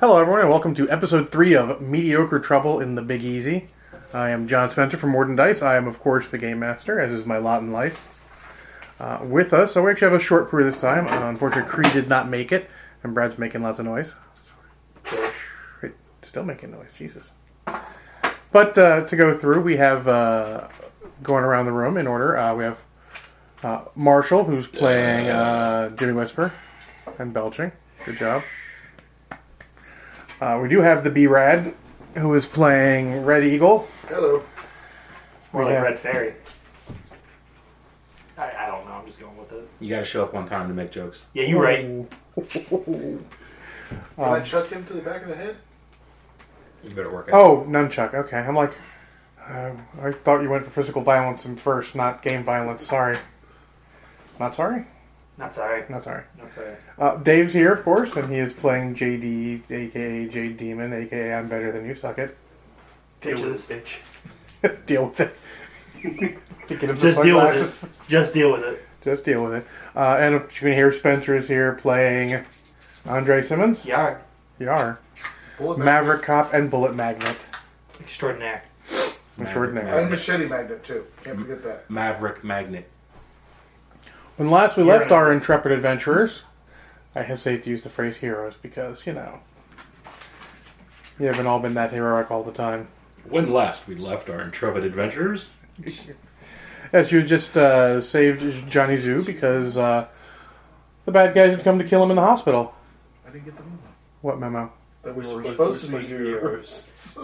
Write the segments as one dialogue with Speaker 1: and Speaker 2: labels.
Speaker 1: Hello, everyone, and welcome to episode three of Mediocre Trouble in the Big Easy. I am John Spencer from Warden Dice. I am, of course, the game master, as is my lot in life. Uh, with us, so we actually have a short crew this time. Uh, unfortunately, Cree did not make it, and Brad's making lots of noise. Wait, Still making noise, Jesus. But uh, to go through, we have uh, going around the room in order. Uh, we have uh, Marshall, who's playing uh, Jimmy Whisper and belching. Good job. Uh, we do have the B Rad, who is playing Red Eagle.
Speaker 2: Hello.
Speaker 3: More like
Speaker 1: Yeah.
Speaker 3: Red Fairy. I, I don't know. I'm just going with it.
Speaker 4: You gotta show up on time to make jokes.
Speaker 3: Yeah, you're right.
Speaker 2: Can I chuck him to the back of the head?
Speaker 4: You better work out.
Speaker 1: Oh, nunchuck. Okay, I'm like, uh, I thought you went for physical violence and first, not game violence. Sorry. Not sorry.
Speaker 3: Not sorry.
Speaker 1: Not sorry.
Speaker 3: Not sorry.
Speaker 1: Uh, Dave's here, of course, and he is playing JD, aka Jade Demon, aka I'm better than you. Suck it.
Speaker 3: Pitches. Bitch.
Speaker 1: deal with it. To get him the
Speaker 3: Just deal
Speaker 1: sunglasses.
Speaker 3: with it. Just deal with it.
Speaker 1: Just deal with it. Uh, and you can hear Spencer is here playing Andre Simmons.
Speaker 3: Yar.
Speaker 1: You are.
Speaker 2: Bullet
Speaker 1: Maverick Cop and Bullet Magnet.
Speaker 3: Extraordinaire.
Speaker 1: Extraordinary.
Speaker 2: magnet. and machete magnet too. Can't forget that.
Speaker 4: Maverick Magnet.
Speaker 1: When last we
Speaker 3: You're
Speaker 1: left
Speaker 3: in a-
Speaker 1: our intrepid adventurers, I hesitate to use the phrase heroes because, you know, you haven't all been that heroic all the time.
Speaker 4: When last we left our intrepid adventurers,
Speaker 1: Yes, you just uh, saved Johnny Zoo because uh, the bad guys had come to kill him in the hospital.
Speaker 2: I didn't get the memo.
Speaker 1: What memo?
Speaker 2: That we were supposed to be heroes.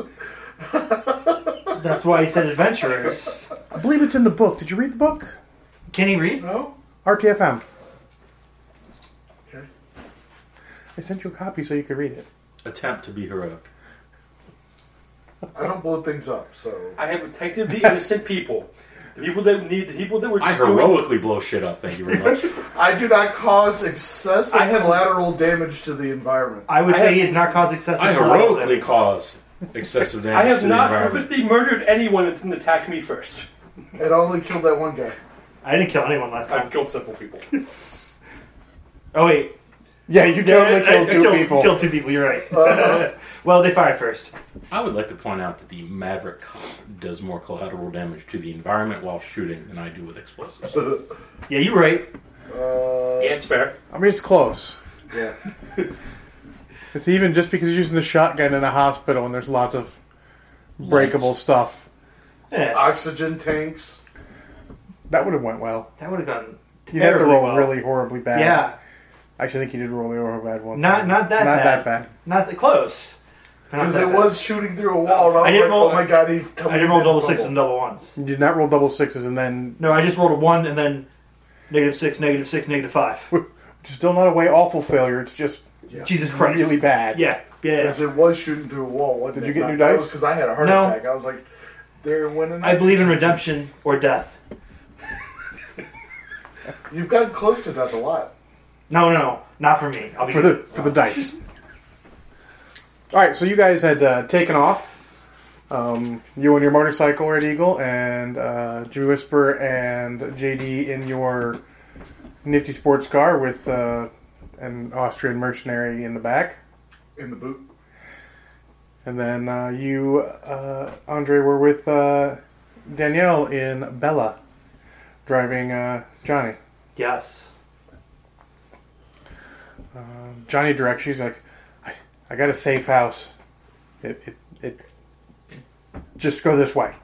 Speaker 3: That's why he said adventurers.
Speaker 1: I believe it's in the book. Did you read the book?
Speaker 3: Can he read?
Speaker 2: no?
Speaker 1: RTFM.
Speaker 2: Okay.
Speaker 1: I sent you a copy so you could read it.
Speaker 4: attempt to be heroic.
Speaker 2: I don't blow things up, so.
Speaker 5: I have protected the innocent people. The people that need the people that were
Speaker 4: I
Speaker 5: doing-
Speaker 4: heroically blow shit up. Thank you very much.
Speaker 2: I do not cause excessive
Speaker 5: I have-
Speaker 2: collateral damage to the environment.
Speaker 3: I would
Speaker 5: I
Speaker 3: say
Speaker 5: have-
Speaker 3: he has not caused excessive.
Speaker 4: I
Speaker 3: collateral
Speaker 4: heroically
Speaker 3: damage.
Speaker 4: cause excessive damage
Speaker 5: I have
Speaker 4: to
Speaker 5: not
Speaker 4: the environment.
Speaker 5: perfectly murdered anyone that didn't attack me first.
Speaker 2: It only killed that one guy.
Speaker 3: I didn't kill anyone last
Speaker 5: I've
Speaker 3: time.
Speaker 5: killed several people.
Speaker 3: Oh wait.
Speaker 1: Yeah, you totally
Speaker 3: I- I-
Speaker 1: killed
Speaker 3: I
Speaker 1: two people. Uh-huh.
Speaker 3: Killed two people. You're right. well, they fired first.
Speaker 4: I would like to point out that the Maverick Cop does more collateral damage to the environment while shooting than I do with explosives.
Speaker 3: Yeah, you're right.
Speaker 2: Uh,
Speaker 5: Yeah, it's fair.
Speaker 1: I mean, it's close.
Speaker 2: yeah.
Speaker 1: It's even just because you're using the shotgun in a hospital and there's lots of breakable
Speaker 4: Lights.
Speaker 1: stuff.
Speaker 3: Yeah,
Speaker 2: Oxygen tanks.
Speaker 1: That would have went well.
Speaker 3: that would have gone.
Speaker 1: You'd have to
Speaker 3: terribly
Speaker 1: roll
Speaker 3: well.
Speaker 1: really horribly bad.
Speaker 3: Yeah,
Speaker 1: Actually, I think you did roll really horribly bad once.
Speaker 3: Not- not that
Speaker 1: Not
Speaker 3: bad.
Speaker 1: that bad.
Speaker 3: not that close. Not
Speaker 2: Because
Speaker 3: that
Speaker 2: it
Speaker 3: bad.
Speaker 2: was shooting through a wall. And I was
Speaker 3: I didn't
Speaker 2: like,
Speaker 3: roll-
Speaker 2: oh my god, he come
Speaker 3: I didn't roll double six and double ones.
Speaker 1: You did not roll double sixes and then,
Speaker 3: No, I just rolled a one and then negative six, negative six, negative five.
Speaker 1: which is still not a way awful failure. It's just
Speaker 3: Jesus Christ.
Speaker 1: really bad.
Speaker 3: Yeah. Yeah.
Speaker 2: Because it was shooting through a wall. Wasn't
Speaker 1: Did
Speaker 2: it?
Speaker 1: you get new dice?
Speaker 2: Because I had a heart
Speaker 3: No.
Speaker 2: attack. I was like, they're winning.
Speaker 3: I believe in redemption or death.
Speaker 2: You've gotten close to death a lot.
Speaker 3: No, no, no. Not for me. I'll be
Speaker 1: for the for the dice. All right, so you guys had uh, taken off. Um, you on your motorcycle, Red Eagle, and uh, Jimmy Whisper and JD in your nifty sports car with uh, an Austrian mercenary in the back.
Speaker 2: In the boot.
Speaker 1: And then uh, you, uh, Andre, were with uh, Danielle in Bella, driving uh, Johnny.
Speaker 3: Yes.
Speaker 1: Johnny directs. She's like, I, I got a safe house. It, it, it, just go this way.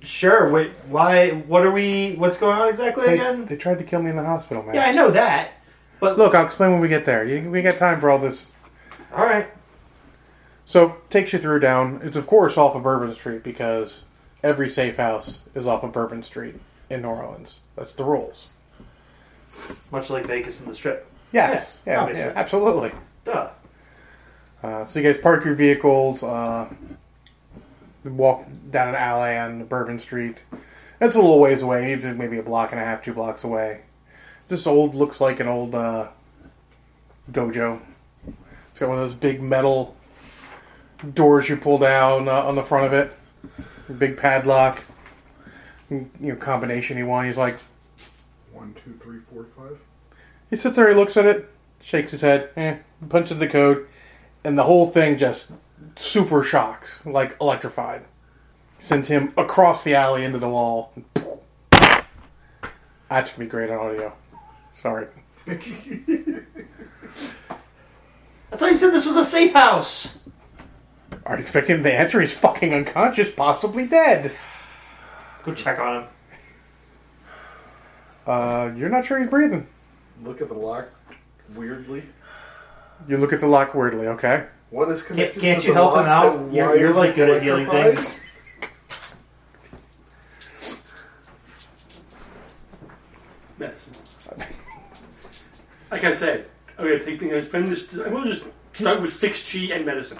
Speaker 3: Sure. Wait. Why? What are we? What's going on exactly
Speaker 1: They,
Speaker 3: again?
Speaker 1: they tried to kill me in the hospital, man.
Speaker 3: yeah, I know that. But
Speaker 1: Look, I'll explain when we get there. You- We got time for all this.
Speaker 3: All right.
Speaker 1: So takes you through down. It's of course off of Bourbon Street because every safe house is off of Bourbon Street in New Orleans. That's the rules.
Speaker 3: Much like Vegas in the Strip.
Speaker 1: Yes,
Speaker 3: Yeah,
Speaker 1: yeah, yeah,
Speaker 3: obviously.
Speaker 1: absolutely.
Speaker 3: Duh.
Speaker 1: Uh, so you guys park your vehicles, uh, walk down an alley on Bourbon Street. That's a little ways away, even maybe a block and a half, two blocks away. This old looks like an old uh, dojo. It's got one of those big metal doors you pull down uh, on the front of it, big padlock, you know, combination you want. He's like,
Speaker 2: One, two, three, four, five.
Speaker 1: he sits there, he looks at it. shakes his head, eh, punches the code, and the whole thing just super shocks, like electrified. Sends him across the alley into the wall. That's gonna be great on audio. Sorry.
Speaker 3: I thought you said this was a safe house.
Speaker 1: Are you expecting him to answer? He's fucking unconscious, possibly dead.
Speaker 3: Go check on him.
Speaker 1: Uh, you're not sure he's breathing.
Speaker 2: Look at the lock weirdly.
Speaker 1: You look at the lock weirdly, okay?
Speaker 2: What is connected
Speaker 3: can't
Speaker 2: to
Speaker 3: you
Speaker 2: the
Speaker 3: help
Speaker 2: lock
Speaker 3: him out?
Speaker 2: that
Speaker 3: You're- you're,
Speaker 2: wires
Speaker 3: like, good at healing
Speaker 2: electrifies?
Speaker 3: things.
Speaker 5: Medicine. like I said, I'm gonna take things. I spend this. I will just start with six G and medicine.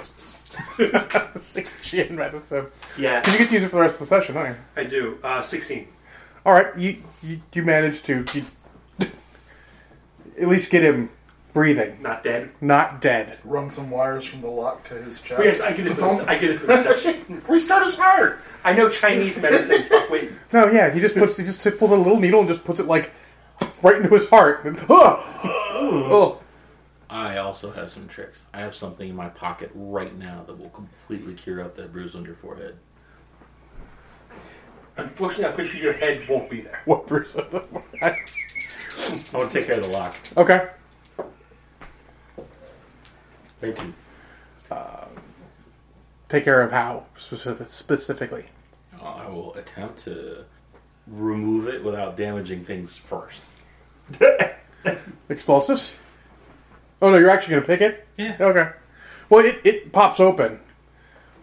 Speaker 1: Stick shit in medicine.
Speaker 3: Yeah.
Speaker 1: Because you get to use it for the rest of the session, don't you?
Speaker 5: I do. Uh, Sixteen.
Speaker 1: All right, you you, you managed to you, at least get him breathing,
Speaker 5: Not dead.
Speaker 1: not dead.
Speaker 2: Run some wires from the lock to his chest.
Speaker 5: Oh, Yes, I get it. For this, I get it for this session. We start as hard. I know Chinese medicine. Fuck, Wait,
Speaker 1: No, yeah, he just puts he just pulls a little needle and just puts it like right into his heart. And, oh, oh.
Speaker 4: I also have some tricks. I have something in my pocket right now that will completely cure up that bruise on your forehead.
Speaker 5: unfortunately, I'm pretty sure your head won't be there.
Speaker 1: What Bruce?
Speaker 4: I want to take care of the lock.
Speaker 1: okay,
Speaker 4: Thank you.
Speaker 1: take care of how specific, specifically.
Speaker 4: I will attempt to remove it without damaging things first.
Speaker 1: Explosives? Oh no, you're actually gonna pick it?
Speaker 4: Yeah.
Speaker 1: Okay. Well, it, it pops open.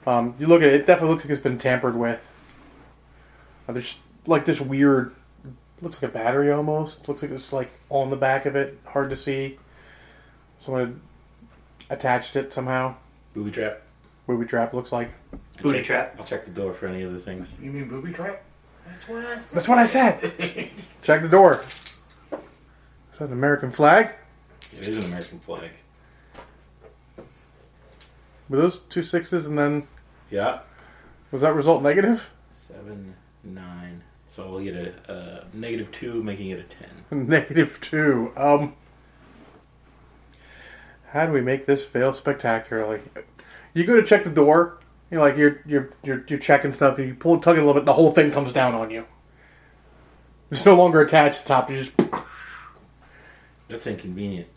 Speaker 1: Um, you look at it; it definitely looks like it's been tampered with. Uh, there's like this weird, looks like a battery almost. Looks like it's like on the back of it, hard to see. Someone had attached it somehow.
Speaker 4: Booby trap.
Speaker 1: Booby trap looks like.
Speaker 3: Booty trap.
Speaker 4: I'll check the door for any other things.
Speaker 2: You mean booby trap?
Speaker 1: That's what I said. Check the door. Is that an American flag?
Speaker 4: It is an American flag.
Speaker 1: Were those two sixes, and then
Speaker 4: Yeah.
Speaker 1: was that result negative?
Speaker 4: Seven, nine. So we'll get a, a negative two, making it a ten.
Speaker 1: Negative two. Um, how do we make this fail spectacularly? You go to check the door. You know, like you're you're you're, you're checking stuff, and you pull tug it a little bit. The whole thing comes down on you. It's no longer attached to the top. You just
Speaker 4: That's inconvenient.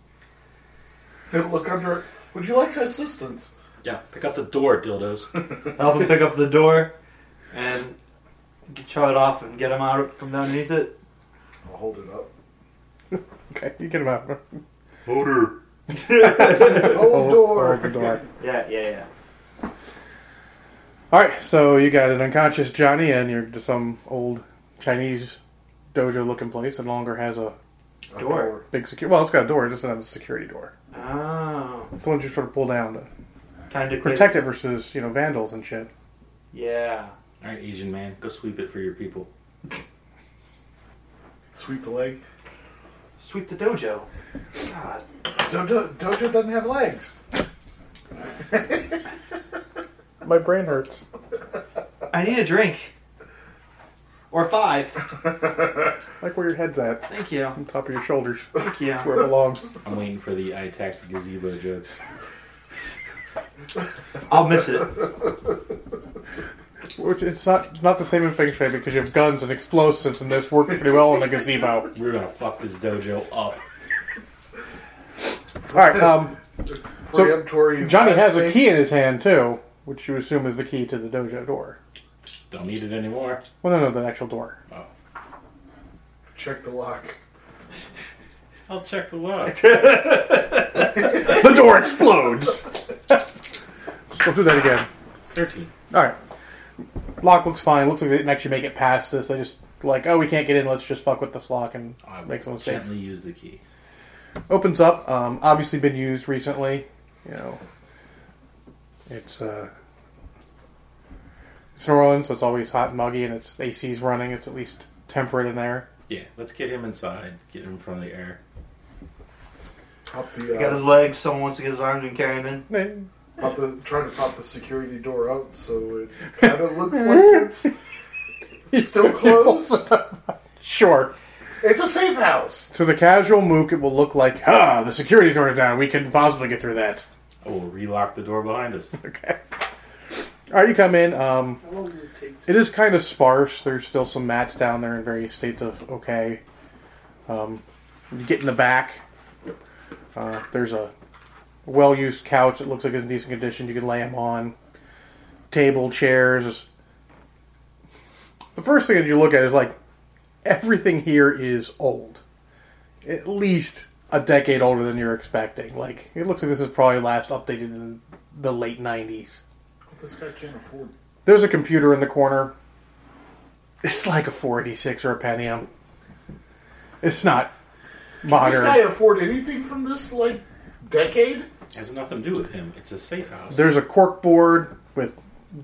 Speaker 2: Look under it. Would you like assistance?
Speaker 4: Yeah. Pick up the door, dildos.
Speaker 3: Help him pick up the door and get- shove it off and get him out from underneath it.
Speaker 2: I'll hold it up.
Speaker 1: okay. You get him out.
Speaker 4: Odor.
Speaker 2: Hold
Speaker 1: Hold-
Speaker 2: Oh, door.
Speaker 1: hold the door.
Speaker 3: Yeah, yeah, yeah.
Speaker 1: All right. So you got an unconscious Johnny, and you're to some old Chinese dojo looking place. That no longer has a
Speaker 2: A
Speaker 3: Door.
Speaker 1: big security. Well, it's got a door. It doesn't have a security door.
Speaker 3: Oh.
Speaker 1: It's the ones you sort of pull down to
Speaker 3: Time to
Speaker 1: protect it versus you know vandals and shit.
Speaker 3: Yeah.
Speaker 4: All right, Asian man, go sweep it for your people.
Speaker 2: Sweep the leg.
Speaker 3: Sweep the dojo. God.
Speaker 2: Dojo, Dojo doesn't have legs.
Speaker 1: My brain hurts.
Speaker 3: I need a drink. Or five.
Speaker 1: Like where your head's at,
Speaker 3: Thank you.
Speaker 1: on top of your shoulders.
Speaker 3: Thank you.
Speaker 1: Where it belongs.
Speaker 4: I'm waiting for the I attacked the gazebo jokes.
Speaker 3: I'll miss it.
Speaker 1: Which it's not not the same in Feng Shui because you have guns and explosives, and this worked pretty well in a gazebo.
Speaker 4: We're gonna fuck this dojo up.
Speaker 1: All right, um, So,
Speaker 2: Preemptory.
Speaker 1: Johnny has a key in his hand too, which you assume is the key to the dojo door.
Speaker 4: Don't need it anymore.
Speaker 1: Well, no, no, the actual door.
Speaker 4: Oh.
Speaker 2: Check the lock.
Speaker 4: I'll check the lock.
Speaker 1: The door explodes. Just don't do that again.
Speaker 4: Thirteen.
Speaker 1: All right, lock looks fine. Looks like they didn't actually make it past this. They just like, oh, we can't get in. Let's just fuck with this lock and
Speaker 4: I will
Speaker 1: make some mistakes.
Speaker 4: gently use the key.
Speaker 1: opens up. Um, obviously, been used recently. You know, it's uh, it's New Orleans, so it's always hot and muggy, and it's AC's running. It's at least temperate in there.
Speaker 4: Yeah, let's get him inside. Get him in front of the air.
Speaker 2: Pop the.
Speaker 3: He got
Speaker 2: Uh,
Speaker 3: his legs. Someone wants to get his arms and carry him in.
Speaker 1: Eh,
Speaker 2: pop the. Trying to pop the security door up so it kind of looks like it's still
Speaker 1: he pulls
Speaker 2: closed.
Speaker 1: it up. Sure.
Speaker 2: It's a safe house.
Speaker 1: To the casual mook, it will look like, ah, the security door is down. We couldn't possibly get through that.
Speaker 4: I will Oh, relock the door behind us.
Speaker 1: Okay. All right, you come in. Um,
Speaker 5: How long did it take?
Speaker 1: it is kind of sparse. There's still some mats down there in various states of okay. Um, you get in the back. Uh, there's a well-used couch that looks like it's in decent condition. You can lay him on. Table, chairs. The first thing that you look at is like everything here is old, at least a decade older than you're expecting. Like it looks like this is probably last updated in the late '90s.
Speaker 2: But this guy can't afford.
Speaker 1: There's a computer in the corner. It's like a 486 or a Pentium. It's not
Speaker 2: This guy
Speaker 1: modern.
Speaker 2: afford anything from this like decade?
Speaker 4: It has nothing to do with him. It's a safe house.
Speaker 1: There's a cork board with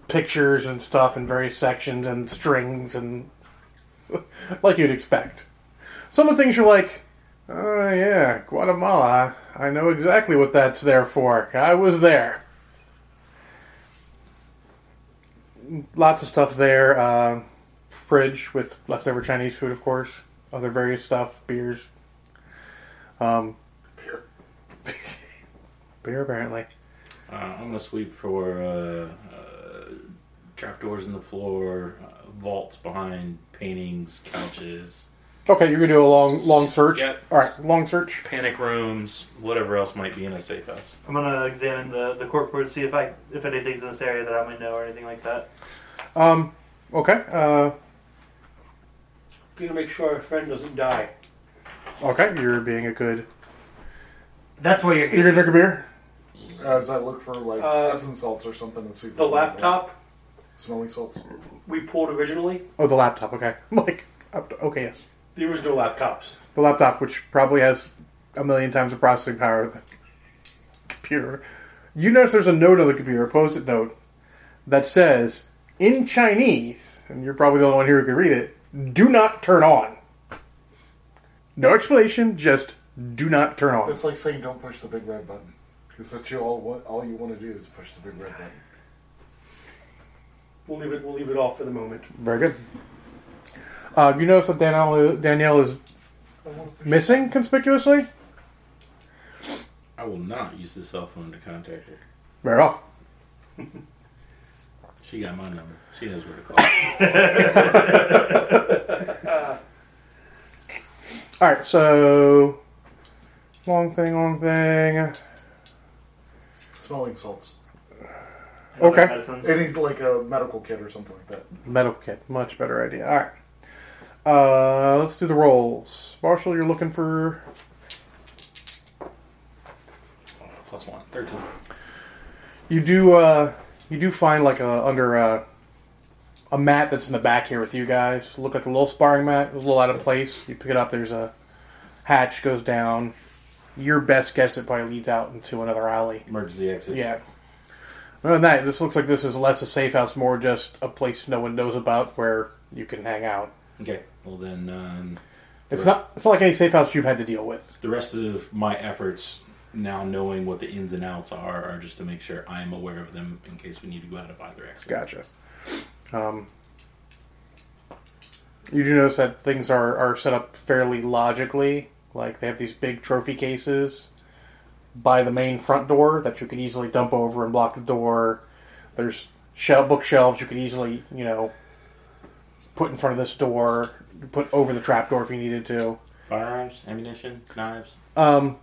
Speaker 1: pictures and stuff in various sections and strings and like you'd expect. Some of the things you're like, oh yeah, Guatemala. I know exactly what that's there for. I was there. Lots of stuff there. Uh, fridge with leftover Chinese food, of course. Other various stuff, beers. Um,
Speaker 2: Beer.
Speaker 1: beer, apparently.
Speaker 4: Uh, I'm gonna sweep for uh, uh, trapdoors in the floor, uh, vaults behind paintings, couches,
Speaker 1: Okay, you're gonna do a long, long search.
Speaker 4: Yep.
Speaker 1: All right, long search.
Speaker 4: panic rooms, whatever else might be in a safe house.
Speaker 3: I'm gonna examine the the corkboard, see if I if anything's in this area that I might know or anything like that.
Speaker 1: Um, okay. Uh,
Speaker 5: gonna make sure our friend doesn't die.
Speaker 1: okay, you're being a good.
Speaker 3: That's why you're
Speaker 1: You're gonna drink a beer.
Speaker 2: As I look for like
Speaker 5: Uh,
Speaker 2: Epsom salts or something and see if
Speaker 5: The
Speaker 2: we can find
Speaker 5: laptop
Speaker 2: smelling salts.
Speaker 5: we pulled originally,
Speaker 1: Oh, the laptop. Okay, like up- okay, yes,
Speaker 5: the original laptops.
Speaker 1: the laptop, which probably has a million times the processing power of the computer. You notice there's a note on the computer, a post-it note, that says in Chinese, and you're probably the only one here who can read it. Do not turn on. No explanation. Just do not turn on.
Speaker 2: It's like saying don't push the big red button because that's you all want. All you want to do is push the big red button.
Speaker 5: We'll leave it. We'll leave it off for the moment.
Speaker 1: Very good. Uh, you notice that Danielle, Danielle is missing conspicuously?
Speaker 4: I will not use the cell phone to contact her.
Speaker 1: Very well.
Speaker 4: She got my number. She knows where to call.
Speaker 1: All right, so long thing, long thing.
Speaker 2: Smelling salts.
Speaker 1: Okay.
Speaker 3: Medicines.
Speaker 2: They need like a medical kit or something like that.
Speaker 1: Metal kit, much better idea. All right, uh, let's do the rolls. Marshall, you're looking for
Speaker 4: Plus one. Thirteen.
Speaker 1: you do uh, you do find like a under a, a mat that's in the back here with you guys. Look like a little sparring mat. It was a little out of place. You pick it up. There's a hatch goes down. Your best guess it probably leads out into another alley.
Speaker 4: Emergency exit.
Speaker 1: Yeah. Other than that, this looks like this is less a safe house, more just a place no one knows about where you can hang out.
Speaker 4: Okay. Well then, um,
Speaker 1: It's
Speaker 4: Right.
Speaker 1: not. It's not like any safe house you've had to deal with.
Speaker 4: the rest of my efforts now knowing what the ins and outs are are just to make sure I am aware of them in case we need to go out of either exit.
Speaker 1: Gotcha. Um, you do notice that things are, are set up fairly logically. Like they have these big trophy cases by the main front door that you could easily dump over and block the door. There's shel bookshelves you could easily, you know, put in front of this door, put over the trap door if you needed to.
Speaker 4: Firearms, ammunition, knives.
Speaker 1: Um,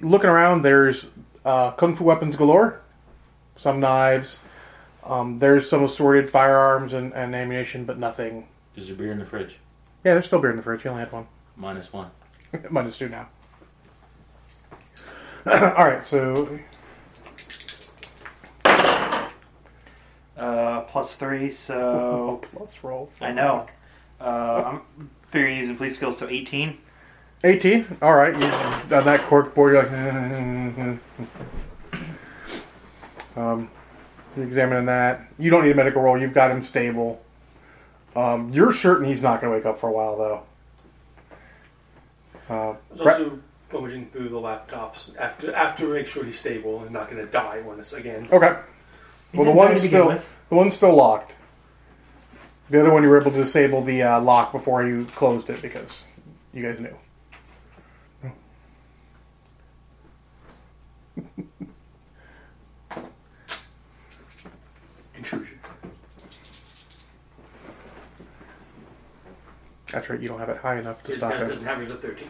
Speaker 1: looking around, there's uh, kung fu weapons galore, some knives. Um, there's some assorted firearms and, and ammunition, but nothing.
Speaker 4: There's a beer in the fridge.
Speaker 1: Yeah, there's still beer in the fridge. You only had one.
Speaker 4: Minus one.
Speaker 1: Minus two now. All right, so
Speaker 3: Uh, plus three, so
Speaker 1: let's roll.
Speaker 3: I know. Uh, I'm figuring using police skills, so 18.
Speaker 1: 18. All right, you, on that cork board, you're like. um, you're examining that. You don't need a medical roll. You've got him stable. Um, you're certain he's not going to wake up for a while, though. Uh,
Speaker 5: I was also rummaging through the laptops after after to make sure he's stable and not gonna die on us again.
Speaker 1: okay. Well, the one's still the one's still locked. The other one you were able to disable the uh, lock before you closed it because You guys knew.
Speaker 5: Intrusion.
Speaker 1: That's right. You don't have it high enough to
Speaker 5: It
Speaker 1: stop
Speaker 5: doesn't
Speaker 1: it.
Speaker 5: doesn't have it as a 13.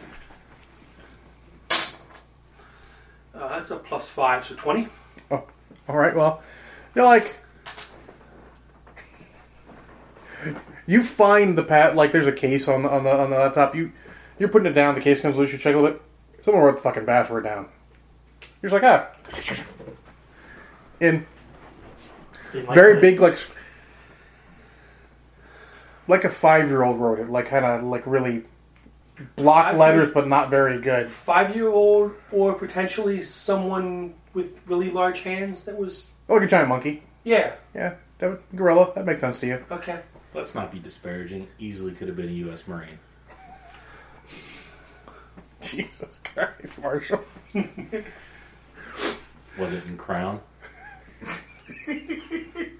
Speaker 5: Uh, that's a plus 5, so 20.
Speaker 1: All right. Well, you're like you find the pat like there's a case on the on the on the laptop. You you're putting it down. The case comes loose. You check a little bit. Someone wrote the fucking password down. You're just like ah, in
Speaker 3: Didn't like
Speaker 1: very
Speaker 3: the-
Speaker 1: big like s- like a five year old wrote it. Like kind of like really block
Speaker 5: Five-year-
Speaker 1: letters, but not very good.
Speaker 5: Five year old, or potentially someone with really large hands that was.
Speaker 1: Oh, like a giant monkey.
Speaker 5: Yeah,
Speaker 1: Yeah, that would, gorilla. That makes sense to you.
Speaker 5: okay.
Speaker 4: Let's not be disparaging. Easily could have been a U.S. Marine.
Speaker 1: Jesus Christ, Marshall.
Speaker 4: Was it in Crown?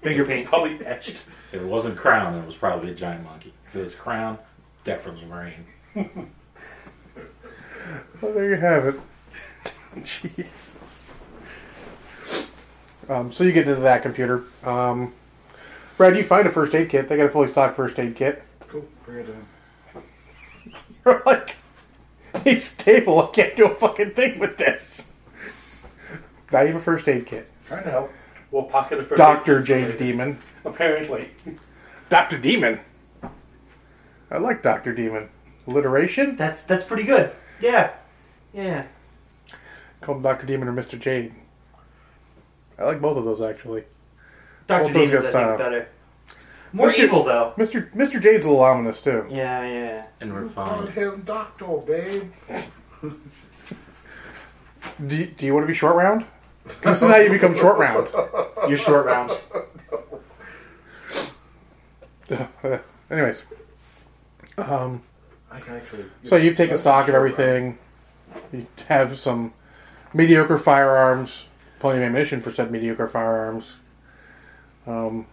Speaker 3: Finger paint.
Speaker 5: Probably etched.
Speaker 4: If it wasn't Crown, then it was probably a giant monkey. If it was Crown, definitely Marine.
Speaker 1: Well, there you have it. Jesus. Um, so you get into that computer. Um, Brad, you find a first aid kit. They got a fully stocked first aid kit.
Speaker 2: Cool. Bring it down.
Speaker 1: You're like, he's stable. I can't do a fucking thing with this. Not even a first aid kit.
Speaker 2: Trying to help.
Speaker 5: Well, pocket of
Speaker 1: Dr. Jade Demon.
Speaker 5: Apparently.
Speaker 1: Dr. Demon? I like Dr. Demon. Alliteration?
Speaker 3: That's that's pretty good. Yeah. Yeah.
Speaker 1: Call him Dr. Demon or Mr. Jade. I like both of those, actually.
Speaker 3: Dr.
Speaker 1: Both those
Speaker 3: Demon,
Speaker 1: got
Speaker 3: I think's
Speaker 1: style.
Speaker 3: better. More
Speaker 1: Mr.
Speaker 3: evil, though.
Speaker 1: Mr. Mr. Jade's a little ominous, too.
Speaker 3: Yeah, yeah.
Speaker 4: And
Speaker 2: Call
Speaker 4: refined.
Speaker 2: him doctor, babe.
Speaker 1: Do, do you want to be short round? 'Cause This is how you become short round.
Speaker 3: You're short round.
Speaker 1: Anyways,
Speaker 2: I can actually.
Speaker 1: so you've taken stock of everything. You have some mediocre firearms, plenty of ammunition for said mediocre firearms. Um,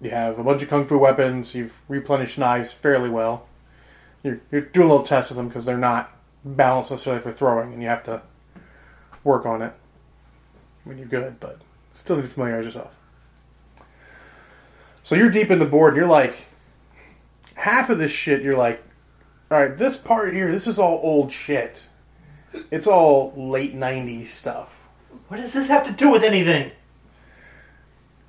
Speaker 1: you have a bunch of kung fu weapons. You've replenished knives fairly well. You're, you're doing a little test with them because they're not balanced necessarily for throwing, and you have to work on it when you're good, but still need to familiarize yourself. So you're deep in the board. You're like, half of this shit, you're like, all right, this part here, this is all old shit. It's all late 90s stuff.
Speaker 3: What does this have to do with anything?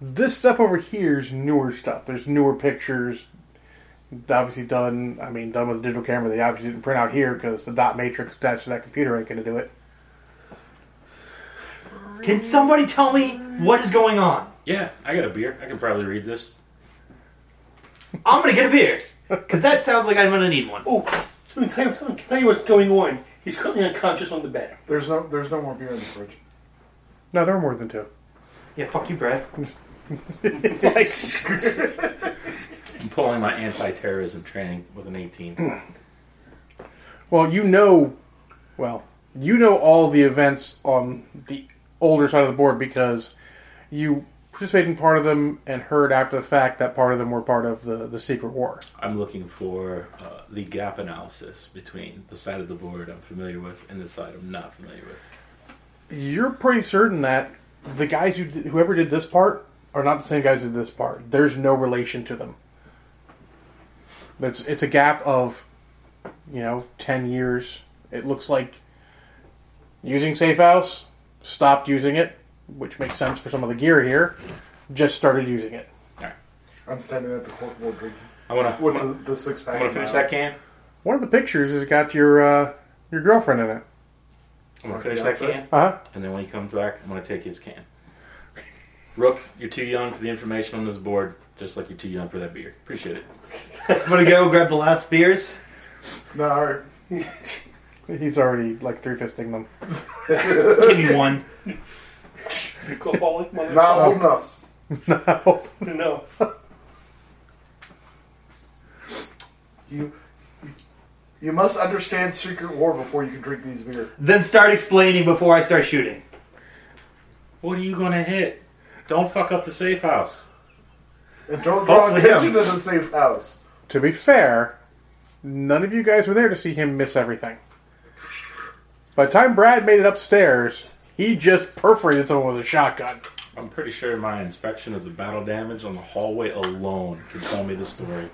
Speaker 1: This stuff over here is newer stuff. There's newer pictures. Obviously done, I mean, done with a digital camera. They obviously didn't print out here because the dot matrix attached to that computer ain't going to do it.
Speaker 3: Can somebody tell me what is going on?
Speaker 4: Yeah, I got a beer. I can probably read this.
Speaker 3: I'm gonna get a beer. Because that sounds like I'm gonna need one.
Speaker 5: Oh, let me tell you something. Can I tell you what's going on? He's currently unconscious on the bed.
Speaker 2: There's no, there's no more beer in the fridge.
Speaker 1: No, there are more than two.
Speaker 3: Yeah, fuck you, Brad.
Speaker 1: It's like,
Speaker 4: I'm pulling my anti-terrorism training with an 18.
Speaker 1: well, you know, well, you know all the events on the older side of the board because you participated in part of them and heard after the fact that part of them were part of the, the secret war.
Speaker 4: I'm looking for uh, the gap analysis between the side of the board I'm familiar with and the side I'm not familiar with.
Speaker 1: You're pretty certain that the guys who did, whoever did this part are not the same guys who did this part. There's no relation to them. It's it's a gap of, you know, ten years. It looks like using Safe House stopped using it, which makes sense for some of the gear here. Just started using it.
Speaker 4: All right,
Speaker 2: I'm standing at the cork board drinking.
Speaker 4: I want to.
Speaker 2: With the, the six pack.
Speaker 4: I'm gonna
Speaker 2: of
Speaker 4: finish
Speaker 2: Milo.
Speaker 4: that can.
Speaker 1: One of the pictures has got your uh, your girlfriend in it.
Speaker 4: I'm gonna finish that can.
Speaker 1: Uh huh.
Speaker 4: And then when he comes back, I'm going to take his can. Rook, you're too young for the information on this board, just like you're too young for that beer. Appreciate it.
Speaker 3: I'm gonna go grab the last beers.
Speaker 2: No, all right.
Speaker 1: He's already like three fisting them.
Speaker 3: Give me one.
Speaker 5: Alcoholic
Speaker 2: Not
Speaker 1: Oh.
Speaker 5: motherfucker.
Speaker 2: old enough.
Speaker 1: No.
Speaker 5: No.
Speaker 2: You, you must understand Secret War before you can drink these beer.
Speaker 3: Then start explaining before I start shooting.
Speaker 4: What are you going to hit? Don't fuck up the safe house.
Speaker 2: And don't draw
Speaker 3: Hopefully him.
Speaker 2: attention to the safe house.
Speaker 1: to be fair, None of you guys were there to see him miss everything. By the time Brad made it upstairs, he just perforated someone with a shotgun.
Speaker 4: I'm pretty sure my inspection of the battle damage on the hallway alone can tell me the story.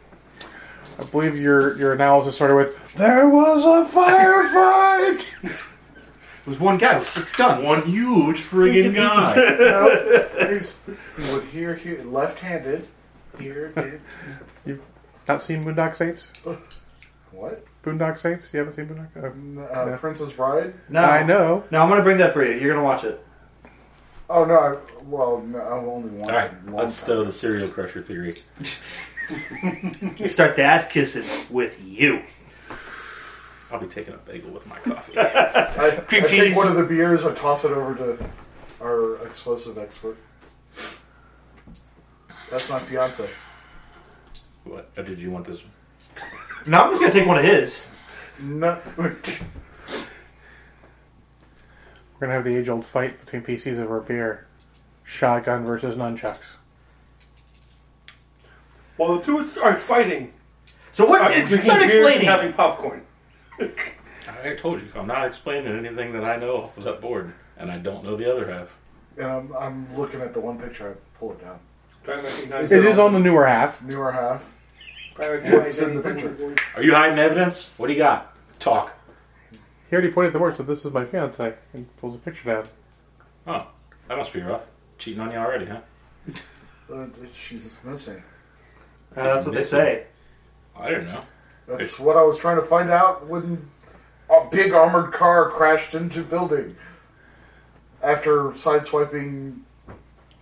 Speaker 1: I believe your your analysis started with "There was a firefight."
Speaker 3: It was one guy with six guns.
Speaker 4: One huge friggin' guy.
Speaker 2: He's- he would hear, hear left-handed. Here, here.
Speaker 1: Not seen Boondock Saints?
Speaker 2: What?
Speaker 1: Boondock Saints? You haven't seen Boondock? Uh,
Speaker 2: Uh,
Speaker 1: Yeah.
Speaker 2: Princess Bride?
Speaker 3: No,
Speaker 1: I know.
Speaker 3: No, I'm gonna bring that for you. You're gonna watch it.
Speaker 2: Oh no! I, well, no, I've only watched.
Speaker 4: Alright,
Speaker 2: it long
Speaker 4: let's uh,
Speaker 2: time.
Speaker 4: stow the serial crusher theory.
Speaker 3: Start the ass kissing with you.
Speaker 4: I'll be taking a bagel with my coffee.
Speaker 2: I, I
Speaker 3: Cream
Speaker 2: take
Speaker 3: cheese.
Speaker 2: one of the beers and toss it over to our explosive expert. That's my fiance.
Speaker 4: what? Or did you want this one?
Speaker 3: No, I'm just gonna take one of his.
Speaker 2: No,
Speaker 1: We're gonna have the age-old fight between PCs over beer, shotgun versus nunchucks.
Speaker 5: Well, the dudes aren't fighting.
Speaker 3: So what?
Speaker 5: I'm
Speaker 3: It's,
Speaker 5: drinking
Speaker 3: start
Speaker 5: beers
Speaker 3: explaining.
Speaker 5: and having popcorn.
Speaker 4: I told you, I'm not explaining anything that I know off of that board, and I don't know the other half.
Speaker 2: and I'm, I'm looking at the one picture. I pull it down.
Speaker 5: Try and recognize
Speaker 1: It is on the newer half.
Speaker 2: Newer half.
Speaker 5: Try and
Speaker 2: What's
Speaker 5: recognize
Speaker 2: in the
Speaker 5: anything.
Speaker 4: Are you hiding evidence? What do you got? Talk.
Speaker 1: He already pointed the word, so this is my fiance, and pulls a picture down.
Speaker 4: Oh, that must be rough. Cheating on you already, huh?
Speaker 2: Uh, she's missing.
Speaker 3: Uh, that's what they say.
Speaker 4: I don't know.
Speaker 2: That's what I was trying to find out when a big armored car crashed into building after sideswiping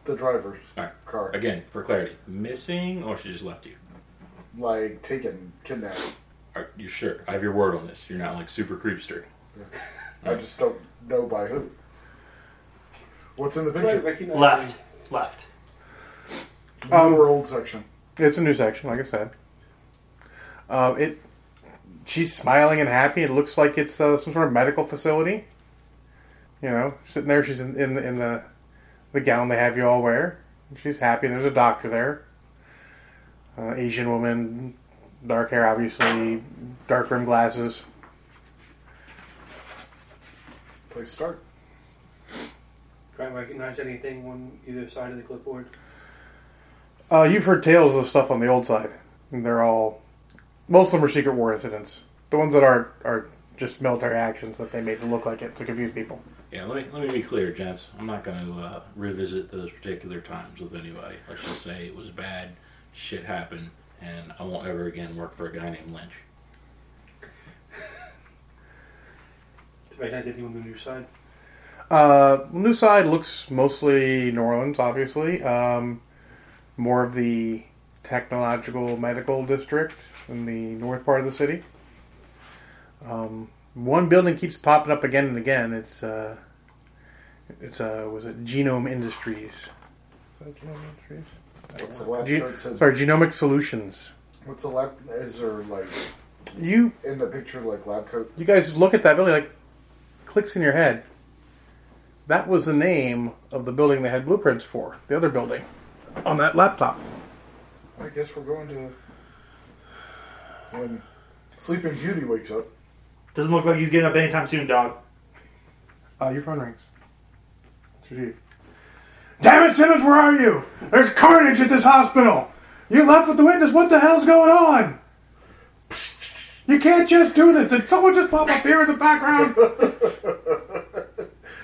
Speaker 2: the driver's
Speaker 4: All right.
Speaker 2: car,
Speaker 4: Again, for clarity, missing or she just left you?
Speaker 2: like taken, kidnapped.
Speaker 4: Are you sure? I have your word on this. You're not like super creepster.
Speaker 2: I just don't know by who. What's in the
Speaker 5: Try and
Speaker 2: picture?
Speaker 5: recognize
Speaker 3: Left, left.
Speaker 1: Um,
Speaker 2: New or old section.
Speaker 1: It's a new section, like I said. Um, it, she's smiling and happy. It looks like it's uh, some sort of medical facility. You know, sitting there, she's in in, the- in the the gown they have you all wear. And She's happy. There's a doctor there. Uh, Asian woman, dark hair, obviously, dark rim glasses.
Speaker 2: Please start.
Speaker 5: Try and recognize anything on either side of the clipboard.
Speaker 1: Uh, you've heard tales of the stuff on the old side. And they're all, most of them are secret war incidents. The ones that aren't are just military actions that they made to look like it to confuse people.
Speaker 4: Yeah, let me let me be clear, gents. I'm not going to uh, revisit those particular times with anybody. Let's just say it was bad, shit happened, and I won't ever again work for a guy named Lynch.
Speaker 5: To recognize anything on the new side.
Speaker 1: Uh, new side looks mostly New Orleans, obviously. Um, more of the technological medical district in the north part of the city. Um, one building keeps popping up again and again. It's uh, it's uh, was it Genome Industries? Is that Genome Industries?
Speaker 2: What's the last
Speaker 1: Ge-
Speaker 2: part says?
Speaker 1: sorry, Genomic Solutions.
Speaker 2: What's the lab? Is there like
Speaker 1: You
Speaker 2: in the picture like lab coat?
Speaker 1: you guys look at that building like clicks in your head. That was the name of the building they had blueprints for, the other building on that laptop.
Speaker 2: I guess we're going to when Sleeping Beauty wakes up.
Speaker 3: Doesn't look like he's getting up anytime soon, dog.
Speaker 1: Uh, your phone rings. It's your chief. Damn it, Simmons, where are you? There's carnage at this hospital. You left with the witness. What the hell's going on? You can't just do this. Did someone just pop up here in the background?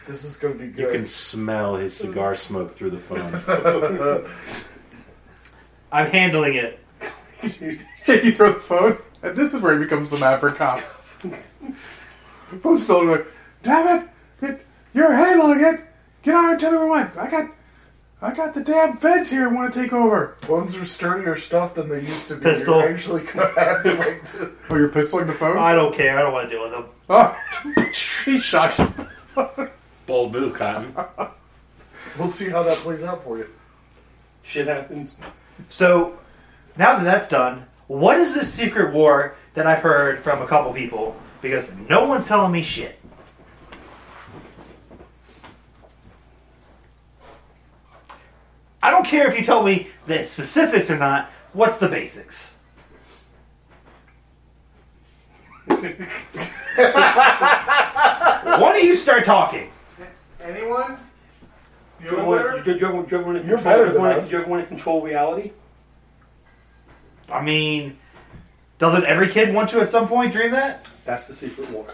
Speaker 2: This is going to be
Speaker 4: You
Speaker 2: good.
Speaker 4: can smell his cigar smoke through the phone.
Speaker 3: I'm handling it.
Speaker 1: Can you throw the phone? And this is where he becomes the maverick cop. Phone's still going, damn it! Get- You're handling it! Get out and tell me where it went! I got, I got the damn feds here and want to take over!
Speaker 2: Phones are sturdier stuff than they used to be.
Speaker 3: Pistol.
Speaker 2: You're actually going to have to like.
Speaker 1: Oh, you're pistoling the phone?
Speaker 3: I don't care. I don't want to deal with him.
Speaker 1: oh. he shot you.
Speaker 4: Bold move, Cotton.
Speaker 2: We'll see how that plays out for you.
Speaker 5: Shit happens.
Speaker 3: So now that that's done, what is this secret war that I've heard from a couple people? Because no one's telling me shit. I don't care if you tell me the specifics or not. What's the basics? Why don't you start talking?
Speaker 6: Anyone?
Speaker 5: Do you ever want to do you ever, do you ever want to
Speaker 2: You're
Speaker 5: control?
Speaker 2: better
Speaker 5: do you
Speaker 2: than
Speaker 5: wanna-
Speaker 2: us.
Speaker 5: do you ever want to control reality?
Speaker 3: I mean, doesn't every kid want to at some point dream that?
Speaker 5: That's the secret war.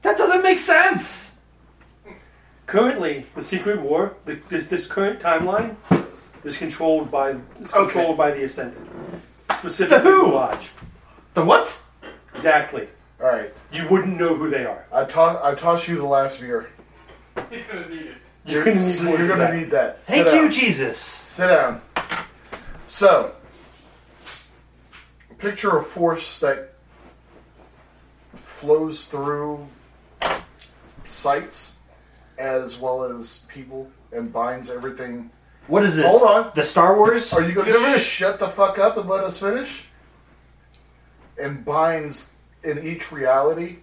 Speaker 3: That doesn't make sense.
Speaker 5: Currently, the secret war, the, this, this current timeline, is controlled by is controlled by the Ascendant, specifically
Speaker 3: The who?
Speaker 5: the Lodge.
Speaker 3: The what?
Speaker 5: Exactly.
Speaker 2: All right,
Speaker 5: You wouldn't know who they are.
Speaker 2: I toss I toss you the last beer.
Speaker 6: You're gonna need it.
Speaker 5: You're
Speaker 2: You're,
Speaker 5: gonna need more
Speaker 2: you're
Speaker 5: than
Speaker 2: gonna
Speaker 5: that.
Speaker 2: need that.
Speaker 3: Thank
Speaker 2: Sit
Speaker 3: you,
Speaker 2: down.
Speaker 3: Jesus.
Speaker 2: Sit down. So, picture a force that flows through sites as well as people and binds everything.
Speaker 3: What is this?
Speaker 2: Hold on.
Speaker 3: The Star Wars?
Speaker 2: Are you going
Speaker 3: universe?
Speaker 2: to shut the fuck up and let us finish? And binds in each reality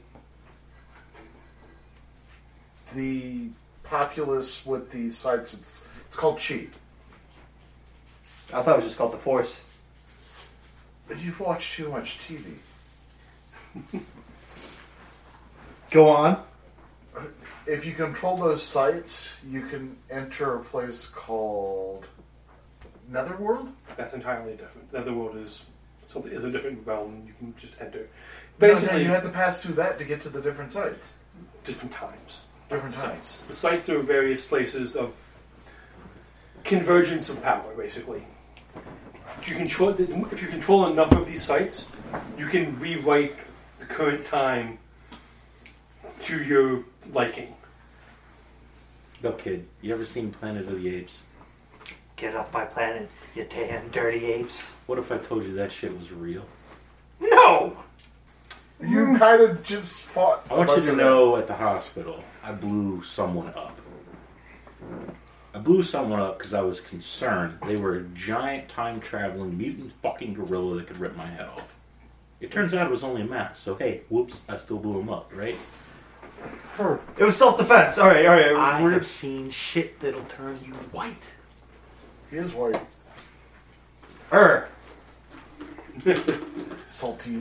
Speaker 2: the populace with these sites. It's, it's called chi.
Speaker 3: I thought it was just called the Force.
Speaker 2: You've watched too much TV.
Speaker 3: Go on.
Speaker 2: if you control those sites, you can enter a place called Netherworld.
Speaker 5: That's entirely different. The other world is something is a different realm. You can just enter.
Speaker 2: No, no,
Speaker 5: Basically,
Speaker 2: you have to pass through that to get to the different sites.
Speaker 5: different times.
Speaker 2: Different sites.
Speaker 5: The sites are various places of convergence of power, basically. If you control, if you control enough of these sites, you can rewrite the current time to your liking.
Speaker 4: No kid. You ever seen Planet of the Apes?
Speaker 3: Get off my planet, you damn dirty apes.
Speaker 4: What if I told you that shit was real?
Speaker 3: No!
Speaker 2: You kind of just fought.
Speaker 4: I want you
Speaker 2: about
Speaker 4: to
Speaker 2: that.
Speaker 4: know at the hospital, I blew someone up. I blew someone up because I was concerned. They were a giant time traveling mutant fucking gorilla that could rip my head off. It turns out it was only a mask, so hey, whoops, I still blew him up, right?
Speaker 3: It was self defense. Alright, alright.
Speaker 4: I
Speaker 3: we're-
Speaker 4: have seen shit that'll turn you white.
Speaker 2: He is white.
Speaker 3: er.
Speaker 2: Salty.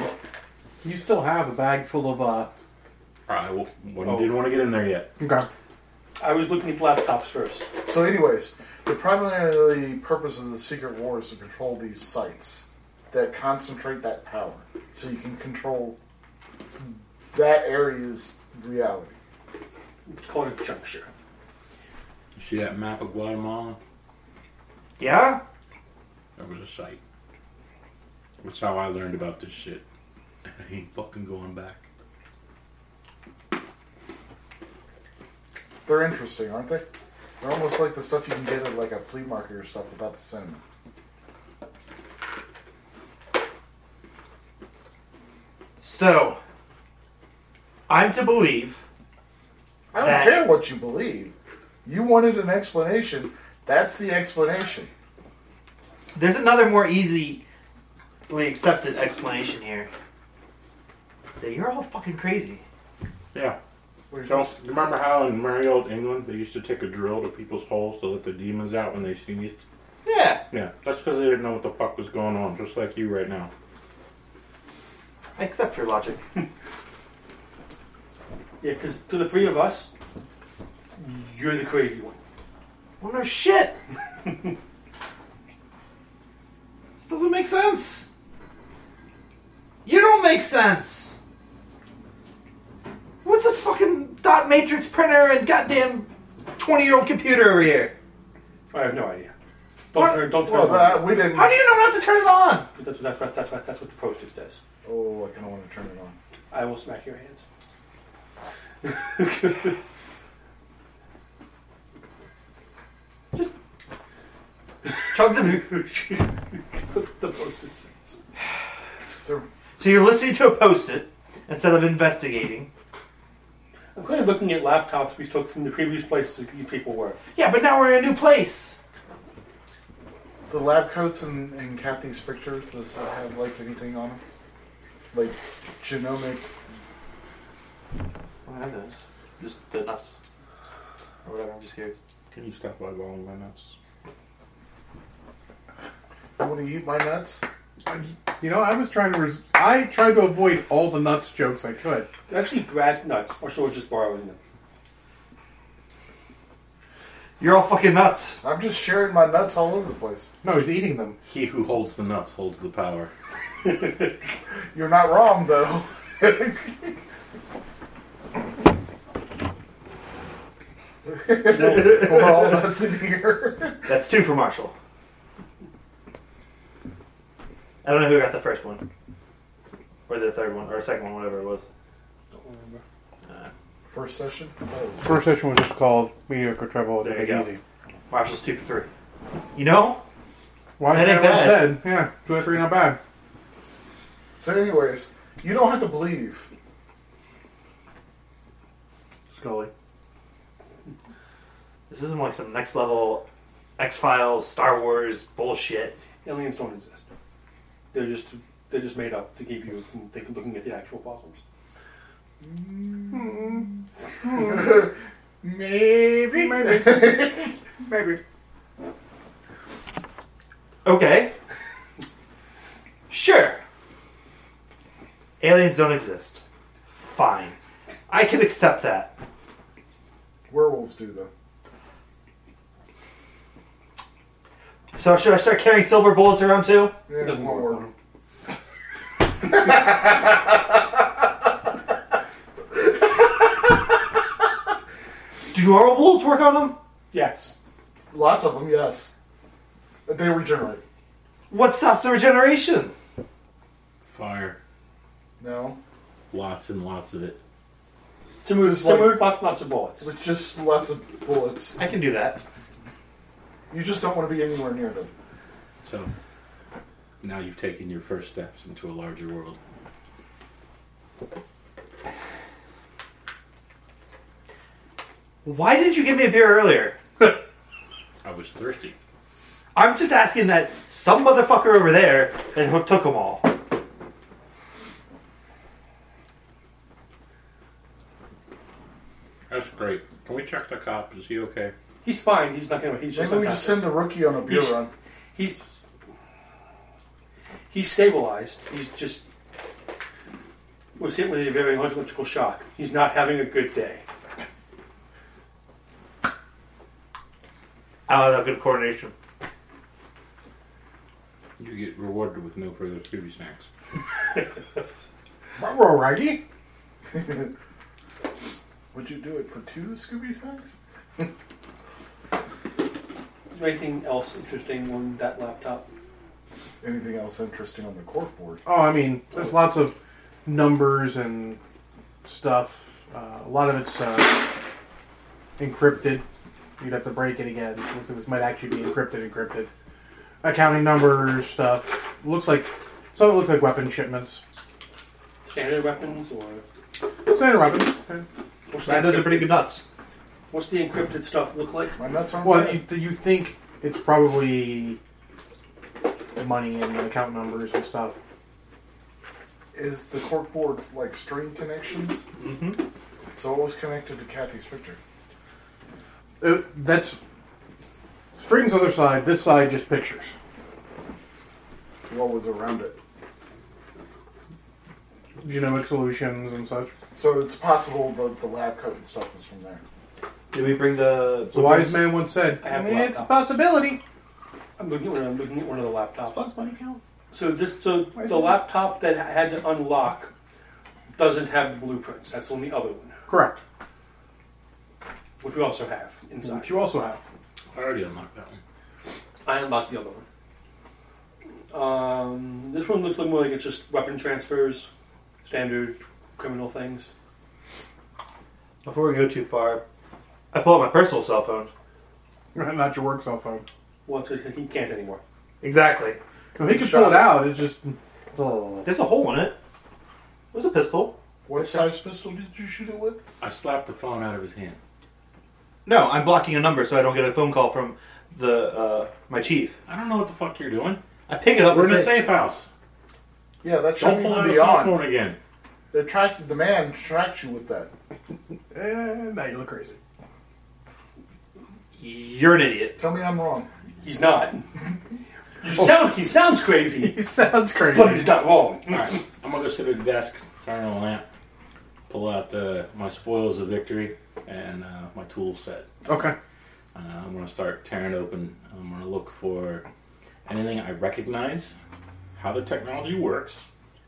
Speaker 1: You still have a bag full of uh.
Speaker 4: I w- wouldn't- didn't want to get in there yet.
Speaker 1: Okay.
Speaker 5: I was looking at laptops first.
Speaker 2: So, anyways, the primary purpose of the Secret War is to control these sites that concentrate that power, so you can control that area's reality.
Speaker 5: It's called a juncture.
Speaker 4: You see that map of Guatemala?
Speaker 3: Yeah?
Speaker 4: That was a sight. That's how I learned about this shit. I ain't fucking going back.
Speaker 2: They're interesting, aren't they? They're almost like the stuff you can get at like a flea market or stuff about the cinema.
Speaker 3: So, I'm to believe
Speaker 2: I don't
Speaker 3: That-
Speaker 2: care what you believe. You wanted an explanation. That's the explanation.
Speaker 3: there's another more easily accepted explanation here. That you're all fucking crazy.
Speaker 4: Yeah. So, remember how in merry old England they used to take a drill to people's holes to let the demons out when they sneezed?
Speaker 3: Yeah,
Speaker 4: Yeah, that's because they didn't know what the fuck was going on, just like you right now.
Speaker 3: I accept your logic.
Speaker 5: Yeah, because to the three of us, you're the crazy one.
Speaker 3: Well, Oh, no shit. this doesn't make sense. You don't make sense. What's this fucking dot matrix printer and goddamn twenty-year-old computer over here?
Speaker 5: I have no idea. Don't
Speaker 3: What?
Speaker 5: turn, don't turn.
Speaker 2: Well,
Speaker 5: it on.
Speaker 2: that, we didn't.
Speaker 3: How do you know not to turn it on?
Speaker 5: That's, what- that's, what- that's, what- that's what the post-it says.
Speaker 2: Oh, I kind of want to turn it on.
Speaker 5: I will smack your hands.
Speaker 3: Chug the.
Speaker 5: That's what the post-it says.
Speaker 2: They're-
Speaker 3: So you're listening to a post-it instead of investigating.
Speaker 5: I'm kind of looking at laptops we took from the previous places these people were.
Speaker 3: Yeah, but now we're in a new place.
Speaker 2: the lab coats and, and Kathy's picture. Does it have like anything on them? Like genomic?
Speaker 3: What are those? Just the nuts. Or whatever, I'm just curious.
Speaker 4: Can you stop eyeballing my nuts?
Speaker 2: You want to eat my nuts?
Speaker 1: You know, I was trying to. Res- I tried to avoid all the nuts jokes I could.
Speaker 5: Actually, Brad's nuts. Marshall was just borrowing them.
Speaker 3: You're all fucking nuts.
Speaker 2: I'm just sharing my nuts all over the place.
Speaker 1: No, he's eating them.
Speaker 4: He who holds the nuts holds the power.
Speaker 2: You're not wrong, though. We're all nuts in here.
Speaker 3: That's two for Marshall. I don't know who got the first one. Or the third one, or the second one, whatever it was.
Speaker 5: Don't remember.
Speaker 2: First session? Oh.
Speaker 1: First session was just called Mediocre Trouble at the
Speaker 3: There you
Speaker 1: Big
Speaker 3: go.
Speaker 1: Easy.
Speaker 3: Marshall's two for three. You know?
Speaker 1: Why
Speaker 3: That ain't
Speaker 1: that well said?
Speaker 3: bad.
Speaker 1: Yeah, two out of three, not bad.
Speaker 2: So, anyways, you don't have to believe.
Speaker 1: Scully.
Speaker 3: This isn't like some next level X Files, Star Wars bullshit.
Speaker 5: Aliens don't exist. They're just they're just made up to keep you from thinking, looking at the actual problems.
Speaker 1: Maybe, maybe, maybe.
Speaker 3: Okay. Sure. Aliens don't exist. Fine. I can accept that.
Speaker 2: Werewolves do, though.
Speaker 3: So should I start carrying silver bullets around too?
Speaker 2: Yeah,
Speaker 5: It doesn't
Speaker 2: won't
Speaker 5: work. on
Speaker 3: Do normal bullets work on them?
Speaker 5: Yes.
Speaker 2: Lots of them, yes. But they regenerate.
Speaker 3: What stops the regeneration?
Speaker 4: Fire.
Speaker 2: No.
Speaker 4: Lots and lots of it.
Speaker 5: Similar,
Speaker 2: Just like-
Speaker 5: similar like, lots of bullets.
Speaker 2: It's just lots of bullets.
Speaker 3: I can do that.
Speaker 2: You just don't want to be anywhere near them.
Speaker 4: So now you've taken your first steps into a larger world.
Speaker 3: Why didn't you give me a beer earlier?
Speaker 4: I was thirsty.
Speaker 3: I'm just asking that some motherfucker over there and who took them all.
Speaker 4: That's great. Can we check the cop? Is he okay?
Speaker 5: He's fine. He's not gonna. He's just.
Speaker 2: Maybe we just send
Speaker 5: unconscious.
Speaker 2: the rookie on a beer
Speaker 5: He's-
Speaker 2: run.
Speaker 5: He's. He's stabilized. He's just was hit with a very electrical shock. He's not having a good day.
Speaker 3: I don't have good coordination.
Speaker 4: You get rewarded with no further Scooby snacks.
Speaker 1: We're alrighty.
Speaker 2: Would you do it for two Scooby snacks?
Speaker 5: Is there anything else interesting on that laptop?
Speaker 2: Anything else interesting on the cork board?
Speaker 1: Oh, I mean, there's lots of numbers and stuff. Uh, a lot of it's uh, encrypted. You'd have to break it again. Looks like this might actually be encrypted, encrypted. Accounting numbers, stuff. Looks like some of it looks like weapon shipments.
Speaker 5: Standard weapons or
Speaker 1: Standard weapons.
Speaker 5: what's the
Speaker 3: Man, those are
Speaker 5: encrypted-
Speaker 3: pretty good nuts.
Speaker 5: What's the encrypted stuff look like?
Speaker 2: My nuts aren't
Speaker 1: Well,
Speaker 2: bad.
Speaker 1: you, you think it's probably money and account numbers and stuff.
Speaker 2: Is the cork board like string connections? Mm-hmm. So it was connected to Kathy's picture.
Speaker 1: Uh, that's strings. Other side. This side just pictures.
Speaker 2: What was around it?
Speaker 1: Genomic solutions and such.
Speaker 2: So it's possible that the lab coat and stuff was from there.
Speaker 3: Did we bring the?
Speaker 1: The wise man once said,
Speaker 5: I have
Speaker 1: "It's a
Speaker 5: laptop.
Speaker 1: possibility."
Speaker 5: I'm looking at one. I'm looking at one of the laptops.
Speaker 1: Bunny count.
Speaker 5: So this, so the laptop that I had to unlock doesn't have the blueprints. That's on the other one,
Speaker 1: Correct.
Speaker 5: which we also have inside.
Speaker 1: Which you also have.
Speaker 4: I already unlocked that one.
Speaker 5: I unlocked the other one. Um, this one looks like more like it's just weapon transfers, standard criminal things.
Speaker 3: Before we go too far, I pull out my personal cell phone.
Speaker 1: Not your work cell phone.
Speaker 5: Well, it's, he can't anymore.
Speaker 3: Exactly.
Speaker 1: No, he could pull it out. It's just. Oh.
Speaker 3: There's a hole in it. It was a pistol.
Speaker 2: What size pistol did you shoot it with?
Speaker 4: I slapped the phone out of his hand.
Speaker 3: No, I'm blocking a number so I don't get a phone call from the uh, my chief.
Speaker 4: I don't know what the fuck you're doing.
Speaker 3: I pick it up.
Speaker 4: We're in
Speaker 3: and
Speaker 4: a
Speaker 3: say-
Speaker 4: safe house.
Speaker 2: Yeah, that
Speaker 4: Don't
Speaker 2: shouldn't
Speaker 4: pull
Speaker 2: even
Speaker 4: out a
Speaker 2: be
Speaker 4: cell phone
Speaker 2: on.
Speaker 4: again.
Speaker 2: They're tracking the man tracks you with that.
Speaker 1: Eh, now you look crazy.
Speaker 3: You're an idiot.
Speaker 2: Tell me I'm wrong.
Speaker 5: He's not. You sound, he sounds crazy,
Speaker 1: He sounds crazy.
Speaker 5: but he's not wrong.
Speaker 4: Alright, I'm gonna go sit at the desk, turn on a lamp, pull out uh, my spoils of victory and uh, my tool set.
Speaker 1: Okay.
Speaker 4: Uh, I'm gonna start tearing open. I'm gonna look for anything I recognize, how the technology works,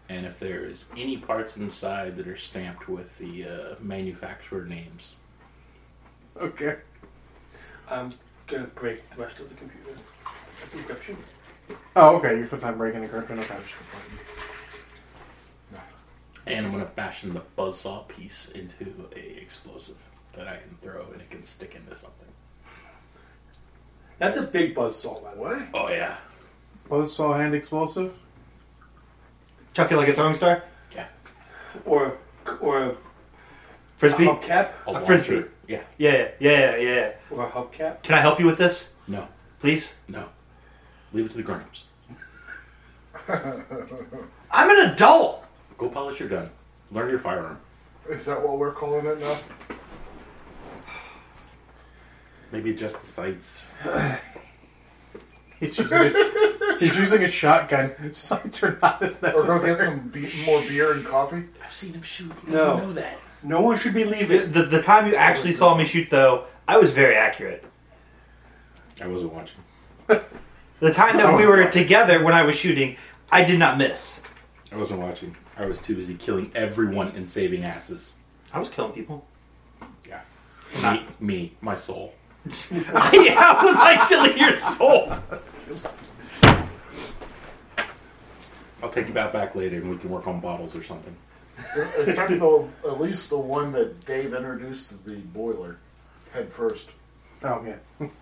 Speaker 4: and if there is any parts inside that are stamped with the uh, manufacturer names.
Speaker 1: Okay.
Speaker 5: I'm gonna break the rest of the computer encryption.
Speaker 1: Oh, okay. You're supposed to have breaking encryption. Okay.
Speaker 4: And I'm gonna fashion the buzzsaw piece into a explosive that I can throw and it can stick into something.
Speaker 5: That's a big buzzsaw, by the way.
Speaker 2: What?
Speaker 4: Oh yeah.
Speaker 1: Buzzsaw hand explosive.
Speaker 3: Chuck it like a throwing star?
Speaker 4: Yeah.
Speaker 5: Or, or a
Speaker 3: Frisbee?
Speaker 5: hubcap.
Speaker 4: A,
Speaker 3: frisbee.
Speaker 4: launcher. Yeah.
Speaker 3: Yeah, yeah, yeah, yeah.
Speaker 5: Or a hubcap.
Speaker 3: Can I help you with this?
Speaker 4: No.
Speaker 3: Please?
Speaker 4: No. Leave it to the grown-ups.
Speaker 3: I'm an adult!
Speaker 4: Go polish your gun. Learn your firearm.
Speaker 2: Is that what we're calling it now?
Speaker 4: Maybe adjust the sights.
Speaker 1: He's using a, he's using a shotgun. Sights are not as
Speaker 2: Or go get
Speaker 1: necessary.
Speaker 2: some be- more beer and coffee?
Speaker 4: I've seen him shoot. He
Speaker 5: No.
Speaker 4: doesn't know that.
Speaker 5: No one should be leaving.
Speaker 3: The, the, the time you actually saw me shoot, though, I was very accurate.
Speaker 4: I wasn't watching.
Speaker 3: The time that we were together when I was shooting, I did not miss.
Speaker 4: I wasn't watching. I was too busy killing everyone and saving asses.
Speaker 3: I was killing people.
Speaker 4: Yeah. Not me, my soul.
Speaker 3: yeah, I was like killing your soul.
Speaker 4: I'll take you back back later and we can work on bottles or something.
Speaker 2: Except the, at least the one that Dave introduced to the boiler head first.
Speaker 1: Oh yeah.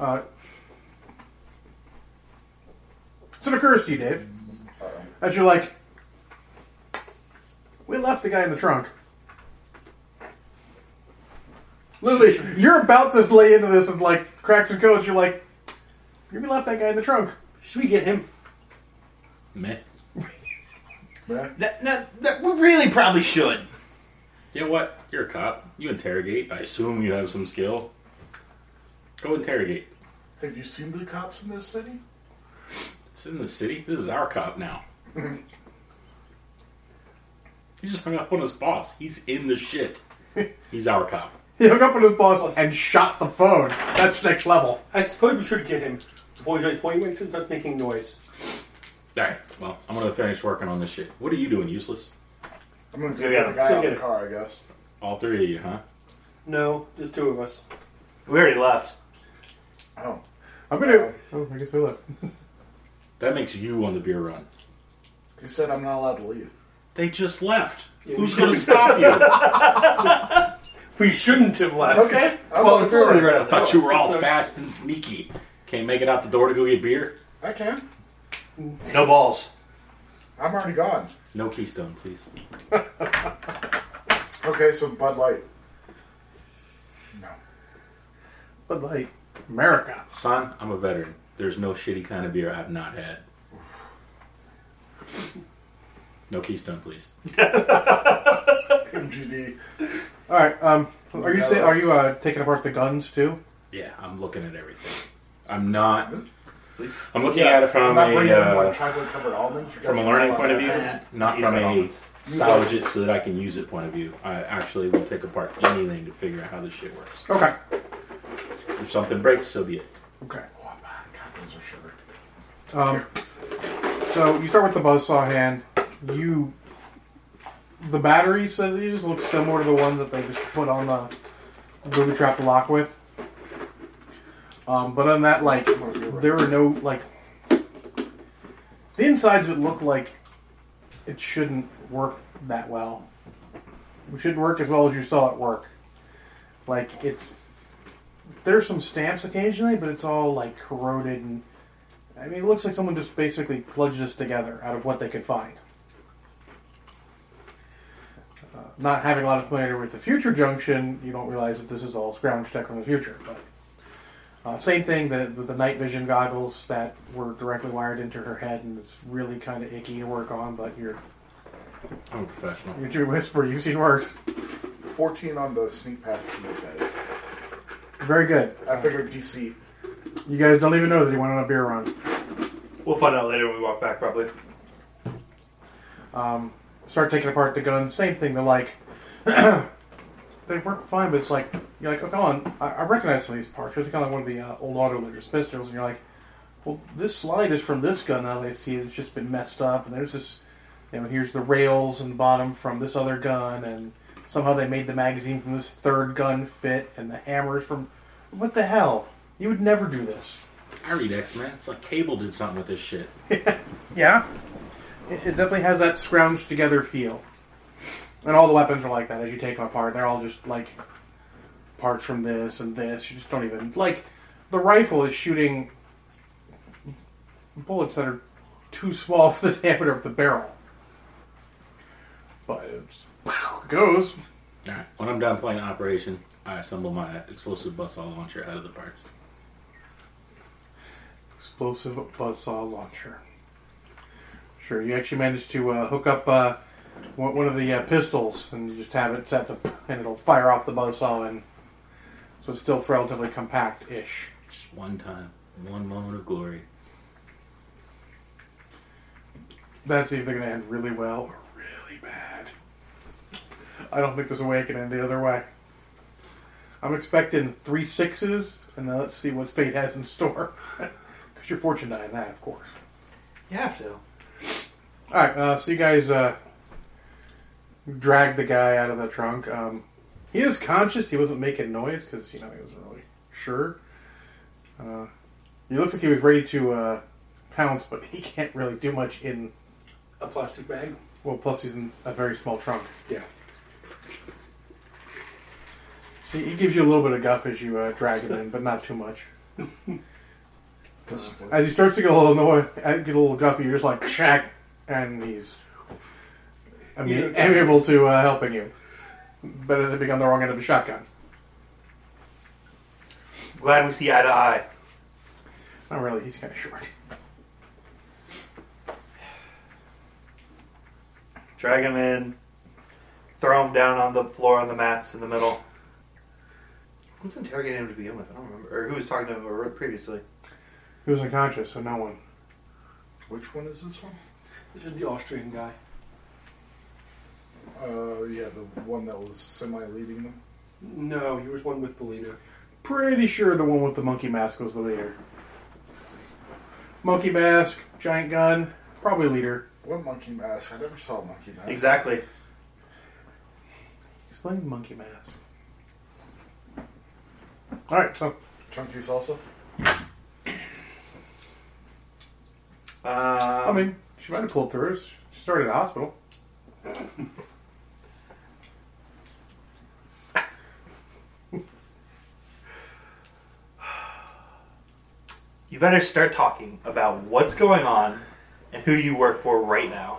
Speaker 1: Uh, so it occurs to you, Dave, as you're like, we left the guy in the trunk. Literally, you're about to lay into this and like cracks and codes. You're like, we left that guy in the trunk.
Speaker 5: Should we get him?
Speaker 4: Meh.
Speaker 2: Yeah.
Speaker 3: That, we really probably should.
Speaker 4: You know what? You're a cop. You interrogate. I assume you have some skill. Go interrogate.
Speaker 2: Have you seen the cops in this city?
Speaker 4: It's in the city. This is our cop now. he just hung up on his boss. He's in the shit. He's our cop.
Speaker 1: He hooked up with his boss and shot the phone. That's next level.
Speaker 5: I suppose we should get him before he, before he makes him start making noise.
Speaker 4: All right. Well, I'm gonna finish working on this shit. What are you doing, useless?
Speaker 2: I'm going to
Speaker 3: Yeah,
Speaker 2: get the
Speaker 3: yeah.
Speaker 2: guy out of
Speaker 5: Get
Speaker 2: the
Speaker 5: it.
Speaker 2: car, I guess.
Speaker 4: All three of you, huh?
Speaker 5: No, there's two of us.
Speaker 3: We already left.
Speaker 2: Oh.
Speaker 1: I'm gonna. Oh, I guess we left.
Speaker 4: That makes you on the beer run.
Speaker 2: He said I'm not allowed to leave.
Speaker 4: They just left.
Speaker 5: Yeah,
Speaker 4: Who's
Speaker 5: we should-
Speaker 4: gonna stop you? I
Speaker 5: We shouldn't have left.
Speaker 2: Okay. I'm
Speaker 3: Well,
Speaker 2: on
Speaker 3: it's
Speaker 2: the door.
Speaker 3: already right out
Speaker 4: thought you were all fast and sneaky. Can't make it out the door to go get beer.
Speaker 2: I can.
Speaker 3: No balls.
Speaker 2: I'm already gone.
Speaker 4: No Keystone, please.
Speaker 2: Okay, so Bud Light. No.
Speaker 1: But like America.
Speaker 4: Son, I'm a veteran. There's no shitty kind of beer I've not had. No Keystone, please.
Speaker 2: MGD.
Speaker 1: All right. Um, are you say, are you uh, taking apart the guns too?
Speaker 4: Yeah, I'm looking at everything. I'm not. I'm looking at it
Speaker 2: I'm
Speaker 4: from
Speaker 2: not bringing
Speaker 4: a
Speaker 2: in one
Speaker 4: uh,
Speaker 2: chocolate covered almonds. You
Speaker 4: from a
Speaker 2: guys
Speaker 4: learning
Speaker 2: know
Speaker 4: point of
Speaker 2: that.
Speaker 4: view,
Speaker 3: Yeah.
Speaker 4: not
Speaker 3: You
Speaker 4: from
Speaker 3: got
Speaker 4: a
Speaker 3: almonds.
Speaker 4: salvage it so that I can use it point of view. I actually will take apart anything to figure out how this shit works.
Speaker 1: Okay.
Speaker 4: If something breaks, so be it.
Speaker 1: Okay.
Speaker 2: Oh, my God, those are sugar.
Speaker 1: Um, so you start with the buzzsaw hand. You the batteries so they just look similar to the ones that they just put on the booby trap to lock with. Um, but on that, like there are no like the insides would look like it shouldn't work that well. It shouldn't work as well as you saw it work. Like it's there's some stamps occasionally, but it's all like corroded and I mean, it looks like someone just basically plunged this together out of what they could find. Uh, not having a lot of familiarity with the future junction, you don't realize that this is all scrounge tech from the future. But uh, same thing the, with the night vision goggles that were directly wired into her head, and it's really kind of icky to work on. But you're
Speaker 4: I'm a professional.
Speaker 1: you're too whisper. You've seen worse.
Speaker 2: 14 on the sneak packs, these guys.
Speaker 1: Very good.
Speaker 2: I figured DC.
Speaker 1: You guys don't even know that he went on a beer run.
Speaker 3: We'll find out later when we walk back, probably.
Speaker 1: Start taking apart the guns. Same thing. They're like, they work fine, but it's like you're like, oh, come on, I, I recognize some of these parts. You're thinking like one of the uh, old autoloaders pistols, and you're like, well, this slide is from this gun. Now they see it's just been messed up, and there's this, you know, here's the rails and bottom from this other gun, and somehow they made the magazine from this third gun fit, and the hammers from, what the hell? You would never do this.
Speaker 4: I read X Men. It's like Cable did something with this shit.
Speaker 1: Yeah. It, it definitely has that scrounged together feel. And all the weapons are like that as you take them apart. They're all just like parts from this and this. You just don't even. Like, the rifle is shooting bullets that are too small for the diameter of the barrel. But it's, it goes.
Speaker 4: All right. When I'm done playing Operation, I assemble my explosive bussaw launcher out of the parts.
Speaker 1: Explosive buzzsaw launcher. Sure, you actually managed to uh, hook up uh, one one of the uh, pistols and you just have it set to, and it'll fire off the buzzsaw, and so it's still relatively compact ish.
Speaker 4: Just one time, one moment of glory.
Speaker 1: That's either going to end really well or really bad. I don't think there's a way it can end the other way. I'm expecting three sixes, and then let's see what fate has in store. Because you're fortune dying that, of course.
Speaker 3: You have to.
Speaker 1: All right, uh, so you guys uh, dragged the guy out of the trunk. Um, he is conscious. He wasn't making noise because you know he wasn't really sure. Uh, he looks like he was ready to uh, pounce, but he can't really do much in.
Speaker 5: A plastic bag?
Speaker 1: Well, plus he's in a very small trunk.
Speaker 5: Yeah.
Speaker 1: He, he gives you a little bit of guff as you uh, drag him in, but not too much.
Speaker 2: Discipline.
Speaker 1: As he starts to get a little annoyed, uh, get a little guffy, you're just like shack, and he's ami-
Speaker 5: He's okay.
Speaker 1: amiable to uh, helping you. Better than being on the wrong end of a shotgun.
Speaker 3: Glad we see eye to eye.
Speaker 1: Not really. He's kind of short.
Speaker 3: Drag him in. Throw him down on the floor on the mats in the middle. Who's interrogating him to begin with? I don't remember. Or who was talking to him or- previously?
Speaker 1: He was unconscious, so no one.
Speaker 2: Which one is this one?
Speaker 5: This is the Austrian guy.
Speaker 2: Uh, yeah, the one that was semi leading them.
Speaker 5: No, he was one with the leader.
Speaker 1: Pretty sure the one with the monkey mask was the leader. Monkey mask, giant gun, probably leader.
Speaker 2: What monkey mask? I never saw a monkey mask.
Speaker 3: Exactly.
Speaker 1: Explain monkey mask. All right, so
Speaker 2: Chunky salsa.
Speaker 3: Um,
Speaker 1: I mean, she might have pulled through. She started at a hospital.
Speaker 3: you better start talking about what's going on and who you work for right now.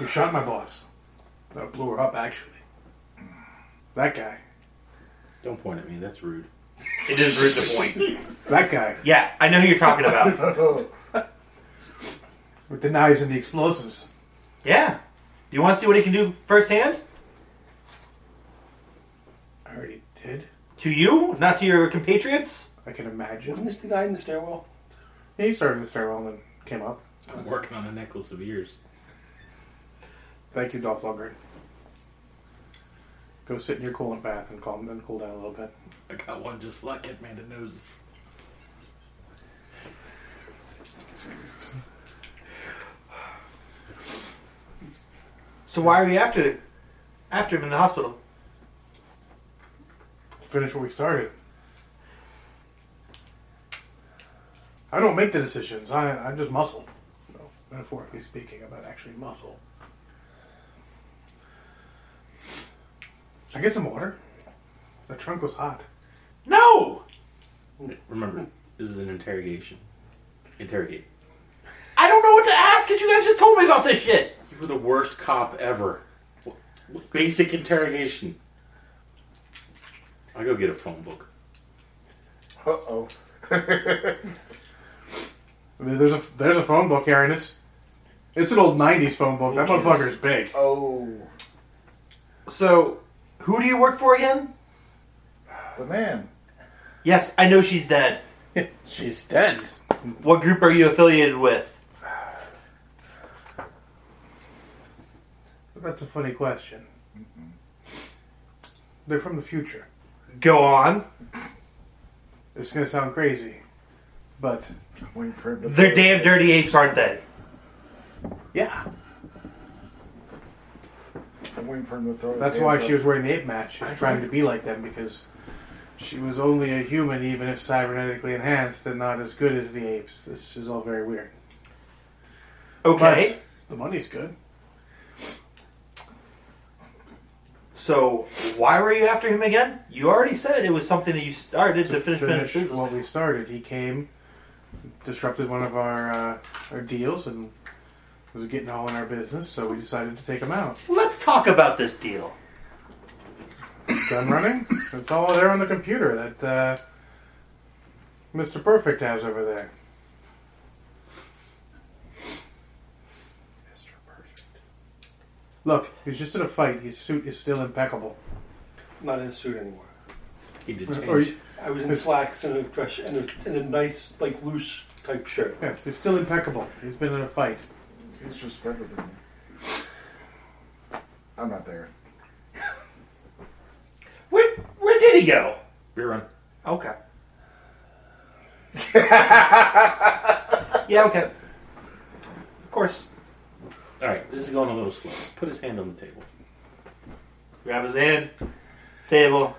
Speaker 1: You shot my boss. I blew her up, actually. That guy.
Speaker 4: Don't point at me. That's rude.
Speaker 3: It is rude to point.
Speaker 1: That guy
Speaker 3: Yeah, I know who you're talking about.
Speaker 2: Oh,
Speaker 1: with the knives and the explosives.
Speaker 3: Yeah. Do you want to see what he can do firsthand?
Speaker 1: I already did.
Speaker 3: To you, not to your compatriots?
Speaker 1: I can imagine.
Speaker 5: Wasn't this the guy in the stairwell?
Speaker 1: He started in the stairwell and then came up.
Speaker 4: I'm working on a necklace of ears.
Speaker 1: Thank you, Dolph Lundgren. Go sit in your coolant bath and calm and cool down a little bit.
Speaker 4: I got one just like it, man. It knows.
Speaker 3: So why are you after after him in the hospital?
Speaker 1: Finish what we started. I don't make the decisions. I, I'm just muscle. Well, metaphorically speaking, about actually muscle. I get some water. The trunk was hot.
Speaker 3: No!
Speaker 4: Remember, this is an interrogation. Interrogate.
Speaker 3: I don't know what to ask because you guys just told me about this shit.
Speaker 4: You were the worst cop ever. What, what basic interrogation. I go get a phone book.
Speaker 2: uh oh.
Speaker 1: I mean, there's a there's a phone book here, and it's it's an old '90s phone book. That motherfucker is big.
Speaker 2: Oh.
Speaker 3: So, who do you work for again?
Speaker 2: The man.
Speaker 3: Yes, I know she's dead.
Speaker 1: She's dead.
Speaker 3: What group are you affiliated with?
Speaker 1: That's a funny question. They're from the future.
Speaker 3: Go on.
Speaker 1: This is going to sound crazy, but
Speaker 2: Waiting for him to
Speaker 3: They're damn dirty apes, aren't they?
Speaker 1: yeah,
Speaker 2: I'm waiting for him to throw. his
Speaker 1: that's
Speaker 2: hands
Speaker 1: why
Speaker 2: up.
Speaker 1: she was wearing the ape match. She was trying to be like them because she was only a human, even if cybernetically enhanced and not as good as the apes. This is all very weird.
Speaker 3: Okay.
Speaker 1: But the money's good.
Speaker 3: So why were you after him again? You already said it was something that you started to, finish finish business.
Speaker 1: what we started. He came, disrupted one of our uh, our deals, and was getting all in our business. So we decided to take him out.
Speaker 3: Let's talk about this deal.
Speaker 1: Gun running? It's all there on the computer that uh, Mr. Perfect has over there.
Speaker 2: Mr. Perfect.
Speaker 1: Look, he's just in a fight. His suit is still impeccable.
Speaker 5: I'm not in a suit anymore.
Speaker 4: He did
Speaker 1: Or
Speaker 4: change.
Speaker 5: I was in slacks and a dress and a, and a nice, like, loose type shirt.
Speaker 1: yeah, it's still impeccable. He's been in a fight.
Speaker 2: He's just better than me. I'm not there.
Speaker 3: Where where did he go?
Speaker 4: Beer run.
Speaker 3: Okay. yeah. Okay. Of course.
Speaker 4: All right, this is going a little slow. Put his hand on the table.
Speaker 3: Grab his hand. Table.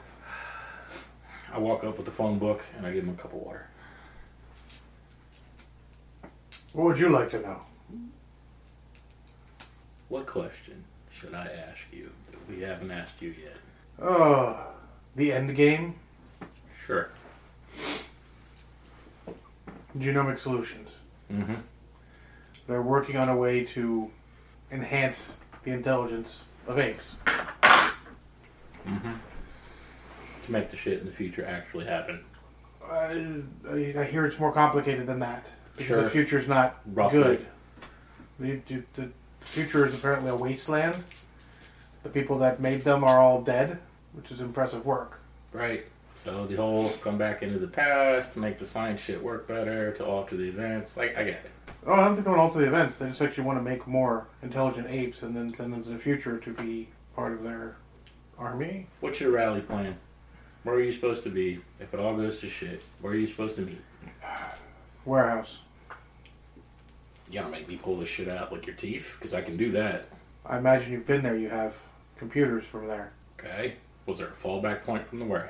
Speaker 4: I walk up with the phone book and I give him a cup of water.
Speaker 1: What would you like to know?
Speaker 4: What question should I ask you that we haven't asked you yet?
Speaker 1: Oh, the end game?
Speaker 4: Sure.
Speaker 1: Genomic Solutions.
Speaker 4: Mm-hmm.
Speaker 1: They're working on a way to enhance the intelligence of apes.
Speaker 4: To make the shit in the future actually happen.
Speaker 1: I, I, I hear it's more complicated than that because the
Speaker 4: Sure.
Speaker 1: future's not
Speaker 4: Roughly.
Speaker 1: good. The, the, the future is apparently a wasteland. The people that made them are all dead, which is impressive work.
Speaker 4: Right. So the whole come back into the past to make the science shit work better, to alter the events. Like, I get it.
Speaker 1: Oh, I don't think they want to alter the events. They just actually want to make more intelligent apes and then send them to the future to be part of their army.
Speaker 4: What's your rally plan? Where are you supposed to be if it all goes to shit? Where are you supposed to meet?
Speaker 1: Warehouse.
Speaker 4: You gotta make me pull this shit out like your teeth, because I can do that.
Speaker 1: I imagine you've been there. You have computers from there.
Speaker 4: Okay. Was there a fallback point from the warehouse?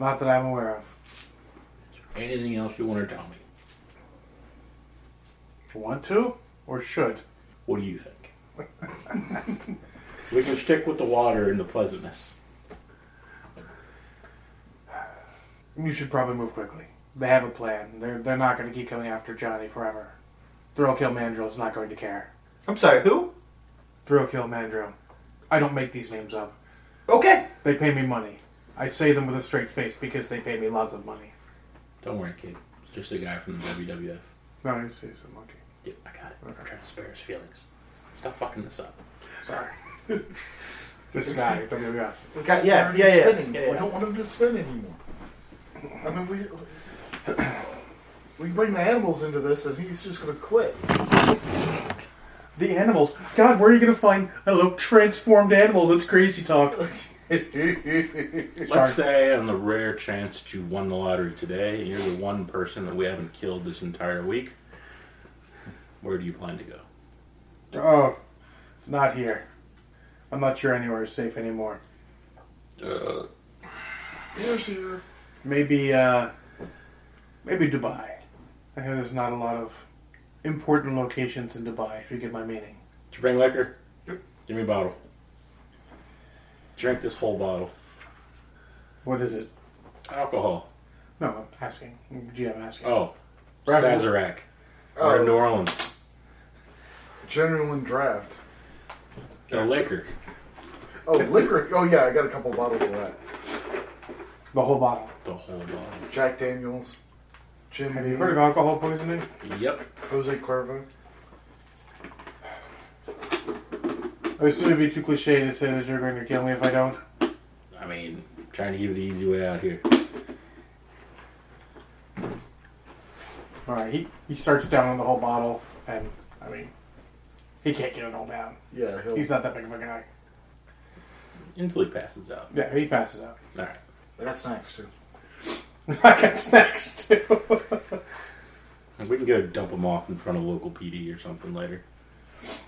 Speaker 1: Not that I'm aware of.
Speaker 4: Anything else you want to tell me?
Speaker 1: Want to or should?
Speaker 4: What do you think? we can stick with the water and the pleasantness.
Speaker 1: You should probably move quickly. They have a plan. They're they're not going to keep coming after Johnny forever. Thrill Kill Mandrill's not going to care.
Speaker 3: I'm sorry. Who?
Speaker 1: Thrill Kill Mandrill. I don't make these names up.
Speaker 3: Okay.
Speaker 1: They pay me money. I say them with a straight face because they pay me lots of money.
Speaker 4: Don't worry, kid. It's just a guy from the WWF.
Speaker 1: No, he's, he's a monkey.
Speaker 4: Yeah, I got it. I'm trying to spare his feelings. Stop fucking this up.
Speaker 1: Sorry. Just a guy. WWF.
Speaker 2: His
Speaker 3: Yeah,
Speaker 2: hands
Speaker 3: yeah,
Speaker 2: are already
Speaker 3: yeah, yeah,
Speaker 2: spinning.
Speaker 3: yeah, yeah.
Speaker 2: We don't want him to spin anymore. I mean, we we bring the animals into this, and he's just going to quit.
Speaker 1: The animals. God, where are you going to find hello transformed animals? That's crazy talk.
Speaker 4: Let's say on the rare chance that you won the lottery today and you're the one person that we haven't killed this entire week, where do you plan to go?
Speaker 1: Oh, not here. I'm not sure anywhere is safe anymore.
Speaker 2: Here's here.
Speaker 1: Maybe, uh, maybe Dubai. I hear there's not a lot of important locations in Dubai, if you get my meaning.
Speaker 4: Did you bring liquor?
Speaker 5: Yep.
Speaker 4: Give me a bottle. Drink this whole bottle.
Speaker 1: What is it?
Speaker 4: Alcohol.
Speaker 1: No, I'm asking. GM asking.
Speaker 4: Oh,
Speaker 1: Right.
Speaker 4: Sazerac. We're in New
Speaker 2: Oh,
Speaker 4: Orleans.
Speaker 2: genuine draft.
Speaker 4: The liquor.
Speaker 2: Oh, liquor. Oh, yeah, I got a couple bottles of that.
Speaker 1: The whole bottle.
Speaker 4: The whole bottle.
Speaker 2: Jack Daniels, Jim
Speaker 1: Have you
Speaker 2: Beam,
Speaker 1: heard of alcohol poisoning?
Speaker 4: Yep.
Speaker 2: Jose Cuervo.
Speaker 1: I assume it'd be too cliche to say that you're going to kill me if I don't.
Speaker 4: I mean, Trying to give you the easy way out here.
Speaker 1: All right, he, he starts down on the whole bottle, and I mean, he can't get it all down.
Speaker 2: Yeah, he'll,
Speaker 1: He's not that big of a guy.
Speaker 4: Until he passes out.
Speaker 1: Yeah, he passes out.
Speaker 4: All right.
Speaker 2: I got snacks too.
Speaker 1: I got snacks too.
Speaker 4: We can go dump him off in front of local PD or something later.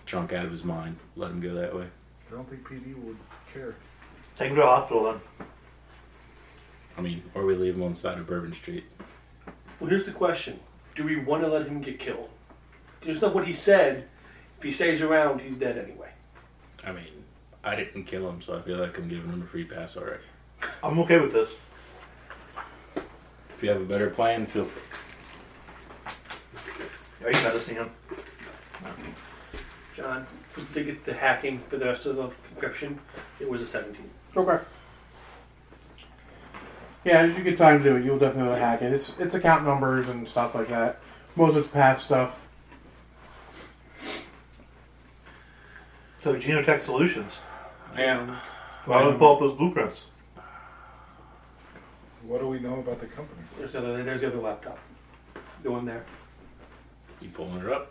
Speaker 4: Drunk out of his mind. Let him go that way.
Speaker 2: I don't think PD would care.
Speaker 3: Take him to the hospital then.
Speaker 4: I mean, or we leave him on the side of Bourbon Street.
Speaker 5: Well, here's the question: Do we want to let him get killed? There's not what he said. If he stays around, he's dead anyway.
Speaker 4: I mean, I didn't kill him, so I feel like I'm giving him a free pass already.
Speaker 3: I'm okay with this.
Speaker 4: If you have a better plan, feel free.
Speaker 3: Are you medicine him?
Speaker 5: John, for, to get the hacking for the rest of the encryption, it was a 17.
Speaker 1: okay. Yeah, as you get time to do it, you'll definitely hack it. It's it's account numbers and stuff like that. Most of it's past stuff.
Speaker 3: So Genotech Solutions.
Speaker 4: And
Speaker 3: Why don't we pull up those blueprints?
Speaker 2: What do we know about the company?
Speaker 5: There's the other, there's the other laptop. The one there.
Speaker 4: you pulling it up?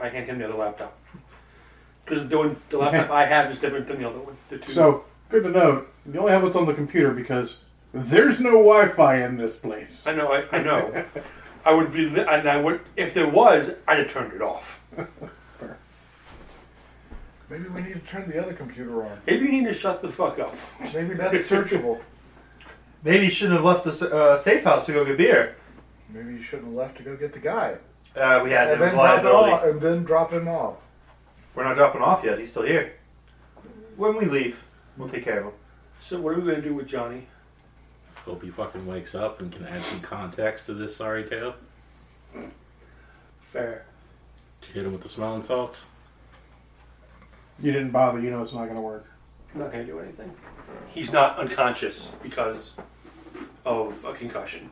Speaker 5: I hand him the other laptop. Because the, one- the laptop I have is different than the other one. The two.
Speaker 1: So good to note. You only have what's on the computer because there's no Wi-Fi in this place.
Speaker 5: I know, I, I know. I would be, li- and I would, if there was, I'd have turned it off.
Speaker 2: Maybe we need to turn the other computer on.
Speaker 5: Maybe you need to shut the fuck up.
Speaker 2: Maybe that's searchable.
Speaker 3: Maybe you shouldn't have left the s- uh, safe house to go get beer.
Speaker 2: Maybe you shouldn't have left to go get the guy.
Speaker 3: Uh, we had
Speaker 2: And
Speaker 3: him
Speaker 2: then, drop it off,
Speaker 3: liability.
Speaker 2: and then drop him off.
Speaker 3: We're not dropping off yet. He's still here. When we leave, we'll take care of him.
Speaker 5: So what are we going to do with Johnny?
Speaker 4: Hope he fucking wakes up and can add some context to this sorry tale.
Speaker 5: Fair.
Speaker 4: Did you hit him with the smelling salts?
Speaker 1: You didn't bother. You know it's not going to work.
Speaker 5: I'm not going to do anything. He's not unconscious because of a concussion.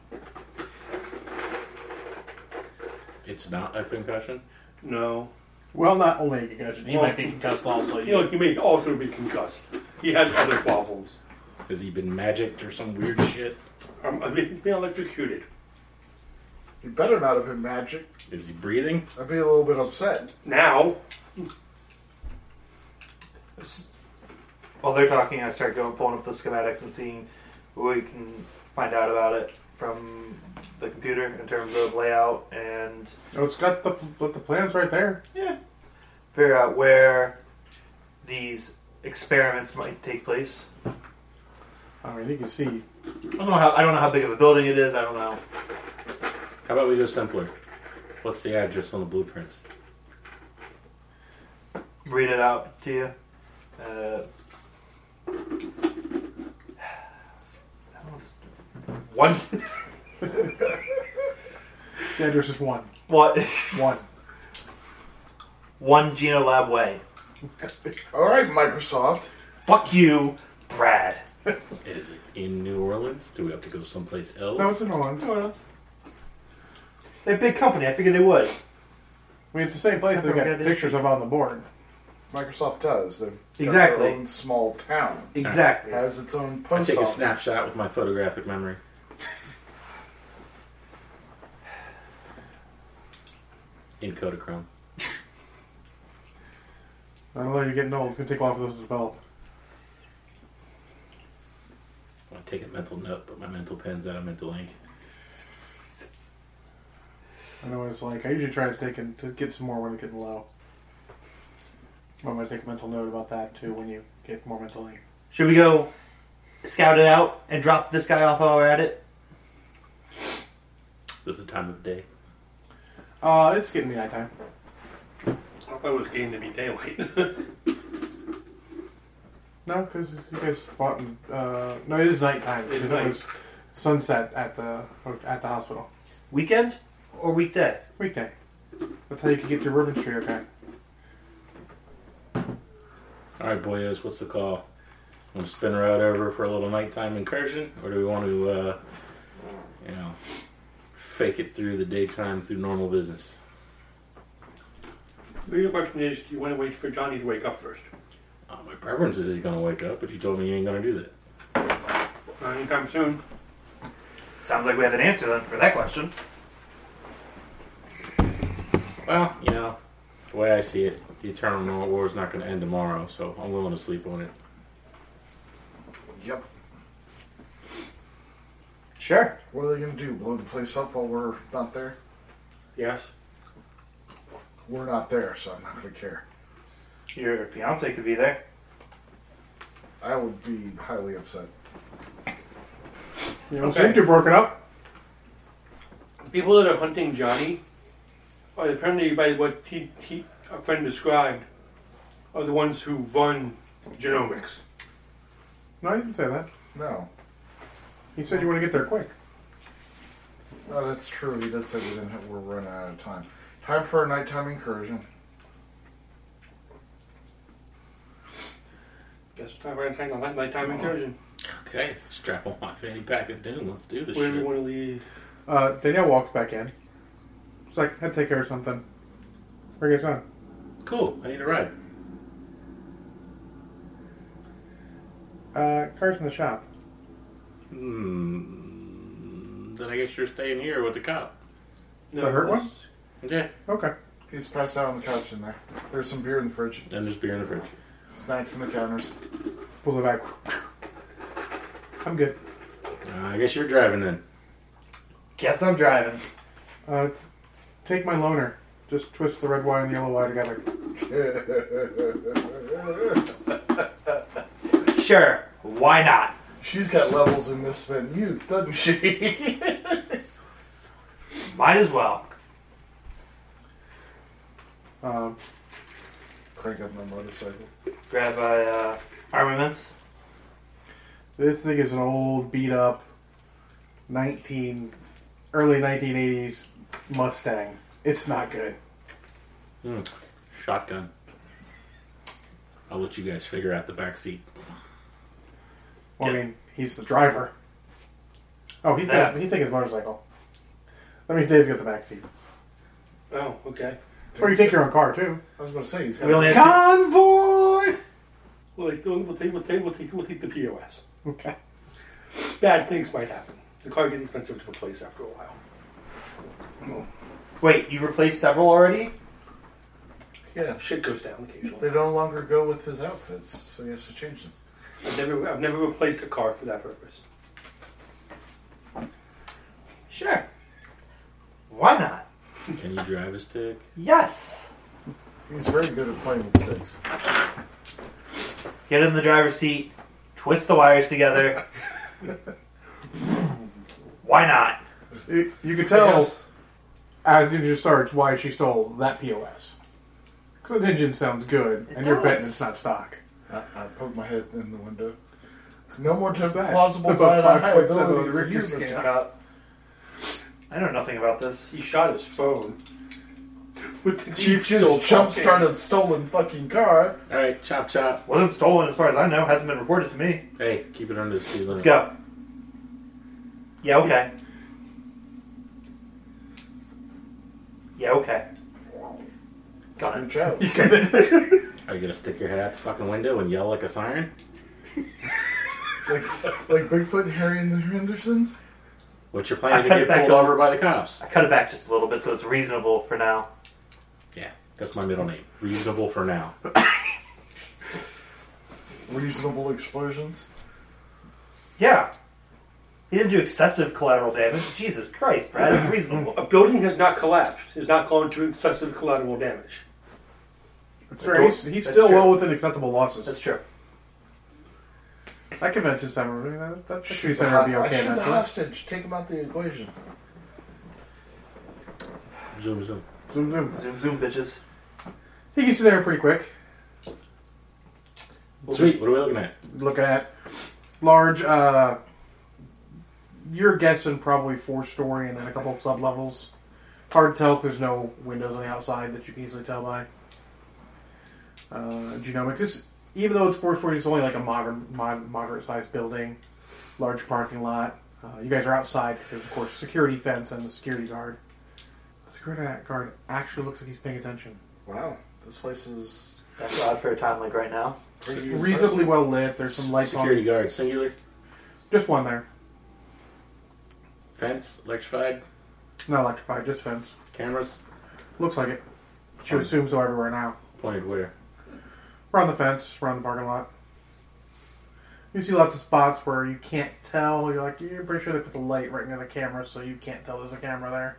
Speaker 4: It's not a concussion.
Speaker 5: No.
Speaker 1: Well, not only a concussion, he
Speaker 5: Well,
Speaker 1: might be concussed also.
Speaker 5: You know, he may also be concussed. He has other problems.
Speaker 4: Has he been magicked or some weird shit?
Speaker 5: Um, I mean, he's been electrocuted.
Speaker 2: He better not have been magic.
Speaker 4: Is he breathing?
Speaker 2: I'd be a little bit upset.
Speaker 5: Now,
Speaker 3: While they're talking, I start going pulling up the schematics and seeing what we can find out about it from the computer in terms of layout and
Speaker 1: Oh, it's got the but the plans right there.
Speaker 3: yeah, figure out where these experiments might take place.
Speaker 1: I mean, you can see.
Speaker 3: I don't know how I don't know how big of a building it is. I don't know.
Speaker 4: How about we go simpler? What's the address on the blueprints?
Speaker 3: read it out to you. Uh, that was one.
Speaker 1: The address is one.
Speaker 3: What?
Speaker 1: One.
Speaker 3: One Genolab way.
Speaker 2: All right, Microsoft.
Speaker 3: Fuck you, Brad.
Speaker 4: Is it in New Orleans? Do we have to go someplace else?
Speaker 1: No, it's in Holland.
Speaker 3: They're a big company. I figured they would.
Speaker 1: I mean, it's the same place
Speaker 3: That's
Speaker 1: they've
Speaker 3: what
Speaker 1: got
Speaker 3: we got
Speaker 1: pictures of on the board.
Speaker 2: Microsoft does. They've got
Speaker 3: Exactly.
Speaker 2: their own small town.
Speaker 3: Exactly.
Speaker 2: Has its own
Speaker 4: I
Speaker 2: post
Speaker 4: take a
Speaker 2: office.
Speaker 4: snapshot with my photographic memory. In Kodachrome.
Speaker 1: I don't know, you're getting old. It's going to take a while for this to develop.
Speaker 4: I take a mental note, but my mental pen's out of mental ink.
Speaker 1: I know what it's like. I usually try to take and to get some more when it's getting low. But I'm going to take a mental note about that too when you get more mental ink.
Speaker 3: Should we go scout it out and drop this guy off while we're at it?
Speaker 4: This is the time of day.
Speaker 1: Uh, it's getting the nighttime.
Speaker 5: I thought it was game to be daylight.
Speaker 1: No, because you guys fought in. Uh, no, it is nighttime
Speaker 5: It
Speaker 1: because
Speaker 5: is
Speaker 1: it
Speaker 5: night.
Speaker 1: was sunset at the at the hospital
Speaker 3: Weekend or weekday?
Speaker 1: weekday. That's how you can get your ribbon tree. Okay.
Speaker 4: All right, boyos, what's the call? Want to spin her out over for a little nighttime incursion, or do we want to, uh, you know, fake it through the daytime through normal business?
Speaker 5: the real question is, do you want to wait for Johnny to wake up first?
Speaker 4: Uh, my preference is he's gonna wake up, but you told me you ain't gonna do that.
Speaker 5: Not anytime soon.
Speaker 3: Sounds like we have an answer then for that question.
Speaker 4: Well, you know, the way I see it, the Eternal War is not going to end tomorrow, so I'm willing to sleep on it.
Speaker 2: Yep.
Speaker 3: Sure.
Speaker 2: What are they going to do? Blow the place up while we're not there?
Speaker 5: Yes.
Speaker 2: We're not there, so I'm not going to care.
Speaker 3: Your fiance could be there.
Speaker 2: I would be highly upset.
Speaker 1: You don't
Speaker 5: Okay.
Speaker 1: seem too broken up.
Speaker 5: The people that are hunting Johnny are apparently, by what he, he a friend described, are the ones who run genomics.
Speaker 1: No, you didn't say that.
Speaker 2: No.
Speaker 1: He said you want to get there quick.
Speaker 2: No, Oh, that's true. He did say we didn't have, we're running out of time. Time for a nighttime incursion.
Speaker 5: Guess time for a tangle, night- nighttime incursion.
Speaker 4: Okay, strap on my fanny pack at noon. Let's do this
Speaker 5: Where do we
Speaker 4: shit.
Speaker 5: want to leave?
Speaker 1: Uh, Danielle walks back in. She's like, I had to take care of something. Where you guys going?
Speaker 4: Cool, I need a ride.
Speaker 1: Uh, car's in the shop.
Speaker 4: Hmm. Then I guess you're staying here with the cop.
Speaker 5: No,
Speaker 1: The hurt one?
Speaker 5: let's-
Speaker 4: Yeah.
Speaker 1: Okay.
Speaker 2: He's passed out on the couch in there. There's some beer in the fridge,
Speaker 4: And there's beer in the fridge.
Speaker 2: snacks in the counters.
Speaker 1: Pulls it back. I'm good.
Speaker 4: Uh, I guess you're driving then.
Speaker 3: Guess I'm driving.
Speaker 1: Uh, take my loner. Just twist the red Y and the yellow Y together.
Speaker 3: Sure. Why not?
Speaker 2: She's got levels in this menu, doesn't she?
Speaker 3: Might as well.
Speaker 1: Um,
Speaker 2: Crank up my motorcycle.
Speaker 3: Grab uh, uh, armaments.
Speaker 1: this thing is an old, beat up, 19, early 1980s Mustang. It's not good.
Speaker 4: Hmm. Shotgun. I'll let you guys figure out the back seat.
Speaker 1: Well, I mean, he's the driver. Oh, he's
Speaker 3: Yeah.
Speaker 1: got, he's taking his motorcycle. I mean, Dave's got the back seat.
Speaker 5: Oh, okay.
Speaker 1: Or you take your own car too.
Speaker 2: I was going to say, he's got
Speaker 3: We only have
Speaker 1: Convoy.
Speaker 5: Well, like, we'll, take, we'll, take, we'll, take, we'll take the POS.
Speaker 1: Okay.
Speaker 5: Bad things might happen. The car gets expensive to replace after a while.
Speaker 3: Wait, you replaced several already?
Speaker 2: Yeah.
Speaker 5: Shit goes down
Speaker 2: They
Speaker 5: occasionally.
Speaker 2: no longer go with his outfits, so he has to change them.
Speaker 5: I've never, I've never replaced a car for that purpose.
Speaker 3: Sure. Why not?
Speaker 4: Can you drive a stick?
Speaker 3: Yes.
Speaker 2: He's very good at playing with sticks.
Speaker 3: Get in the driver's seat. Twist the wires together. Why not?
Speaker 1: You, you could tell
Speaker 2: Yes.
Speaker 1: as the engine starts why she stole that POS. Because that engine sounds good, and you're
Speaker 3: does.
Speaker 1: betting it's not stock.
Speaker 2: I, I poked my head in the window. No more just
Speaker 1: that?
Speaker 2: plausible
Speaker 1: About
Speaker 2: diet on
Speaker 1: 5.7
Speaker 2: high
Speaker 1: on
Speaker 2: ability
Speaker 1: the
Speaker 2: for
Speaker 1: Richter
Speaker 2: you, Mr.
Speaker 1: scale.
Speaker 2: Cop.
Speaker 3: I know nothing about this.
Speaker 5: He shot his phone. With the
Speaker 2: You
Speaker 5: Jeep still
Speaker 2: just jump
Speaker 5: talking.
Speaker 2: started stolen fucking car.
Speaker 4: All right, chop chop.
Speaker 3: Wasn't stolen as far as I know. Hasn't been reported to me.
Speaker 4: Hey, keep it under the speed limit.
Speaker 3: Let's go. Yeah, okay. Yeah, okay. Got it.
Speaker 2: Reach out.
Speaker 4: Are you gonna stick your head out the fucking window and yell like a siren?
Speaker 2: like, like Bigfoot and Harry and the Hendersons?
Speaker 4: What's your
Speaker 3: I
Speaker 4: plan to
Speaker 3: cut
Speaker 4: get
Speaker 3: back
Speaker 4: pulled
Speaker 3: up.
Speaker 4: over by the cops?
Speaker 3: I cut it back just a little bit so it's reasonable for now.
Speaker 4: Yeah, that's my middle name. Reasonable for now.
Speaker 2: Reasonable explosions?
Speaker 3: Yeah. He didn't do excessive collateral damage. Jesus Christ, Brad, it's reasonable.
Speaker 5: A building has not collapsed. Is not going to excessive collateral damage.
Speaker 1: It's fair. He's, he's still
Speaker 3: true.
Speaker 1: well within acceptable losses.
Speaker 3: That's true.
Speaker 1: that convention center, you know, that shoot
Speaker 2: I
Speaker 1: center would be okay.
Speaker 2: shoot the
Speaker 1: That's
Speaker 2: hostage. Take him out the equation.
Speaker 4: Zoom zoom.
Speaker 1: zoom, zoom.
Speaker 3: Zoom, zoom, bitches.
Speaker 1: He gets you there pretty quick.
Speaker 4: Sweet. What are we looking at?
Speaker 1: Looking at large, uh, you're guessing probably four story and then a couple of sub levels. Hard to tell because there's no windows on the outside that you can easily tell by. Uh, genomics. This, even though it's four stories, it's only like a modern, mod, moderate sized building, large parking lot. Uh, you guys are outside 'cause there's of course security fence and the security guard. The security guard actually looks like he's paying attention.
Speaker 2: Wow. This place is
Speaker 3: That's odd for a time like right now.
Speaker 2: pretty
Speaker 1: reasonably well lit. There's some lights
Speaker 4: Security
Speaker 1: on.
Speaker 4: guard singular.
Speaker 1: Just one there.
Speaker 4: Fence, electrified,
Speaker 1: Not electrified, just fence.
Speaker 4: cameras
Speaker 1: Looks like it. Should assume so everywhere now.
Speaker 4: pointed where?
Speaker 1: We're on the fence, we're on the parking lot. You see lots of spots where you can't tell. You're like, you're pretty sure they put the light right near the camera, so you can't tell there's a camera there.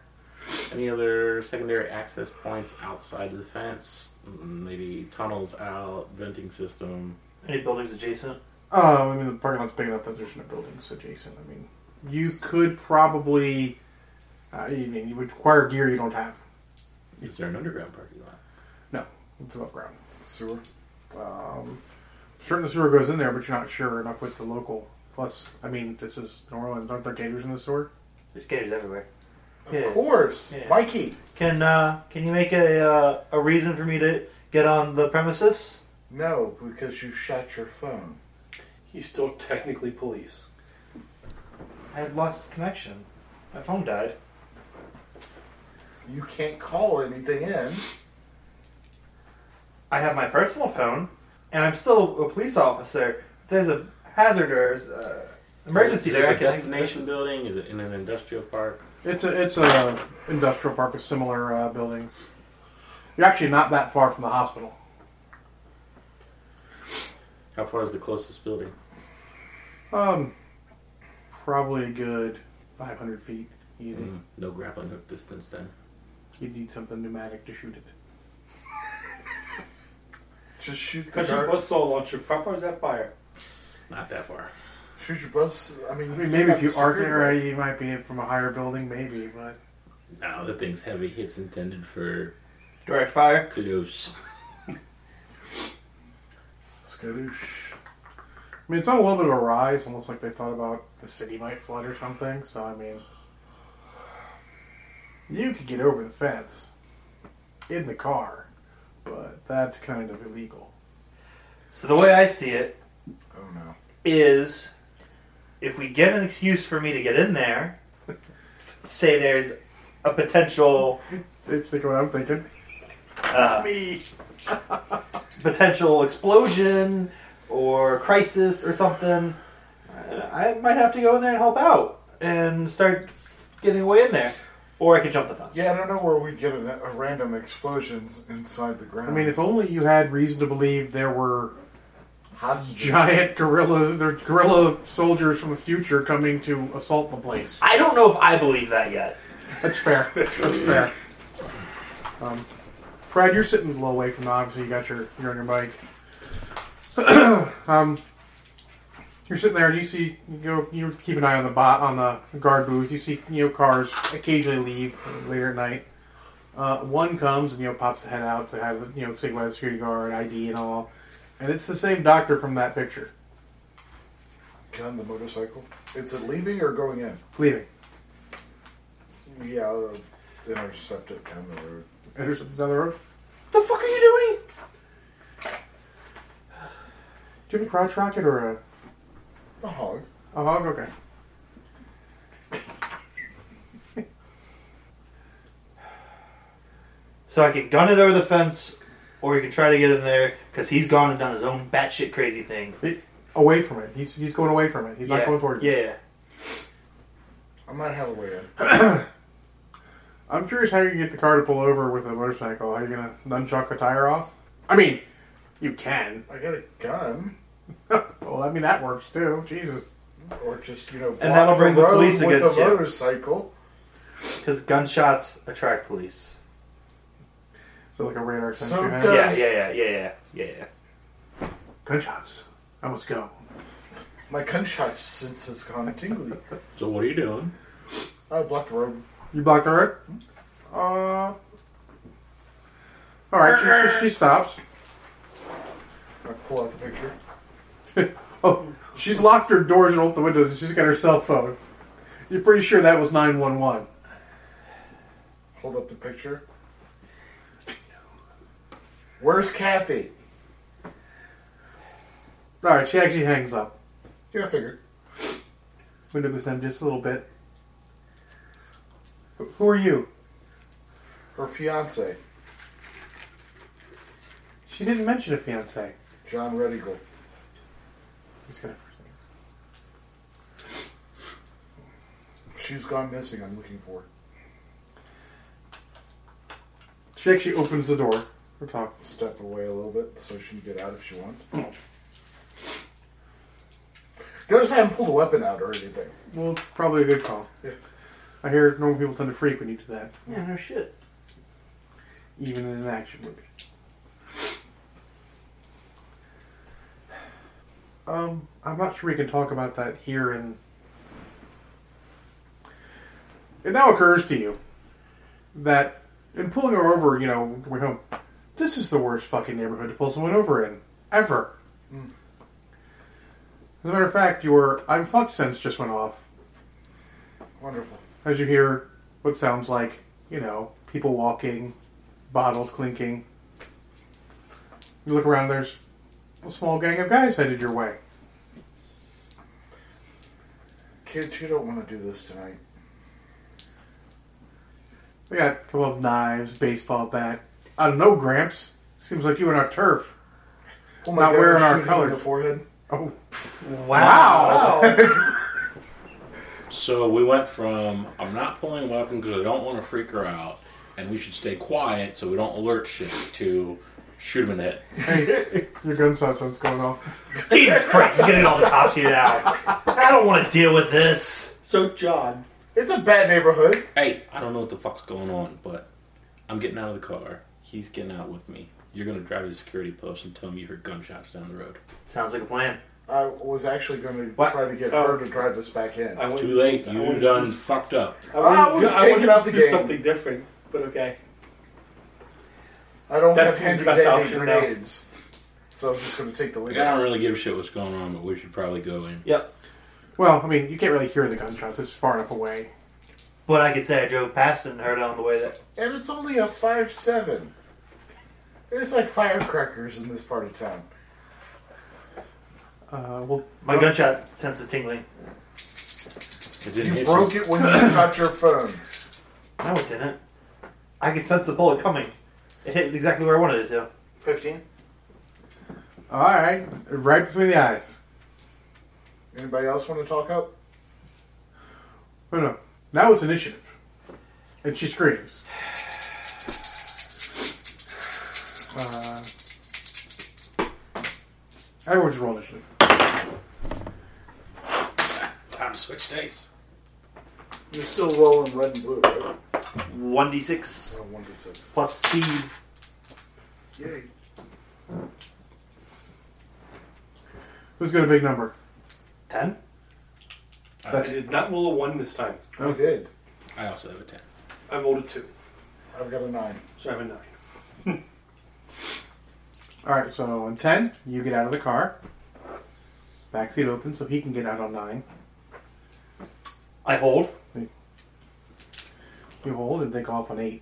Speaker 4: Any other secondary access points outside the fence? Mm, Maybe tunnels out, venting system.
Speaker 3: Any buildings adjacent?
Speaker 1: Uh, I mean, the parking lot's big enough that there's no buildings adjacent. I mean, you could probably. Uh, you mean you would require gear you don't have.
Speaker 4: Is there an underground parking lot?
Speaker 1: No, it's above ground.
Speaker 2: Sewer.
Speaker 1: Um, certain sewer goes in there, but you're not sure enough with the local. Plus, I mean, this is New Orleans. Aren't there gators in the sewer?
Speaker 3: There's gators everywhere.
Speaker 2: Of
Speaker 3: Yeah.
Speaker 2: course.
Speaker 3: Yeah.
Speaker 2: Mikey.
Speaker 3: Can uh, can you make a uh, a reason for me to get on the premises?
Speaker 2: No, because you shut your phone.
Speaker 5: He's still technically police.
Speaker 3: I had lost connection. My phone died.
Speaker 2: You can't call anything in.
Speaker 3: I have my personal phone, and I'm still a police officer. If there's a hazard or uh, emergency
Speaker 4: Is
Speaker 3: there, I
Speaker 4: it a
Speaker 3: can
Speaker 4: destination building? Is it in an industrial park?
Speaker 1: It's a it's a industrial park with similar uh, buildings. You're actually not that far from the hospital.
Speaker 4: How far is the closest building?
Speaker 1: Um, probably a good 500 feet. Easy.
Speaker 4: Mm, No grappling hook distance then.
Speaker 1: You'd need something pneumatic to shoot it.
Speaker 2: Just shoot the
Speaker 5: Because your
Speaker 2: dart.
Speaker 5: buzzsaw launcher, front bar is that fire?
Speaker 4: Not that far.
Speaker 2: Shoot your buzz. I mean,
Speaker 1: I mean, maybe if you arc it
Speaker 2: right.
Speaker 1: right, you might be from a higher building, maybe. But
Speaker 4: No, the thing's heavy. It's intended for
Speaker 3: Direct fire.
Speaker 4: close.
Speaker 2: Skadoosh.
Speaker 1: I mean, it's on a little bit of a rise, almost like they thought about the city might flood or something. So I mean, you could get over the fence in the car, but that's kind of illegal.
Speaker 3: So the way I see it
Speaker 2: Oh no.
Speaker 3: is, if we get an excuse for me to get in there, say there's a potential
Speaker 1: It's thinking what I'm thinking.
Speaker 3: uh,
Speaker 1: Me.
Speaker 3: potential explosion or crisis or something, uh, I I might have to go in there and help out and start getting away in there, or I could jump the fence.
Speaker 2: Yeah, I don't know where we get a, a random explosions inside the ground.
Speaker 1: I mean, if only you had reason to believe there were
Speaker 2: hostage.
Speaker 1: giant gorillas, there gorilla soldiers from the future coming to assault the place.
Speaker 3: I don't know if I believe that yet.
Speaker 1: That's fair. That's fair. Um, Brad, you're sitting a little away from the obviously you got your you're on your bike. um, you're sitting there and you see you go you keep an eye on the bot on the guard booth. You see you know cars occasionally leave later at night. Uh, one comes and you know pops the head out to have you know say by the security guard ID and all, and it's the same doctor from that picture
Speaker 2: Gun the motorcycle. It's it leaving or going in?
Speaker 1: leaving.
Speaker 2: Yeah, I'll intercept it down the road.
Speaker 1: Anderson's down the road.
Speaker 3: The fuck are you doing?
Speaker 1: Do you have a crotch rocket or a?
Speaker 2: A hog.
Speaker 1: Oh, hog? okay.
Speaker 3: So I can gun it over the fence, or you can try to get in there because he's gone and done his own batshit crazy thing.
Speaker 1: away from it. He's, he's going away from it. He's
Speaker 3: yeah.
Speaker 1: not going towards
Speaker 3: yeah.
Speaker 1: it.
Speaker 3: yeah.
Speaker 2: I might have a way in.
Speaker 1: I'm curious how you get the car to pull over with a motorcycle. Are you gonna nunchuck a tire off? I mean, you can.
Speaker 2: I got a gun,
Speaker 1: Well, I mean that works too. Jesus.
Speaker 2: or just you know, block
Speaker 3: that'll bring the
Speaker 2: road
Speaker 3: police
Speaker 2: with
Speaker 3: against
Speaker 2: the
Speaker 3: you.
Speaker 2: motorcycle.
Speaker 3: Because gunshots attract police.
Speaker 1: So like a radar sensor.
Speaker 2: So
Speaker 1: has-
Speaker 2: does-
Speaker 3: Yeah,
Speaker 2: Yes.
Speaker 3: yeah, yeah, yeah, yeah, yeah, yeah.
Speaker 1: Gunshots. I must go.
Speaker 2: My gunshot sense has gone tingly.
Speaker 4: So what are you doing?
Speaker 2: I blocked the road.
Speaker 1: You blocked the road. Uh. All right. She, she, she stops.
Speaker 2: I pull out the picture.
Speaker 1: Oh, she's locked her doors and opened the windows. and She's got her cell phone. You're pretty sure that was nine one one.
Speaker 2: Hold up the picture. Where's Kathy?
Speaker 1: All right. She actually hangs up.
Speaker 2: Yeah, I figured.
Speaker 1: Window goes down just a little bit. Who- Who are you?
Speaker 2: Her fiance,
Speaker 1: She didn't mention a fiance.
Speaker 2: John Redigal.
Speaker 1: He's got a first name.
Speaker 2: shoe's gone missing I'm looking for.
Speaker 1: She actually opens the door. We're talking.
Speaker 2: Step away a little bit so she can get out if she wants. Notice I haven't pulled a weapon out or anything.
Speaker 1: Well, it's probably a good call.
Speaker 2: Yeah.
Speaker 1: I hear normal people tend to freak when you do that,
Speaker 3: Yeah, no shit.
Speaker 1: even in an action movie. Um, I'm not sure we can talk about that here. And it now occurs to you that in pulling her over, you know, we're home. This is the worst fucking neighborhood to pull someone over in ever. As a matter of fact, your "I'm fucked" sense just went off
Speaker 2: Wonderful.
Speaker 1: as you hear what sounds like, you know, people walking, bottles clinking. You look around, there's a small gang of guys headed your way.
Speaker 2: Kids, you don't want to do this tonight.
Speaker 1: They got a couple of knives, baseball bat. I don't know, Gramps. Seems like you and our turf.
Speaker 2: Pull
Speaker 1: Not wearing
Speaker 2: gun,
Speaker 1: our
Speaker 2: shoot him
Speaker 1: colors.
Speaker 2: In the forehead.
Speaker 1: Oh,
Speaker 3: Wow.
Speaker 4: So we went from I'm not pulling a weapon because I don't want to freak her out, and we should stay quiet so we don't alert shit to shoot him in the head.
Speaker 1: hey, your gun sound's going off.
Speaker 3: Jesus Christ, he's getting all the cops here now. I don't want to deal with this.
Speaker 5: So, John,
Speaker 2: It's a bad neighborhood.
Speaker 4: Hey, I don't know what the fuck's going on, but I'm getting out of the car. He's getting out with me. You're gonna drive to the security post and tell me you heard gunshots down the road.
Speaker 3: Sounds like a plan.
Speaker 2: I was actually going to
Speaker 3: What?
Speaker 2: try to get
Speaker 5: Oh. Uh,
Speaker 2: her to drive us back in.
Speaker 5: I want
Speaker 4: Too late.
Speaker 5: I
Speaker 4: You
Speaker 5: wanted-
Speaker 4: done fucked up.
Speaker 5: I, wanted-
Speaker 2: I was
Speaker 5: I wanted
Speaker 2: taking out the
Speaker 5: to do
Speaker 2: game.
Speaker 5: something different, but okay.
Speaker 2: I don't
Speaker 5: That
Speaker 2: have
Speaker 5: seems
Speaker 2: handy
Speaker 5: the best
Speaker 2: dandy
Speaker 5: option now.
Speaker 2: grenades, so I'm just going to take the
Speaker 4: Like,
Speaker 2: lead.
Speaker 4: I don't really give a shit what's going on, but we should probably go in.
Speaker 3: Yep.
Speaker 1: Well, I mean, you can't really hear the gunshots. It's far enough away.
Speaker 3: But I could say I drove past and heard on the way that.
Speaker 2: And it's only a five seven. It's like firecrackers in this part of town.
Speaker 1: Uh, well,
Speaker 3: My gunshot sense is tingling.
Speaker 4: It didn't
Speaker 2: You
Speaker 4: hit
Speaker 2: broke
Speaker 4: me.
Speaker 2: it when you dropped your phone.
Speaker 3: No, it didn't. I could sense the bullet coming. It hit exactly where I wanted it to.
Speaker 2: Fifteen.
Speaker 1: all right, right between the eyes.
Speaker 2: Anybody else want to talk up?
Speaker 1: No, no. Now it's initiative, and she screams. Uh, everyone just roll initiative.
Speaker 4: Time to switch days.
Speaker 2: You're still rolling red and blue, right?
Speaker 3: 1d6
Speaker 2: Oh, one to six.
Speaker 3: plus speed.
Speaker 2: Yay.
Speaker 1: Who's got a big number?
Speaker 3: 10?
Speaker 5: I did not roll a one this time.
Speaker 2: I did.
Speaker 4: I also have a ten.
Speaker 5: I rolled a two,
Speaker 2: I've got a nine.
Speaker 5: so I have a nine.
Speaker 1: All right, so on ten, you get out of the car. Back seat open, so he can get out on nine.
Speaker 3: I hold.
Speaker 1: You hold and take off on eight.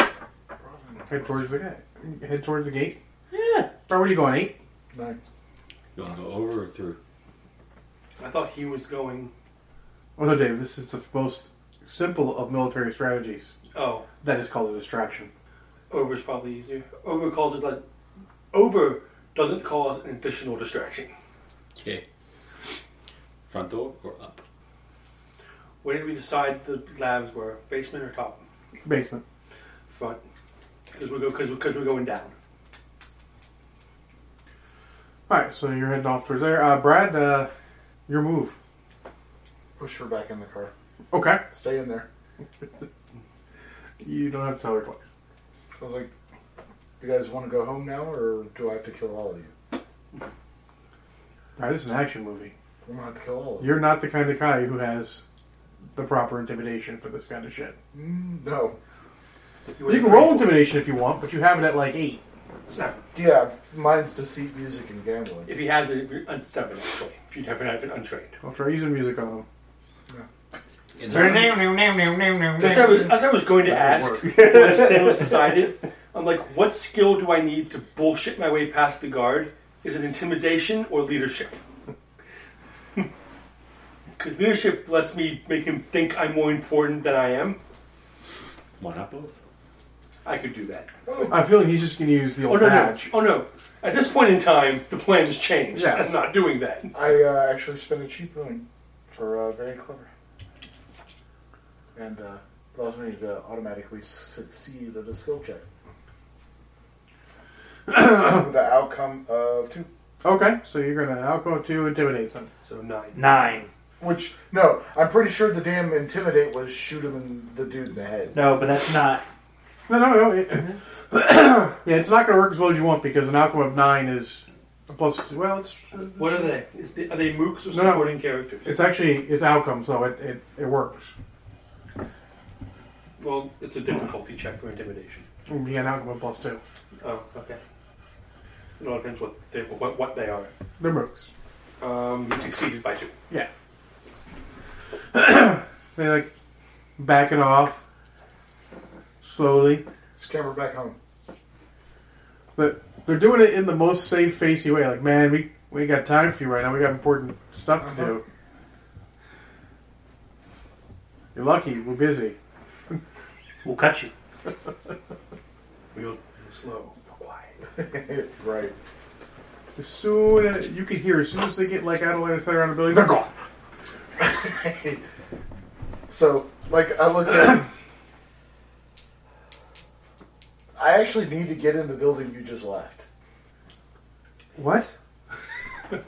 Speaker 1: Head towards the guy. Head towards the gate.
Speaker 3: Yeah.
Speaker 1: Or where are you going? Eight.
Speaker 2: Nine.
Speaker 4: You want to go over or through?
Speaker 5: I thought he was going.
Speaker 1: Oh no, Dave. This is the most simple of military strategies.
Speaker 5: Oh,
Speaker 1: That is called a distraction.
Speaker 5: over is probably easier. Over causes like over doesn't cause an additional distraction.
Speaker 4: Okay. Front door or up?
Speaker 5: What did we decide the labs were? Basement or top?
Speaker 1: Basement.
Speaker 5: Front. Because we're, go, cause, we're- cause we're going down.
Speaker 1: All right, so you're heading off towards there. Uh, Brad, uh, your move.
Speaker 2: Push her back in the car.
Speaker 1: Okay.
Speaker 2: Stay in there.
Speaker 1: You don't have to tell her twice.
Speaker 2: I was like, you guys want to go home now, or do I have to kill all of you?
Speaker 1: Brad, it's an action movie.
Speaker 2: I'm gonna have to kill all of you.
Speaker 1: You're not the kind of guy who has the proper intimidation for this kind of shit.
Speaker 2: Mm, no.
Speaker 1: You can roll intimidation if you want, but you have it at like eight.
Speaker 5: It's not-
Speaker 2: Yeah, mine's deceit, music, and gambling.
Speaker 5: If he has it, it'd be un- seven actually. If you haven't had it untrained.
Speaker 1: I'll try using music on him.
Speaker 4: It's
Speaker 5: As I was, as I was going to ask, once Dan was decided, I'm like, what skill do I need to bullshit my way past the guard? Is it intimidation or leadership? Because leadership lets me make him think I'm more important than I am.
Speaker 4: Why not both?
Speaker 5: I could do that.
Speaker 1: I'm feeling he's just going to use the
Speaker 5: Oh
Speaker 1: old
Speaker 5: no, no,
Speaker 1: badge.
Speaker 5: oh no! At this point in time, the plan's changed.
Speaker 1: Yeah.
Speaker 5: I'm not doing that.
Speaker 2: I uh, actually spent a cheap coin for uh, very clever. and uh, allows me to automatically succeed at a skill check. With the outcome of two.
Speaker 1: Okay, so you're gonna alco two intimidate something.
Speaker 5: So nine.
Speaker 3: Nine.
Speaker 2: Which no, I'm pretty sure the damn intimidate was shoot him in the dude in the head.
Speaker 3: No, but that's not.
Speaker 1: No, no, no. it- yeah, it's not gonna work as well as you want because an alco of nine is a plus. Two. Well, it's
Speaker 5: What are they? Is the, are they mooks or
Speaker 1: No, no.
Speaker 5: supporting characters?
Speaker 1: it's actually it's outcome, so it it, it works.
Speaker 5: well, it's a difficulty check for intimidation.
Speaker 1: It would be an outcome of plus two.
Speaker 5: Oh, okay. It all depends what they what, what they are.
Speaker 1: They're mooks.
Speaker 5: Um, he succeeded by two.
Speaker 1: Yeah. they like back it off slowly.
Speaker 2: Let's camera back home.
Speaker 1: But they're doing it in the most safe facey way. Like, man, we we ain't got time for you right now. We got important stuff to do. You're lucky. We're busy.
Speaker 3: We'll cut you.
Speaker 5: Real slow, real quiet.
Speaker 2: right.
Speaker 1: As soon as you can hear, as soon as they get like out of line of sight around the building, they're gone.
Speaker 2: So, like, I look at. I actually need to get in the building you just left.
Speaker 1: What?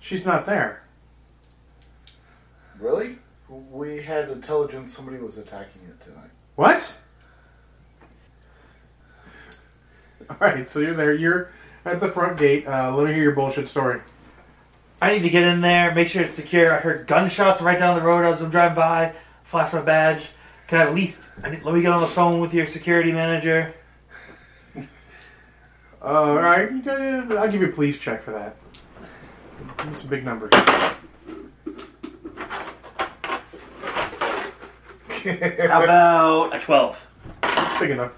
Speaker 1: She's not there.
Speaker 2: Really? We had intelligence. Somebody was attacking it tonight.
Speaker 1: What? All right, so you're there. You're at the front gate. Uh, let me hear your bullshit story.
Speaker 3: I need to get in there, make sure it's secure. I heard gunshots right down the road as I'm driving by. Flash my badge. Can I at least I need, let me get on the phone with your security manager?
Speaker 1: Uh, all right, you got I'll give you a police check for that. That's a big number.
Speaker 3: How about a twelve?
Speaker 1: It's big enough.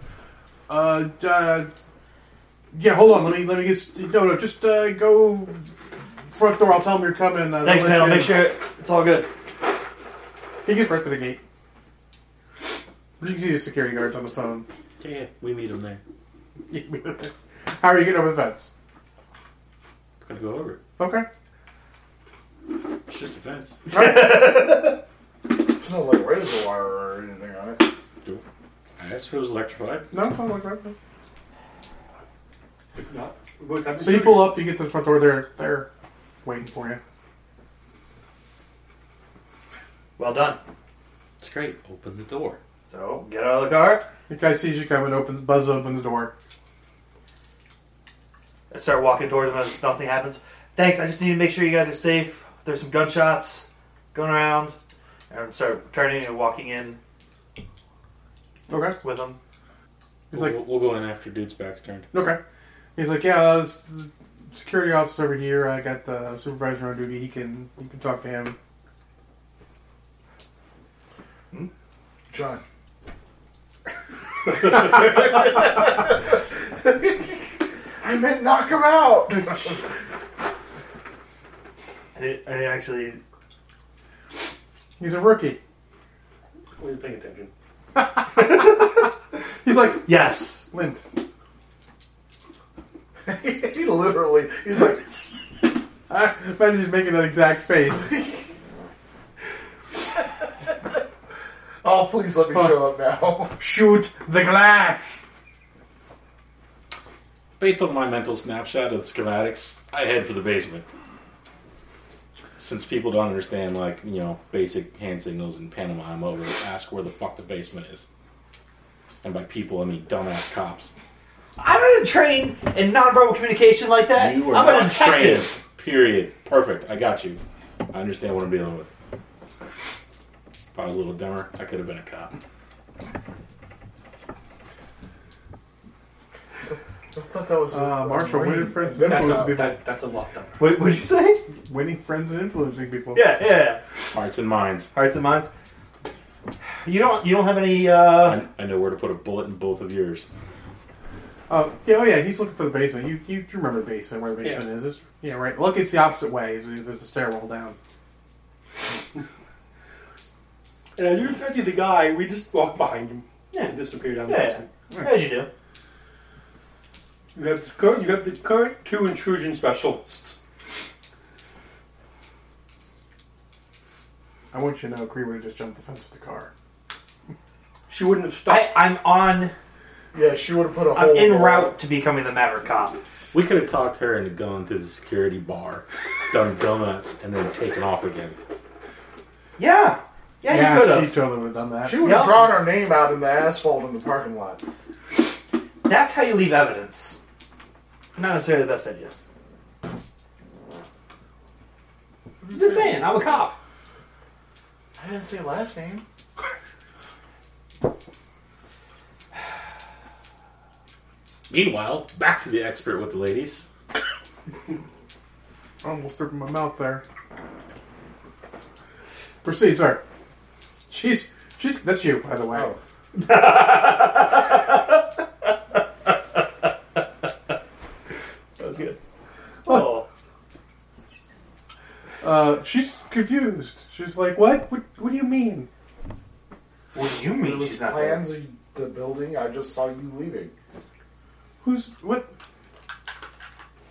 Speaker 1: Uh, d- uh, yeah. Hold on. Let me let me get. s- No, no. Just uh, go front door. I'll tell him you're coming. Uh, they'll
Speaker 3: Thanks,
Speaker 1: let
Speaker 3: man.
Speaker 1: you
Speaker 3: I'll
Speaker 1: in.
Speaker 3: make sure it's all good.
Speaker 1: He gets right to the gate. You can see the security guards on the phone.
Speaker 4: Yeah, we meet him there.
Speaker 1: How are you getting over the fence?
Speaker 4: We're gonna go over it.
Speaker 1: Okay.
Speaker 4: It's just a fence.
Speaker 1: All right.
Speaker 2: There's no like razor wire or anything on it.
Speaker 4: I asked if it was electrified.
Speaker 1: no, no, no, no, no.
Speaker 5: If not, we both have
Speaker 1: So you pull up. You get to the front door. They're they're waiting for you.
Speaker 3: Well done.
Speaker 4: It's great. Open the door.
Speaker 3: So get out of the car.
Speaker 1: The guy sees you coming. Opens buzz open the door.
Speaker 3: I start walking towards them as nothing happens. Thanks, I just need to make sure you guys are safe. There's some gunshots going around. And I start turning and walking in
Speaker 1: Okay.
Speaker 3: with them.
Speaker 1: He's
Speaker 4: We'll,
Speaker 1: like,
Speaker 4: we'll, we'll go in after dude's back's turned.
Speaker 1: Okay. He's like, yeah, uh, s- security officer over here. I got the supervisor on duty. He can you can talk to him.
Speaker 2: John. I meant knock him out.
Speaker 3: And it, and it actually,
Speaker 1: He's a rookie.
Speaker 5: Were you paying attention?
Speaker 1: He's like
Speaker 3: yes.
Speaker 1: Lint.
Speaker 2: he literally, he's like,
Speaker 1: I imagine he's making that exact face.
Speaker 2: oh, please let me show up now.
Speaker 1: Shoot the glass.
Speaker 4: Based on my mental snapshot of the schematics, I head for the basement. Since people don't understand, like, you know, basic hand signals in pantomime over, ask where the fuck the basement is. And by people, I mean dumbass cops.
Speaker 3: I'm going to train in nonverbal communication like that.
Speaker 4: You are
Speaker 3: I'm
Speaker 4: not
Speaker 3: a detective.
Speaker 4: trained. Period. Perfect. I got you. I understand what I'm dealing with. If I was a little dumber, I could have been a cop.
Speaker 2: I thought that was a-
Speaker 1: Uh,
Speaker 2: a
Speaker 1: Marshall,
Speaker 2: Marine.
Speaker 1: winning friends and
Speaker 5: That's
Speaker 1: influencing
Speaker 5: a,
Speaker 1: people.
Speaker 5: that, that's a lockdown.
Speaker 3: What would you say?
Speaker 1: Winning friends and influencing people.
Speaker 3: Yeah, yeah.
Speaker 4: Hearts and minds.
Speaker 3: Hearts and minds. You don't. You don't have any. Uh,
Speaker 4: I, I know where to put a bullet in both of yours.
Speaker 1: Uh, yeah. Oh yeah. He's looking for the basement. You you remember the basement where the
Speaker 5: Yeah.
Speaker 1: basement is? It's, yeah. Right. Look, it's the opposite way. There's there's a stairwell down.
Speaker 5: And I do expect Uh, you the guy, we just walked behind him
Speaker 3: Yeah.
Speaker 5: and disappeared down the
Speaker 3: yeah,
Speaker 5: basement.
Speaker 3: as you do.
Speaker 5: You have the current, you have the current two intrusion specialists.
Speaker 1: I want you to know Cree would have just jumped the fence with the car.
Speaker 5: She wouldn't have
Speaker 3: I,
Speaker 5: stopped.
Speaker 3: I'm on.
Speaker 2: Yeah, she would have put a hole.
Speaker 3: I'm en
Speaker 2: in the-
Speaker 3: route to becoming the Maverick Cop.
Speaker 4: We could have talked her into going to the security bar, done donuts, and then taken off again.
Speaker 3: Yeah. Yeah, you could
Speaker 1: she
Speaker 3: have.
Speaker 1: totally would have done that.
Speaker 2: She would have
Speaker 3: Yep.
Speaker 2: drawn her name out in the asphalt in the parking lot.
Speaker 3: That's how you leave evidence. Not necessarily the best idea. Just saying, I'm a cop.
Speaker 2: I didn't say last name.
Speaker 4: Meanwhile, back to the expert with the ladies.
Speaker 1: Almost opened my mouth there. Proceed, sir. She's she's that's you, by the way.
Speaker 2: Oh.
Speaker 3: That was good. Oh.
Speaker 1: Uh, she's confused. She's like, what? what? What do you mean?
Speaker 3: What do you mean she's not there?
Speaker 2: Plans of the building. I just saw you leaving.
Speaker 1: Who's what?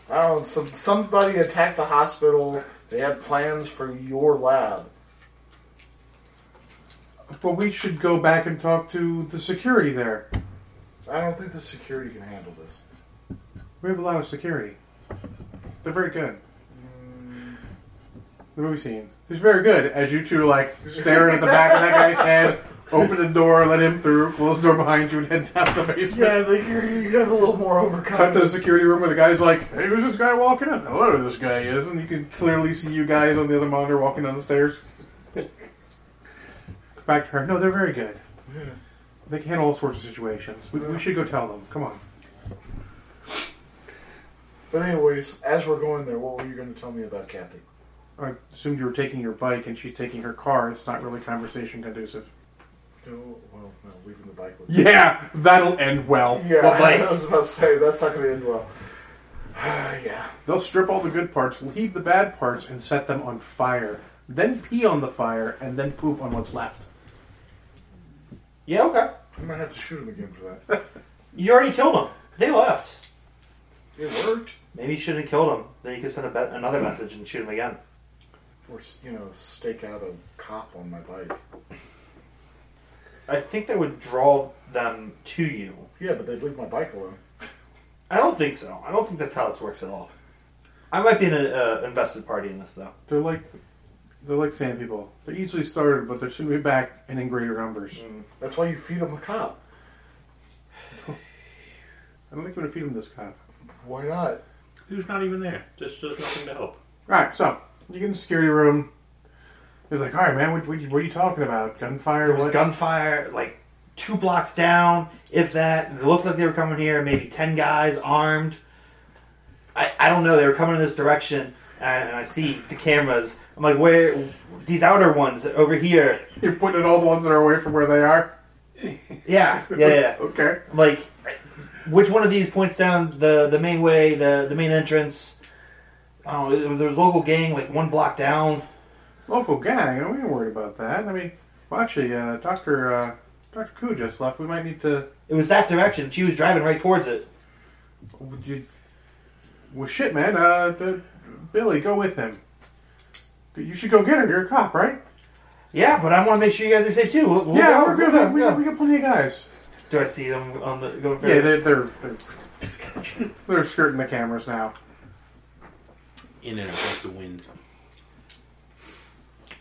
Speaker 2: I don't. know, Some somebody attacked the hospital. They had plans for your lab.
Speaker 1: But we should go back and talk to the security there.
Speaker 2: I don't think the security can handle this.
Speaker 1: We have a lot of security. They're very good. The movie scenes. It's very good as you two are like staring at the back of that guy's head, open the door, let him through, close the door behind you, and head down the basement.
Speaker 2: Yeah, like you're, you got a little more
Speaker 1: Cut to the
Speaker 2: overcome.
Speaker 1: security room where the guy's like, hey, who's this guy walking in? Hello, this guy is. And you can clearly see you guys on the other monitor walking down the stairs. Back to her. No, they're very good. They can handle all sorts of situations. We, we should go tell them. Come on.
Speaker 2: But anyways, as we're going there, what were you going to tell me about Kathy?
Speaker 1: I assumed you were taking your bike and she's taking her car. It's not really conversation conducive.
Speaker 2: No, well, no, leaving the bike with.
Speaker 1: Yeah, that'll end well.
Speaker 2: Yeah,
Speaker 3: What bike?
Speaker 2: I was about to say that's not going to end well. yeah.
Speaker 1: They'll strip all the good parts, leave the bad parts, and set them on fire. Then pee on the fire, and then poop on what's left.
Speaker 3: Yeah, okay.
Speaker 2: I might have to shoot him again for that.
Speaker 3: You already killed them. They left.
Speaker 2: It worked.
Speaker 3: Maybe you shouldn't have killed them. Then you could send a be- another message and shoot them again.
Speaker 2: Or, you know, stake out a cop on my bike.
Speaker 3: I think that would draw them to you.
Speaker 2: Yeah, but they'd leave my bike alone.
Speaker 3: I don't think so. I don't think that's how this works at all. I might be an uh, invested party in this, though.
Speaker 1: They're like they're like sand people. They're easily started, but they're soon to be back and in greater numbers.
Speaker 2: That's why you feed them a cop.
Speaker 1: I don't think I'm gonna feed them this cop.
Speaker 2: Why not?
Speaker 4: Who's not even there? Just does nothing to help.
Speaker 1: Alright, so you get in the security room. He's like, alright man, what, what, you- what are you talking about? Gunfire?
Speaker 3: There was
Speaker 1: What?
Speaker 3: gunfire, like two blocks down, if that. It looked like they were coming here, maybe 10 guys armed. I, I don't know. They were coming in this direction, and, and I see the cameras. I'm like, where? These outer ones over here.
Speaker 1: You're putting in all the ones that are away from where they are?
Speaker 3: Yeah, yeah, yeah.
Speaker 1: Okay.
Speaker 3: like which one of these points down the the main way the the main entrance I don't know, there was- there was a local gang like one block down.
Speaker 1: Local gang, I ain't worried about that. I mean, well actually, uh, Dr. Uh, Dr. Koo just left. We might need to...
Speaker 3: It was that direction. She was driving right towards it.
Speaker 1: would you- Well shit man, uh, the, Billy, go with him. You should go get her. You're a cop, right?
Speaker 3: Yeah, but I want to make sure you guys are safe too. We'll- we'll
Speaker 1: yeah,
Speaker 3: go,
Speaker 1: we're
Speaker 3: we'll
Speaker 1: good.
Speaker 3: go,
Speaker 1: we,
Speaker 3: we'll
Speaker 1: we
Speaker 3: go.
Speaker 1: got plenty of guys.
Speaker 3: Do I see them on the going?
Speaker 1: Yeah, they're they're they're, they're skirting the cameras now.
Speaker 4: In and across the wind.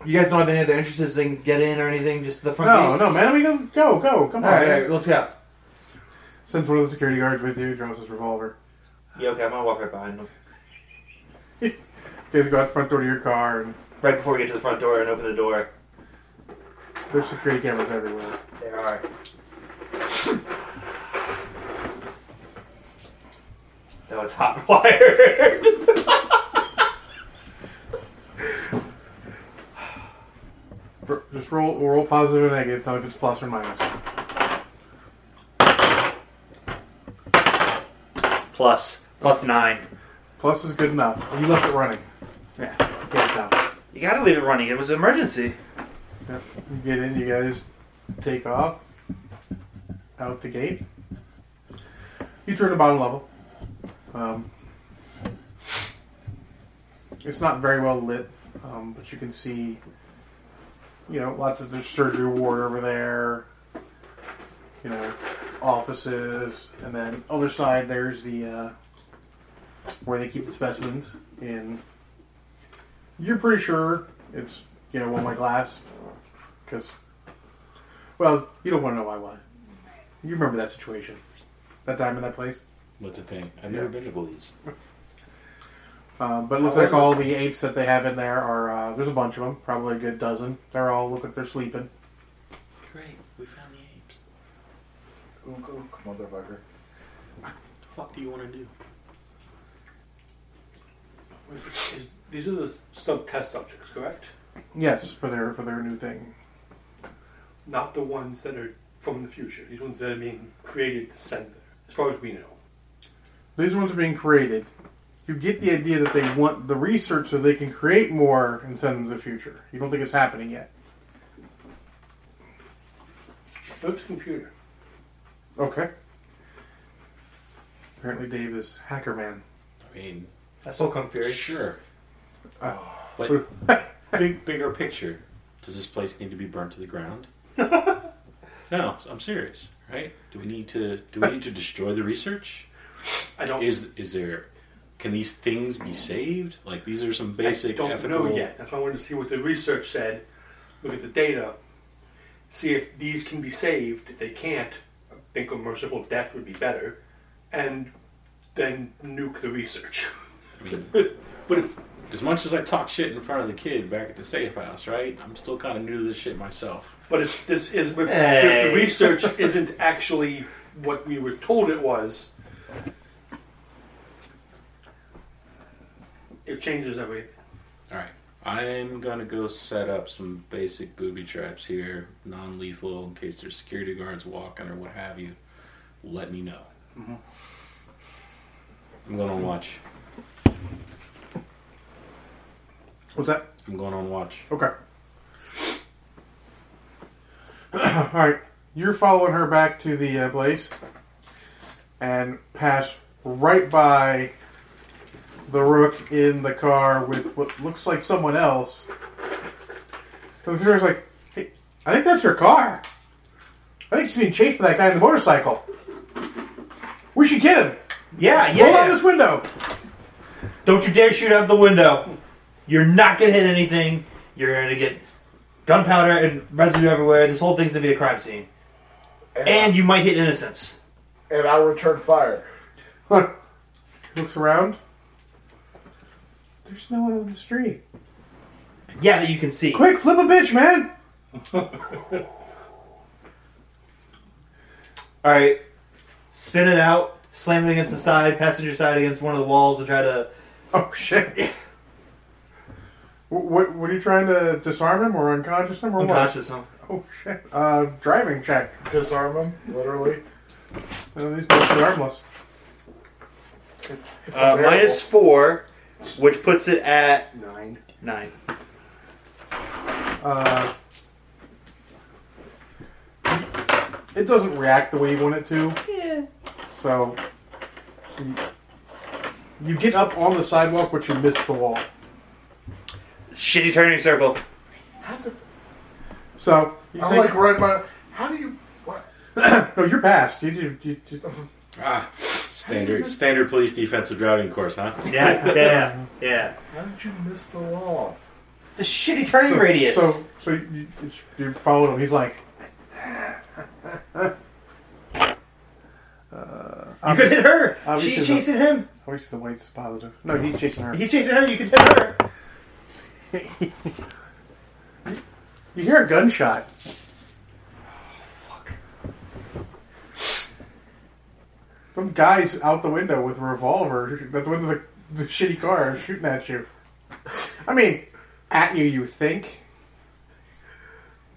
Speaker 3: you guys don't have any other entrances they can get in or anything? Just the front
Speaker 1: No,
Speaker 3: gate.
Speaker 1: no, man, we go go go. Come
Speaker 3: All
Speaker 1: on.
Speaker 3: right, all right, let's go.
Speaker 1: Sends one of the security guards with you. Drops his revolver.
Speaker 3: Yeah, okay, I'm gonna walk right behind them,
Speaker 1: You guys go out the front door to your car, and
Speaker 3: right before we get to the front door and open the door.
Speaker 1: there's security cameras everywhere.
Speaker 3: There are. That was hot wired.
Speaker 1: R- Just roll roll positive and negative. Tell me if it's plus or minus.
Speaker 3: plus, plus nine.
Speaker 1: Plus is good enough. You left it running.
Speaker 3: Yeah.
Speaker 1: You can't tell.
Speaker 3: You gotta leave it running. It was an emergency.
Speaker 1: Yep. You get in. You guys take off out the gate. You turn the bottom level. Um, it's not very well lit, um, but you can see you know, lots of there's surgery ward over there. You know, offices, and then other side there's the uh, where they keep the specimens. In you're pretty sure it's you know one way glass because well you don't want to know why why you remember that situation that time in that place.
Speaker 4: What's the thing? I've
Speaker 1: never
Speaker 4: never been to Belize.
Speaker 1: Um, but it looks like all the apes that they have in there are uh, there's a bunch of them, probably a good dozen. They're all look like they're sleeping.
Speaker 4: Great, we found the apes.
Speaker 2: Ook ook, motherfucker.
Speaker 4: What the fuck do you want to do?
Speaker 5: Is- These are the sub test subjects, correct?
Speaker 1: Yes, for their for their new thing.
Speaker 5: Not the ones that are from the future. These ones that are being created to send there, as far as we know.
Speaker 1: These ones are being created. You get the idea that they want the research so they can create more and send them to the future. You don't think it's happening yet.
Speaker 5: No, it's a computer.
Speaker 1: Okay. Apparently, Dave is hacker man.
Speaker 4: I mean,
Speaker 3: That's all Kung Fury.
Speaker 4: sure.
Speaker 1: Oh.
Speaker 4: But big, bigger picture, does this place need to be burnt to the ground? no, I'm serious. Right? Do we need to? Do we need to destroy the research?
Speaker 5: I don't.
Speaker 4: Is is there? Can these things be saved? Like these are some basic
Speaker 5: I don't
Speaker 4: ethical.
Speaker 5: know yet. That's why I wanted to see what the research said. Look at the data. See if these can be saved. If they can't, I think a merciful death would be better, and then nuke the research.
Speaker 4: I mean,
Speaker 5: But if
Speaker 4: as much as I talk shit in front of the kid back at the safe house, right? I'm still kind of new to this shit myself.
Speaker 5: but if this is if, if
Speaker 3: Hey.
Speaker 5: the research isn't actually what we were told it was, it changes everything.
Speaker 4: All right. I'm gonna go set up some basic booby traps here, non-lethal, in case there's security guards walking or what have you. Let me know. I'm going on watch.
Speaker 1: What's that?
Speaker 4: I'm going on watch.
Speaker 1: Okay. All right, you're following her back to the uh, place, and pass right by the rook in the car with what looks like someone else. And the rook's like, hey, "I think that's her car. I think she's being chased by that guy on the motorcycle. We should get him.
Speaker 3: Yeah,
Speaker 1: Roll
Speaker 3: yeah.
Speaker 1: out this window."
Speaker 3: Don't you dare shoot out the window. You're not gonna hit anything. You're gonna get gunpowder and residue everywhere. This whole thing's gonna be a crime scene, and you might hit innocents.
Speaker 2: and I return fire.
Speaker 1: Huh. Looks around. There's no one on the street.
Speaker 3: Yeah, that you can see.
Speaker 1: Quick, flip a bitch, man!
Speaker 3: All right, spin it out, slam it against the side, passenger side against one of the walls, and try to.
Speaker 1: Oh shit! what, what are you trying to disarm him or unconscious him or
Speaker 3: Unconscious him.
Speaker 1: what? Oh shit! Uh, driving check.
Speaker 2: Disarm him, literally.
Speaker 1: Uh, these guys are harmless.
Speaker 2: It's
Speaker 3: Uh,
Speaker 2: unbearable.
Speaker 3: minus four, which puts it at
Speaker 5: Nine.
Speaker 3: nine.
Speaker 1: Uh, it doesn't react the way you want it to. Yeah. So you, you get up on the sidewalk, but you miss the wall.
Speaker 3: Shitty turning circle.
Speaker 2: How the-
Speaker 1: So you
Speaker 2: I'm
Speaker 1: take,
Speaker 2: like right my. How do you? What?
Speaker 1: no, you're passed. You, you, you, you,
Speaker 4: Ah, standard standard police defensive driving course, huh?
Speaker 3: Yeah, yeah, yeah.
Speaker 2: How did you miss the wall?
Speaker 3: The shitty turning
Speaker 1: so,
Speaker 3: radius.
Speaker 1: So, so you, it's- you're following him. He's like, uh,
Speaker 3: you could hit her.
Speaker 1: obviously
Speaker 3: She's
Speaker 1: the-
Speaker 3: chasing him.
Speaker 1: obviously oh, the weight's positive. No, he's chasing her.
Speaker 3: He's chasing her. You could hit her.
Speaker 1: You hear a gunshot. Some guy's out the window with a revolver at the window of the, the shitty car shooting at you. I mean, at you, you think.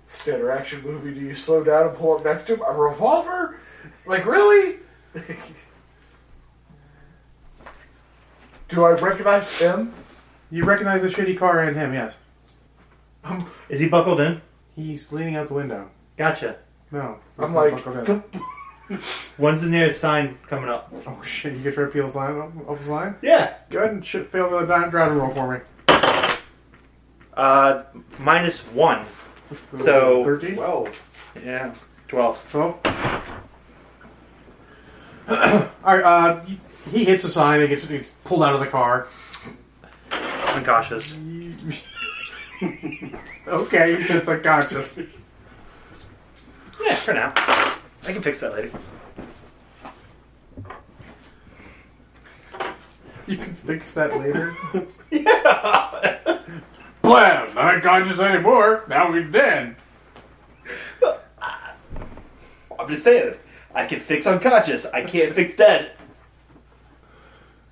Speaker 2: Standard action movie. Do you slow down and pull up next to him? A revolver? Like really? do I recognize him?
Speaker 1: You recognize the shitty car and him, yes.
Speaker 3: Is he buckled in?
Speaker 1: He's leaning out the window.
Speaker 3: Gotcha.
Speaker 1: No.
Speaker 2: I'm like,
Speaker 3: When's the nearest sign coming up?
Speaker 1: oh shit, you get your appeal line off his line?
Speaker 3: Yeah.
Speaker 1: Go ahead and shit, fail another di- driving roll for me.
Speaker 3: Uh, minus one.
Speaker 7: So-
Speaker 1: 13?
Speaker 5: Well,
Speaker 7: Yeah, twelve.
Speaker 1: 12. All right, uh, he hits a sign and gets, gets pulled out of the car.
Speaker 7: Unconscious.
Speaker 1: Okay, he's just unconscious.
Speaker 7: Yeah, for now. I can fix that later.
Speaker 1: You can fix that later. yeah. Blam! Not unconscious anymore. Now we're dead.
Speaker 7: I'm just saying. I can fix unconscious. I can't fix dead.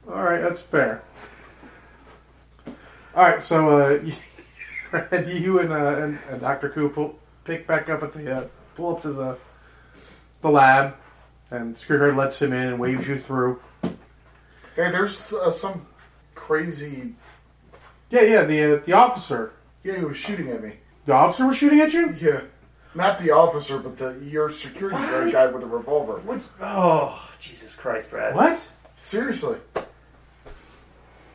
Speaker 1: All right, that's fair. All right, so uh, Brad, you and, uh, and, and Doctor Koo pull, pick back up at the uh, pull up to the the lab, and Screwguard lets him in and waves you through.
Speaker 2: Hey, there's uh, some crazy.
Speaker 1: Yeah, yeah. The uh, the officer,
Speaker 2: Yeah, he was shooting at me.
Speaker 1: the officer was shooting at you.
Speaker 2: Yeah, not the officer, but the your security guard guy with a revolver.
Speaker 7: Oh, Jesus Christ, Brad.
Speaker 1: What?
Speaker 2: Seriously,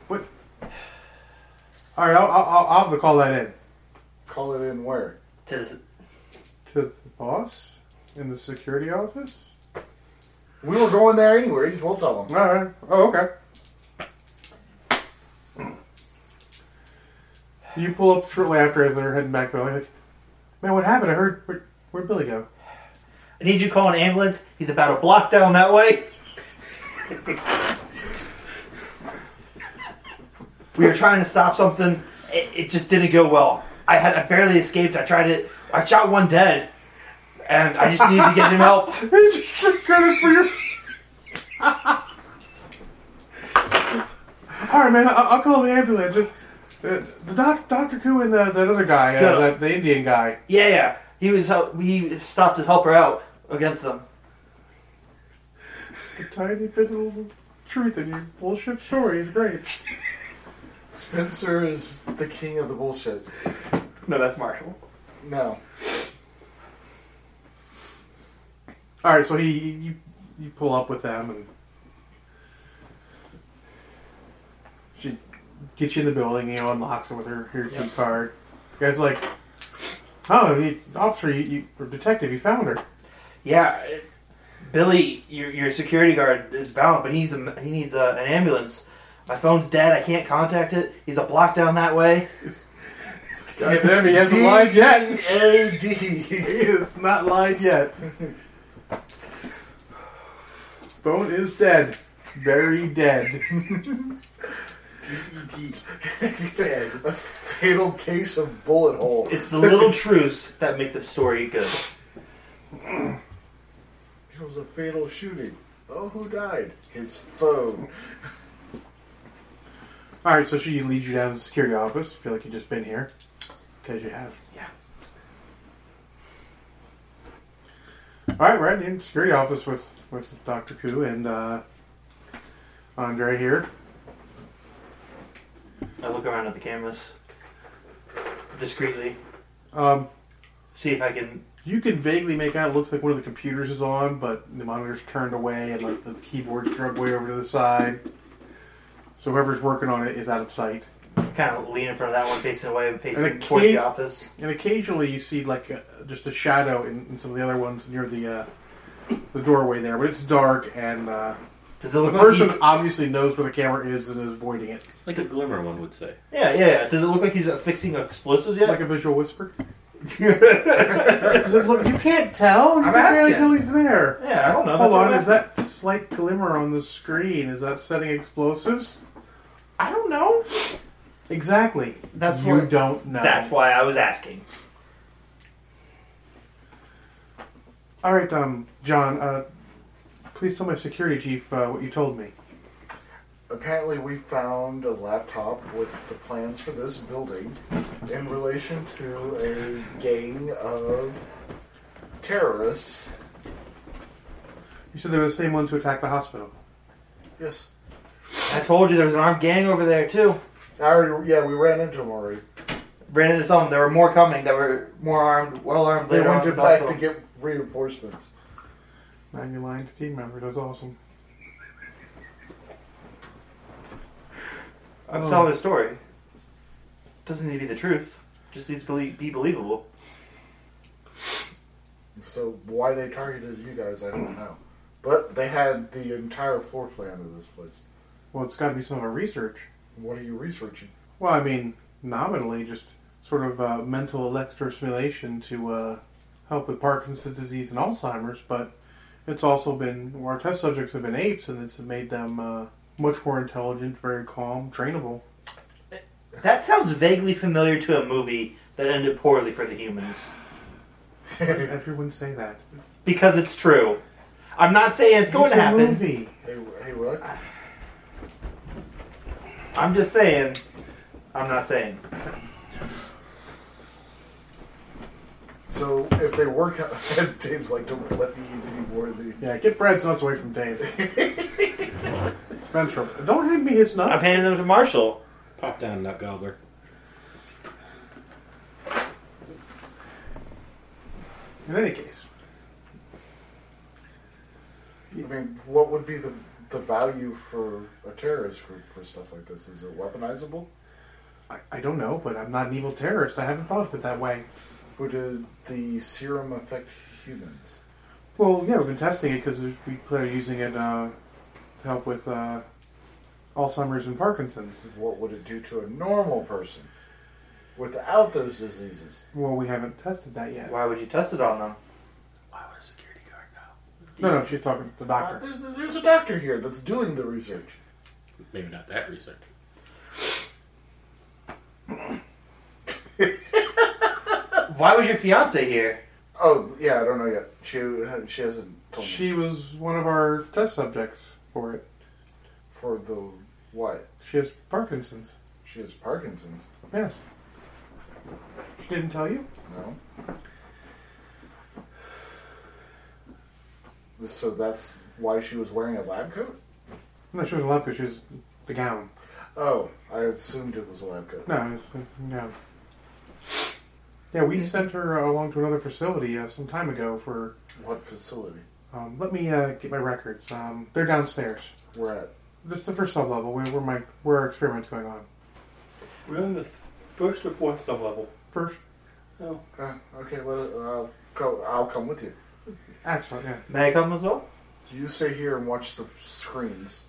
Speaker 1: What? All right, I'll, I'll, I'll have to call that in
Speaker 2: call it in where?
Speaker 7: To-
Speaker 1: to the boss in the security office.
Speaker 2: We were going there anyways. We'll tell
Speaker 1: All
Speaker 2: them.
Speaker 1: right. Oh, okay. You pull up shortly after as they're heading back to the like, Man, what happened? I heard. Where, where'd Billy go?
Speaker 3: I need you to call an ambulance. He's about a block down that way. we were trying to stop something. It, it just didn't go well. I had I barely escaped. I tried to. I shot one dead, and I just needed to get him help.
Speaker 1: They just took credit for your. All right, man. I'll, I'll call the ambulance. Uh, the doc, Doctor Koo, and uh, that other guy, uh,
Speaker 3: Yeah.
Speaker 1: that, the Indian guy.
Speaker 3: Yeah, yeah. He was help. We stopped to help her out against them.
Speaker 1: The tiny bit of truth in your bullshit story is great.
Speaker 2: Spencer is the king of the bullshit.
Speaker 7: no, that's Marshall.
Speaker 2: No,
Speaker 1: All right, so he you, you pull up with them and she gets you in the building. You know, unlocks it with her her key card. You guys are like, oh, you, officer, you, you or detective, you found her.
Speaker 3: Yeah, it- Billy, your, your security guard is bound, but he needs a, he needs a, an ambulance. My phone's dead. I can't contact it. He's a block down that way.
Speaker 1: Damn, he hasn't lied yet.
Speaker 2: A D.
Speaker 1: He has not lied yet. Phone is dead, very dead.
Speaker 2: A fatal case of bullet hole.
Speaker 3: It's the little truths that make the story good.
Speaker 2: It was a fatal shooting. Oh, who died? His foe.
Speaker 1: All right, so she leads you down to the security office. Feel like you've just been here because you have.
Speaker 3: Yeah.
Speaker 1: All right, we're in the security office with with Doctor Koo and uh, Andre here.
Speaker 3: I look around at the cameras discreetly,
Speaker 1: Um,
Speaker 3: see if I can.
Speaker 1: you can vaguely make out it looks like one of the computers is on, but the monitor's turned away and like the keyboard's drug way over to the side. So whoever's working on it is out of sight.
Speaker 3: kind of lean in front of that one, facing away,
Speaker 1: And a
Speaker 3: facing towards
Speaker 1: key-
Speaker 3: the office.
Speaker 1: And occasionally you see like a, just a shadow in, in some of the other ones near the uh, the doorway there, but it's dark and uh,
Speaker 3: Does it look
Speaker 1: the
Speaker 3: like he's-
Speaker 1: person obviously knows where the camera is and is avoiding it,
Speaker 4: Like a glimmer, one would say.
Speaker 3: Yeah, yeah, yeah. Does it look like he's uh, fixing explosives yet?
Speaker 1: like a visual whisper. Does it look- you can't tell. You
Speaker 3: I'm
Speaker 1: can't really
Speaker 3: asking.
Speaker 1: tell he's there.
Speaker 3: yeah, I don't know.
Speaker 1: Hold
Speaker 3: That's
Speaker 1: on,
Speaker 3: what
Speaker 1: is
Speaker 3: I'm-
Speaker 1: that slight glimmer on the screen? Is that setting explosives?
Speaker 3: I don't know.
Speaker 1: Exactly.
Speaker 3: That's
Speaker 1: you
Speaker 3: what-
Speaker 1: don't know.
Speaker 3: That's why I was asking.
Speaker 1: All right, um, John. Uh, please tell my security chief uh, what you told me.
Speaker 2: Apparently, we found a laptop with the plans for this building in relation to a gang of terrorists.
Speaker 1: You said they were the same ones who attacked the hospital.
Speaker 2: Yes.
Speaker 3: I told you there was an armed gang over there too.
Speaker 2: I already, yeah, we ran into them already.
Speaker 3: Ran into some. There were more coming. That were more armed, well armed.
Speaker 2: They
Speaker 3: later
Speaker 2: went
Speaker 3: on
Speaker 2: to
Speaker 3: in the
Speaker 2: back to
Speaker 3: hospital.
Speaker 2: get reinforcements.
Speaker 1: Now you're lying to team member. That's awesome.
Speaker 3: I'm
Speaker 1: Oh.
Speaker 3: telling a story. Doesn't need to be the truth. Just needs to be be believable.
Speaker 2: So why they targeted you guys, I don't know. But they had the entire floor plan of this place.
Speaker 1: Well, it's got to be some of our research.
Speaker 2: What are you researching?
Speaker 1: Well, I mean, nominally, just sort of uh, mental electrostimulation to uh, help with Parkinson's disease and Alzheimer's, but it's also been, well, our test subjects have been apes, and it's made them uh, much more intelligent, very calm, trainable.
Speaker 3: That sounds vaguely familiar to a movie that ended poorly for the humans.
Speaker 1: Why does everyone say that?
Speaker 3: Because it's true. I'm not saying it's going
Speaker 1: It's
Speaker 3: to
Speaker 1: a
Speaker 3: happen.
Speaker 1: Movie.
Speaker 2: Hey, hey, what?
Speaker 3: I'm just saying. I'm not saying.
Speaker 2: So if they work out, Dave's like, don't let me eat any more of these.
Speaker 1: Yeah, get Brad's nuts away from Dave. Spencer, don't hand me his
Speaker 7: I'm
Speaker 1: nuts.
Speaker 7: handing them to Marshall.
Speaker 4: Pop down, nut gobbler.
Speaker 1: In any case,
Speaker 2: I mean, what would be the the value for a terrorist group for stuff like this? Is it weaponizable?
Speaker 1: I, I don't know, but I'm not an evil terrorist. I haven't thought of it that way.
Speaker 2: Or did the serum affect humans?
Speaker 1: Well, yeah, we've been testing it because we plan on using it uh, to help with uh, Alzheimer's and Parkinson's.
Speaker 2: What would it do to a normal person without those diseases?
Speaker 1: Well, we haven't tested that yet.
Speaker 3: Why would you test it on them?
Speaker 4: Why would a security guard know?
Speaker 1: No, no, she's talking to the
Speaker 2: Uh,
Speaker 1: doctor.
Speaker 2: there- there's a doctor here that's doing the research.
Speaker 4: Maybe not that research.
Speaker 3: Why was your fiance here?
Speaker 2: Oh yeah, I don't know yet. She she hasn't told me
Speaker 1: She was one of our test subjects for it.
Speaker 2: for the what?
Speaker 1: She has Parkinson's.
Speaker 2: She has Parkinson's.
Speaker 1: Yes. She didn't tell you?
Speaker 2: No. So that's why she was wearing a lab coat.
Speaker 1: No, she wasn't allowed to. She was the gown.
Speaker 2: Oh, I assumed it was a lab coat.
Speaker 1: No, it's, no. Yeah, we sent her along to another facility uh, some time ago for.
Speaker 2: What facility?
Speaker 1: Um, let me uh, get my records. Um, they're downstairs.
Speaker 2: We're at.
Speaker 1: This is the first sub level where, where my where our experiment's going on.
Speaker 5: We're on the th- first or fourth sub level.
Speaker 1: First,
Speaker 5: Oh,
Speaker 2: Uh, okay, let it, uh, go. I'll come with you.
Speaker 1: excellent. Yeah.
Speaker 3: May I come as well?
Speaker 2: You stay here and watch the screens.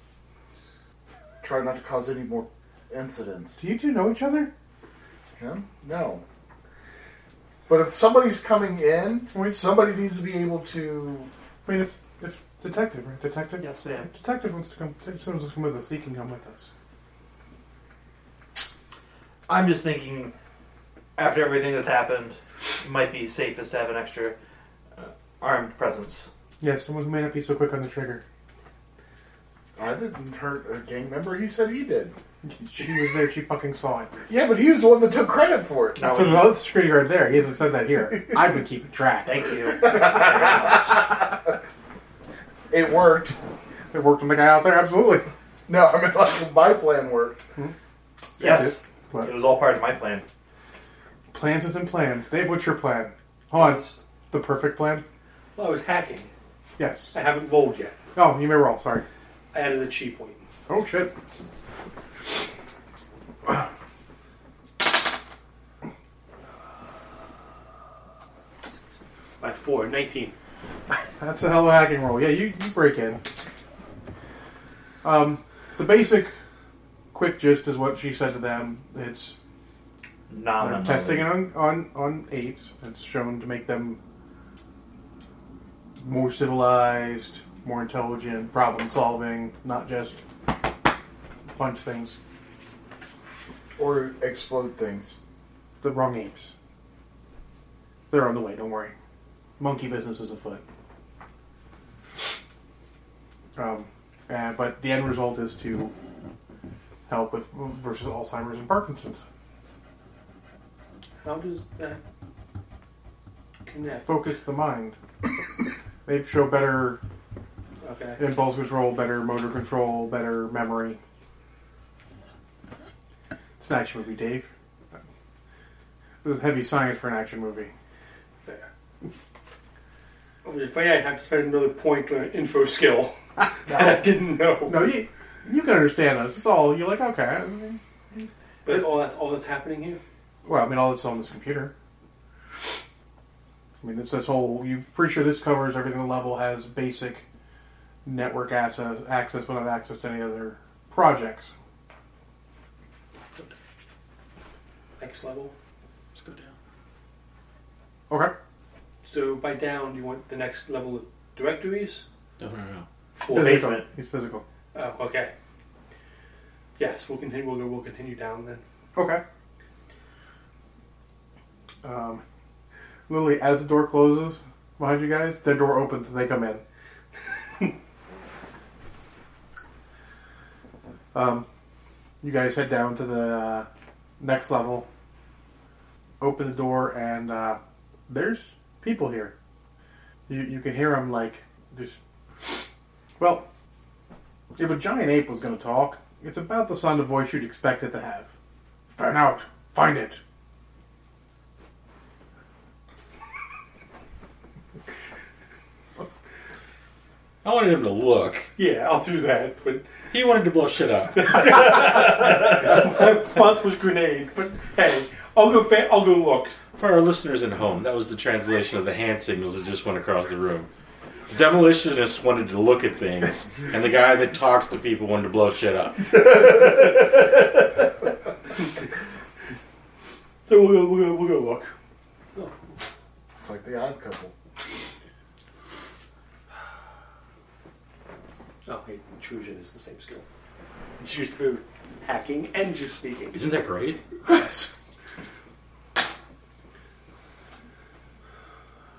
Speaker 2: Try not to cause any more incidents.
Speaker 1: Do you two know each other?
Speaker 2: Him? No. But if somebody's coming in,
Speaker 1: Wait.
Speaker 2: somebody needs to be able to.
Speaker 1: I mean, if if detective, right? Detective.
Speaker 3: Yes, ma'am.
Speaker 1: Detective wants to come. Detective wants to come with us. He can come with us.
Speaker 3: I'm just thinking, after everything that's happened, it might be safest to have an extra uh, armed presence.
Speaker 1: Yeah, someone who may not be so quick on the trigger.
Speaker 2: I didn't hurt a gang member. He said he did.
Speaker 1: She was there. She fucking saw it.
Speaker 2: Yeah, but he was the one that took credit for it.
Speaker 3: No,
Speaker 1: So the other security guard there. He hasn't said that here. I've been keeping track.
Speaker 3: thank you. Very much.
Speaker 2: It worked.
Speaker 1: It worked on the guy out there. Absolutely.
Speaker 2: No, I mean like my plan worked.
Speaker 3: yes,
Speaker 1: What?
Speaker 3: it was all part of my plan.
Speaker 1: Plans within plans. Dave, what's your plan? Hold on. The perfect plan?
Speaker 5: well, I was hacking.
Speaker 1: Yes.
Speaker 5: I haven't rolled yet.
Speaker 1: Oh, you may roll. Sorry.
Speaker 5: I added a chi point.
Speaker 1: Oh shit.
Speaker 5: By four, 19.
Speaker 1: That's a hell of a hacking roll. Yeah, you, you break in. Um, the basic quick gist is what she said to them. It's they're
Speaker 3: Nominally.
Speaker 1: testing it on, on, on apes. It's shown to make them more civilized, more intelligent, problem solving, not just punch things.
Speaker 2: Or explode things.
Speaker 1: The wrong apes. They're on the way, don't worry. Monkey business is afoot. Um, uh, but the end result is to help with versus Alzheimer's and Parkinson's.
Speaker 5: How does that connect?
Speaker 1: Focus the mind. They show better
Speaker 5: Okay.
Speaker 1: impulse control, better motor control, better memory. It's an action movie, Dave. This is heavy science for an action movie.
Speaker 5: Fair. I'm afraid I'd have to spend another point on an info skill that I didn't know.
Speaker 1: No, you, you can understand us. It's all you're like, okay. I mean,
Speaker 5: But that's all that's all that's happening here.
Speaker 1: Well, I mean, all this on this computer. I mean, it's this whole. You pretty sure this covers everything. The level has basic network access, access, but not access to any other projects.
Speaker 5: Next level.
Speaker 4: Let's go down.
Speaker 1: Okay.
Speaker 5: So by down, do you want the next level of directories?
Speaker 4: No, no, no.
Speaker 1: Physical.
Speaker 5: Or
Speaker 3: basement.
Speaker 1: He's physical.
Speaker 5: Oh, okay. Yes, we'll continue. We'll go. We'll continue down then.
Speaker 1: Okay. Um, literally, as the door closes behind you guys, the door opens and they come in. um, you guys head down to the uh, next level, open the door, and uh, there's people here. You, you can hear them like just. Well, if a giant ape was going to talk, it's about the sound of voice you'd expect it to have. Fan out. Find it.
Speaker 4: I wanted him to look.
Speaker 5: Yeah, I'll do that. But
Speaker 4: He wanted to blow shit up.
Speaker 5: my response was grenade. But hey, I'll go. Fa- I'll go look.
Speaker 4: For our listeners at home, that was the translation of the hand signals that just went across the room. The demolitionist wanted to look at things, and the guy that talks to people wanted to blow shit up.
Speaker 5: So we'll go. We'll go. We'll go look.
Speaker 2: It's like the odd couple.
Speaker 5: Oh, hey, intrusion is the same skill. It's used for hacking and just sneaking.
Speaker 4: Isn't that great?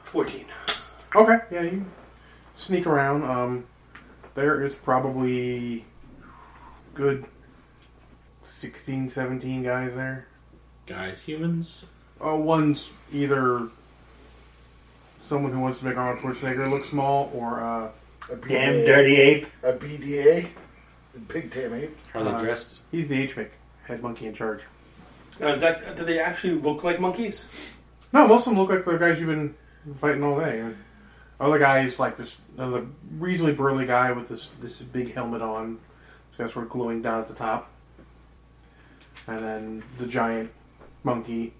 Speaker 5: Fourteen.
Speaker 1: Okay, yeah, you sneak around. Um, there is probably good 16, 17 guys there.
Speaker 4: Guys, humans?
Speaker 1: Uh, one's either someone who wants to make Arnold Schwarzenegger look small, or uh,
Speaker 2: A BDA,
Speaker 3: Damn dirty ape.
Speaker 2: A BDA. A big damn ape.
Speaker 4: How they
Speaker 1: Uh,
Speaker 4: dressed?
Speaker 1: he's the HMIC, head monkey in charge.
Speaker 5: Now, is that? Do they actually look like monkeys?
Speaker 1: No, most of them look like the guys you've been fighting all day. And other guys, like this another reasonably burly guy with this this big helmet on. It's got sort of glowing down at the top. And then the giant monkey.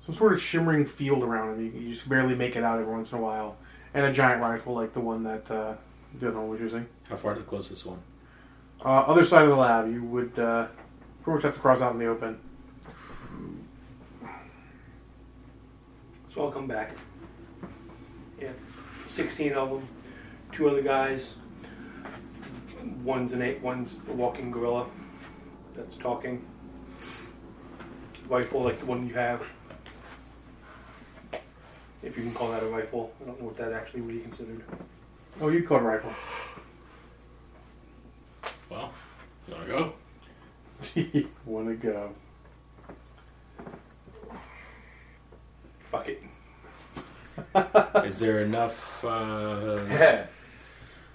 Speaker 1: Some sort of shimmering field around him. You, you just barely make it out every once in a while. And a giant rifle like the one that uh, the other one was using.
Speaker 4: How far to the closest one?
Speaker 1: Uh, other side of the lab, you would uh, pretty much have to cross out in the open.
Speaker 5: So I'll come back. Yeah, 16 of them, two other guys. One's an ape, one's a walking gorilla that's talking. Rifle like the one you have. If you can call that a rifle, I don't know what that actually would be considered.
Speaker 1: Oh, you'd call it a rifle.
Speaker 4: Well, you wanna go?
Speaker 1: Wanna go.
Speaker 5: Fuck it.
Speaker 4: Is there enough uh,
Speaker 2: Yeah.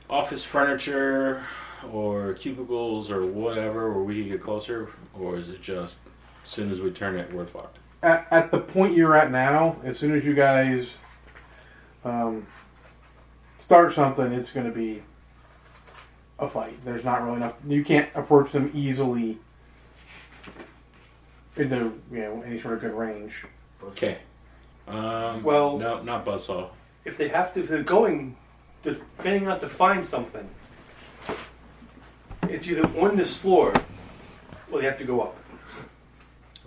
Speaker 4: office furniture or cubicles or whatever where we could get closer? Or is it just as soon as we turn it, we're fucked?
Speaker 1: at, at the point you're at now, as soon as you guys um, start something, it's going to be a fight. There's not really enough. You can't approach them easily into you know any sort of good range.
Speaker 4: Okay. Um,
Speaker 5: Well-
Speaker 4: no, not buzzsaw.
Speaker 5: If they have to, if they're going, they're finding out to find something. It's either on this floor, or they have to go up.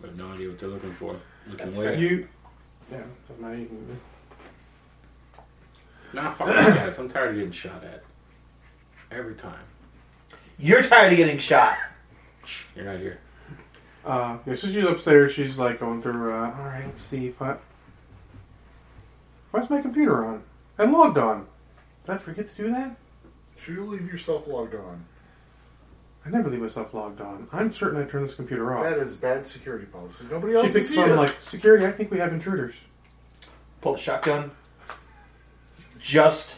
Speaker 4: I have no idea what they're looking for. Looking
Speaker 5: That's
Speaker 4: way up.
Speaker 1: You, yeah, I'm not even-
Speaker 4: Nah, fuck these guys. I'm tired of getting shot at. Every time.
Speaker 3: You're tired of getting shot.
Speaker 4: Shh, You're not here.
Speaker 1: Uh, yeah, so she's upstairs. She's like going through. Uh, All right, let's see. If I... Why's my computer on and logged on? Did I forget to do that?
Speaker 2: Should you leave yourself logged on?
Speaker 1: I never leave myself logged on. I'm certain I turned this computer off.
Speaker 2: That is bad security policy. Nobody
Speaker 1: She
Speaker 2: else
Speaker 1: picks
Speaker 2: is
Speaker 1: phone
Speaker 2: here.
Speaker 1: like security. I think we have intruders.
Speaker 3: Pull the shotgun. Just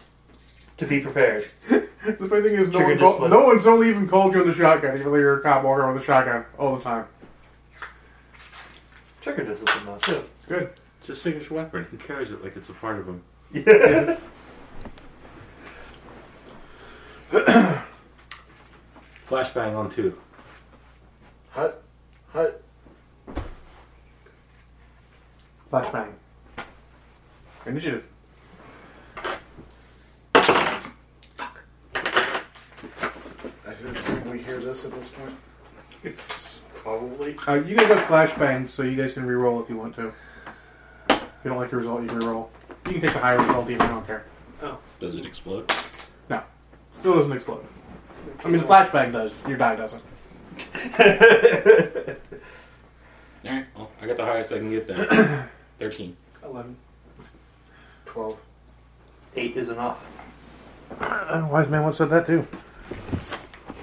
Speaker 3: to be prepared.
Speaker 1: the funny thing is, no,
Speaker 3: Trigger
Speaker 1: one call,
Speaker 3: discipline.
Speaker 1: no one's only even called you on the shotgun. Even though you're a cop walking around with a shotgun all the time.
Speaker 3: Trigger discipline though too.
Speaker 1: It's good.
Speaker 4: It's his signature weapon. He carries it like it's a part of him.
Speaker 3: Yes.
Speaker 4: Flashbang on two.
Speaker 2: Hut. Hut.
Speaker 1: Flashbang. Initiative.
Speaker 2: I should assume we hear this at this point.
Speaker 5: It's probably.
Speaker 1: Uh, you guys have flashbangs, so you guys can reroll if you want to. If you don't like the result, you can reroll. You can take the higher result even. I don't care.
Speaker 5: Oh.
Speaker 4: Does it explode?
Speaker 1: No, still doesn't explode. I mean, the flashbang does. Your die doesn't.
Speaker 4: Alright, well, I got the highest I can get there. 13.
Speaker 5: 11.
Speaker 2: 12.
Speaker 3: Eight is enough.
Speaker 1: Uh, wise man once said that too.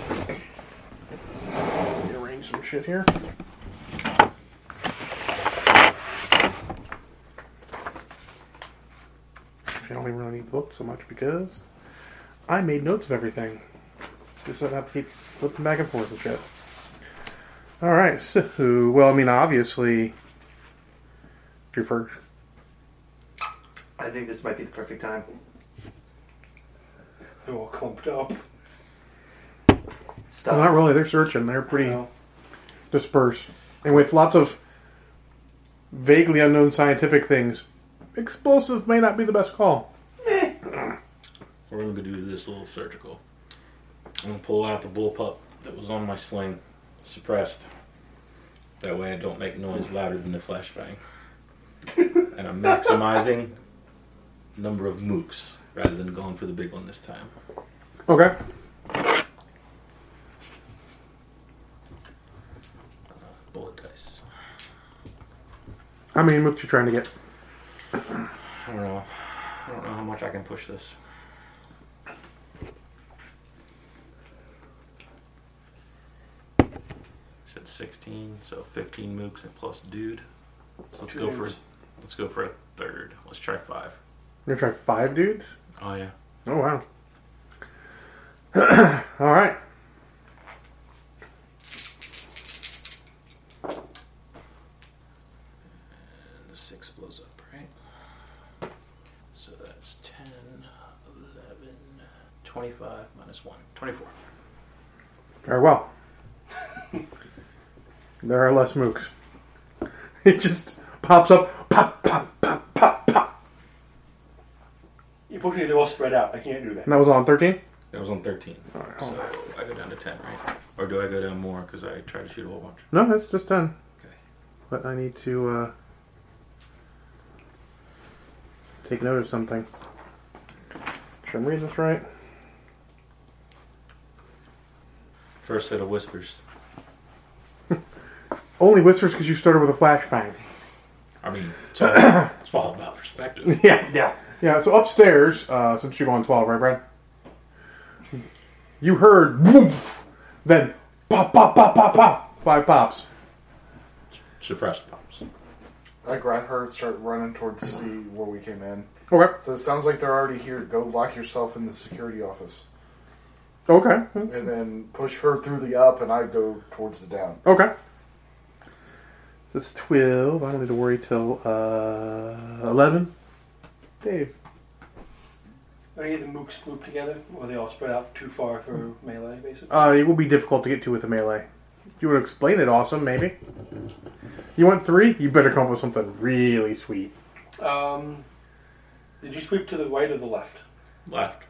Speaker 1: Let me Arrange some shit here. Actually, I don't even really need to look so much because I made notes of everything. Just so I don't have to keep flipping back and forth and shit. All right, so well, I mean, obviously, you're first.
Speaker 3: I think this might be the perfect time.
Speaker 5: They're all clumped up.
Speaker 1: Well, not
Speaker 3: Stop.
Speaker 1: really. They're searching. They're pretty.
Speaker 5: Well,
Speaker 1: disperse. And with lots of vaguely unknown scientific things, explosive may not be the best call.
Speaker 4: We're going to do this little surgical. I'm going to pull out the bullpup that was on my sling, suppressed. That way I don't make noise louder than the flashbang. and I'm maximizing number of mooks rather than going for the big one this time.
Speaker 1: Okay.
Speaker 4: Bullet dice.
Speaker 1: How many mooks you trying to get?
Speaker 4: I don't know. I don't know how much I can push this. Said 16, so 15 mooks and plus dude. So let's go for let's go for a third. Let's try five.
Speaker 1: You're gonna try five dudes?
Speaker 4: Oh yeah.
Speaker 1: Oh wow. All right.
Speaker 4: And the six blows up, right? So that's 10, 11, 25 minus one. 24.
Speaker 1: Very well. there are less mooks. It just pops up, pop, pop, pop, pop, pop.
Speaker 5: Unfortunately, they're all spread out. I can't do that.
Speaker 1: And that was on thirteen.
Speaker 4: That was on 13. so I go down to 10, right? Or do I go down more because I try to shoot a whole bunch?
Speaker 1: No, it's just ten.
Speaker 4: Okay.
Speaker 1: But I need to uh, take note of something. Should I read this right?
Speaker 4: First set of whispers.
Speaker 1: Only whispers because you started with a flashbang.
Speaker 4: I mean, it's all, it's all about perspective.
Speaker 1: Yeah.
Speaker 3: Yeah.
Speaker 1: Yeah, so upstairs, uh, since you're going 12, right, Brad? You heard woof, then pop, pop, pop, pop, pop. Five pops.
Speaker 4: Suppressed pops.
Speaker 2: I grab her and start running towards the where we came in.
Speaker 1: Okay.
Speaker 2: So it sounds like they're already here. Go lock yourself in the security office.
Speaker 1: Okay.
Speaker 2: And then push her through the up, and I go towards the down.
Speaker 1: Okay. That's 12. I don't need to worry till uh, 11. Dave.
Speaker 5: Are any of the mooks grouped together? Or are they all spread out too far for melee, basically?
Speaker 1: Uh, it will be difficult to get to with a melee. If you want to explain it, awesome, maybe. You want three? You better come up with something really sweet. Oh.
Speaker 5: Um, did you sweep to the right or the left?
Speaker 4: Left.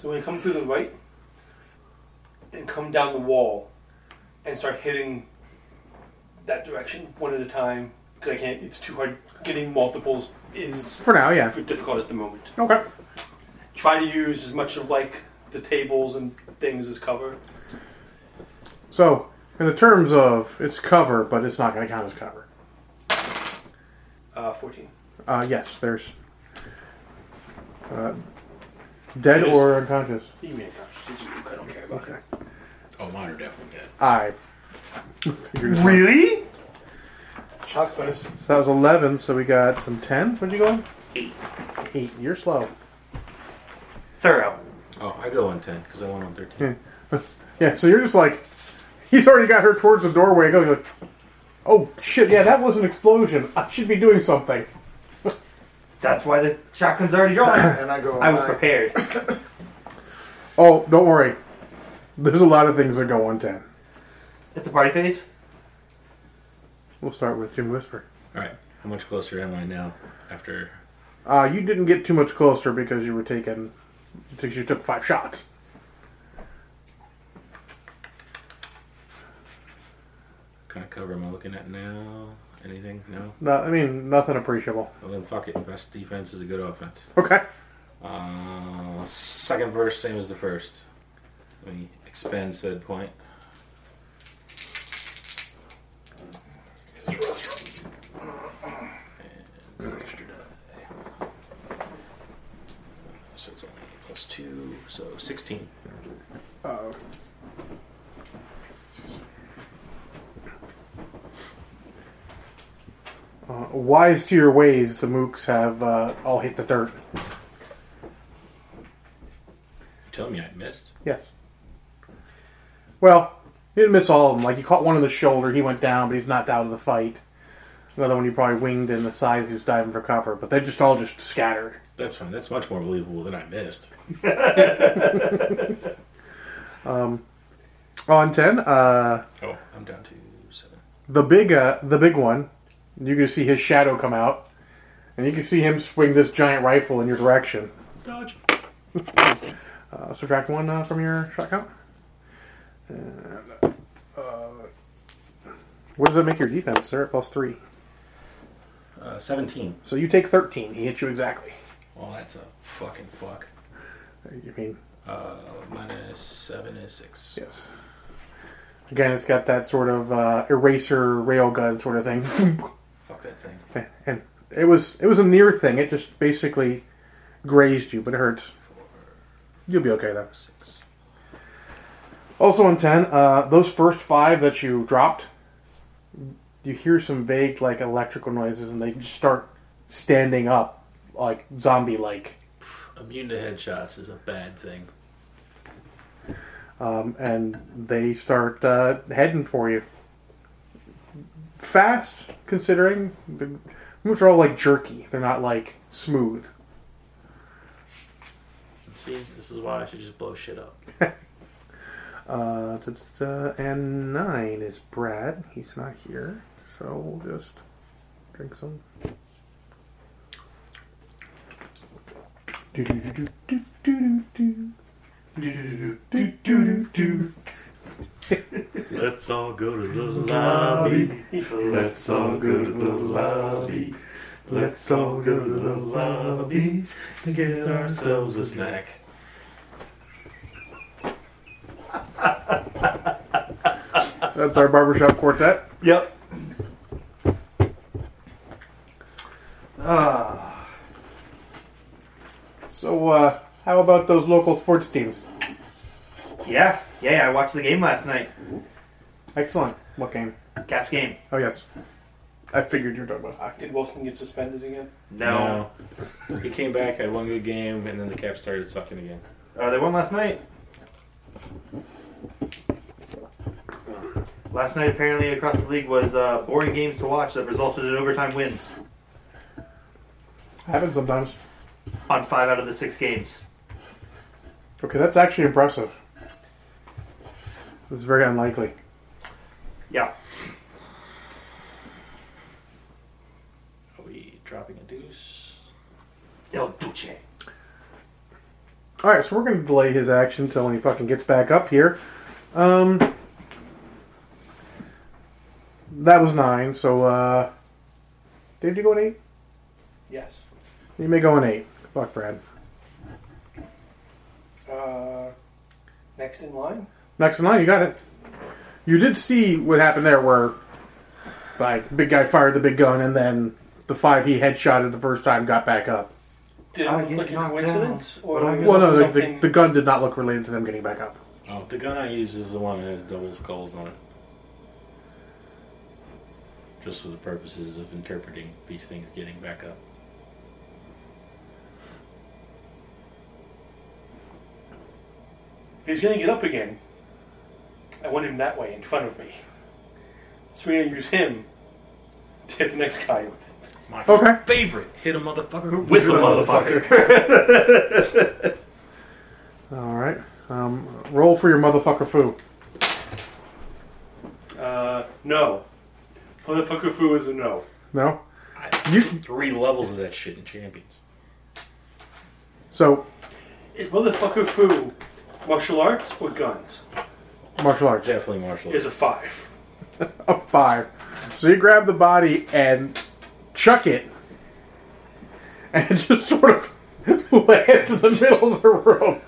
Speaker 5: So when you come through the right and come down the wall and start hitting that direction one at a time, because I can't, it's too hard. Getting multiples is
Speaker 1: For now, yeah.
Speaker 5: difficult at the moment.
Speaker 1: Okay.
Speaker 5: Try to use as much of like the tables and things as cover.
Speaker 1: So, in the terms of it's cover, but it's not going to count as cover.
Speaker 5: Uh, 14.
Speaker 1: Uh, yes, there's uh, dead
Speaker 5: It is-
Speaker 1: or unconscious.
Speaker 5: You mean unconscious. It's a mook, I don't care about it.
Speaker 1: Okay.
Speaker 4: Oh, mine are definitely dead.
Speaker 1: I figured it out.
Speaker 3: Really?
Speaker 2: Shot face.
Speaker 1: So that was 11, so we got some 10. Where'd you go? Eight. Eight. You're slow.
Speaker 3: Thorough.
Speaker 4: Oh, I go on 10 because I went on 13.
Speaker 1: Yeah, so you're just like, he's already got her towards the doorway. Going, like, oh shit, yeah, that was an explosion. I should be doing something.
Speaker 3: That's why the shotgun's already drawn.
Speaker 2: And I go.
Speaker 3: I was prepared.
Speaker 1: Oh, don't worry. There's a lot of things that go on 10.
Speaker 3: It's a party phase.
Speaker 1: We'll start with Jim Whisper.
Speaker 4: All right. How much closer am I now after
Speaker 1: Uh, you didn't get too much closer because you were taken, because you took five shots.
Speaker 4: kind of cover am I looking at now? Anything? No?
Speaker 1: No, I mean, nothing appreciable.
Speaker 4: Well, then fuck it. Best defense is a good offense.
Speaker 1: Okay.
Speaker 4: Uh, second verse, same as the first. Let me expand said point. And extra die. So it's only plus two, so 16.
Speaker 1: Uh, wise to your ways, the mooks have uh, all hit the dirt.
Speaker 4: You tell me I missed?
Speaker 1: Yes. Well, you didn't miss all of them. Like, you caught one in the shoulder, he went down, but he's knocked out of the fight. Another one you probably winged in the sides, he was diving for cover, but they just all just scattered.
Speaker 4: That's fine. That's much more believable than I missed.
Speaker 1: On 10, uh,
Speaker 4: Oh, I'm down to seven.
Speaker 1: the big uh, the big one, you can see his shadow come out, and you can see him swing this giant rifle in your direction.
Speaker 4: Dodge.
Speaker 1: Uh, subtract one uh, from your shot count. And, uh, what does that make your defense, sir? At plus three.
Speaker 4: Uh, 17.
Speaker 1: So you take 13. He hits you exactly.
Speaker 4: Well, that's a fucking fuck.
Speaker 1: You mean,
Speaker 4: Uh, minus seven is six.
Speaker 1: yes. Again, it's got that sort of uh, eraser railgun sort of thing.
Speaker 4: Fuck that thing.
Speaker 1: and it was it was a near thing. It just basically grazed you, but it hurts. You'll be okay though.
Speaker 4: Six.
Speaker 1: Also on ten, uh, those first five that you dropped, you hear some vague like electrical noises, and they just start standing up like zombie like.
Speaker 4: Immune to headshots is a bad thing.
Speaker 1: um, and they start uh, heading for you. Fast, considering the moves are all like jerky; they're not like smooth.
Speaker 4: See, this is why I should just blow shit up.
Speaker 1: Uh, da, da, da, and nine is Brad. He's not here, so we'll just drink some. Do, do, do, do, do, do, do, do. Do, do, do, do.
Speaker 4: Let's all go to the lobby. Let's all go to the lobby. Let's all go to the lobby and get ourselves a snack.
Speaker 1: That's our barbershop quartet.
Speaker 3: Yep. Ah,
Speaker 1: So, uh, how about those local sports teams?
Speaker 3: yeah, yeah. I watched the game last night.
Speaker 1: Excellent. What game?
Speaker 3: Caps game.
Speaker 1: Oh yes, I figured you were talking about hockey.
Speaker 5: Did Wilson get suspended again?
Speaker 3: No.
Speaker 4: No. He came back, had one good game, and then the cap started sucking again.
Speaker 3: Uh, they won last night. Last night, apparently, across the league was uh, boring games to watch that resulted in overtime wins
Speaker 1: Happens sometimes.
Speaker 3: on five out of the six games.
Speaker 1: Okay, that's actually impressive. It's very unlikely.
Speaker 3: Yeah.
Speaker 4: Are we dropping a deuce?
Speaker 3: El Duce.
Speaker 1: All right, so we're going to delay his action until when he fucking gets back up here. Um, that was nine. So, uh, did you go an eight?
Speaker 5: Yes.
Speaker 1: You may go an eight. Fuck, Brad.
Speaker 5: Uh, next in line?
Speaker 1: Next in line, you got it. You did see what happened there, where like big guy fired the big gun, and then the five he headshotted the first time got back up.
Speaker 5: Did it
Speaker 3: I
Speaker 5: look
Speaker 3: get
Speaker 5: like a
Speaker 3: knocked
Speaker 5: coincidence?
Speaker 3: down,
Speaker 5: Or
Speaker 3: but I
Speaker 5: was
Speaker 1: Well,
Speaker 5: it
Speaker 1: no, the, the,
Speaker 5: something-
Speaker 1: the gun did not look related to them getting back up.
Speaker 4: Oh, the gun I use is the one that has double skulls on it. Just for the purposes of interpreting these things getting back up.
Speaker 5: He's going to get up again. I want him that way in front of me. So we're going to use him to hit the next guy with.
Speaker 4: My
Speaker 1: Okay.
Speaker 4: favorite. Hit a motherfucker with a motherfucker.
Speaker 1: All right, um, roll for your motherfucker foo.
Speaker 5: Uh, no. Motherfucker Fu is a no.
Speaker 1: No,
Speaker 4: I
Speaker 1: you
Speaker 4: Three levels of that shit in champions.
Speaker 1: So,
Speaker 5: Is motherfucker foo martial arts or guns?
Speaker 1: martial arts.
Speaker 4: Definitely martial
Speaker 5: Is
Speaker 4: arts.
Speaker 5: a five.
Speaker 1: A five. So you grab the body and chuck it, and it just sort of lands in the middle of the room,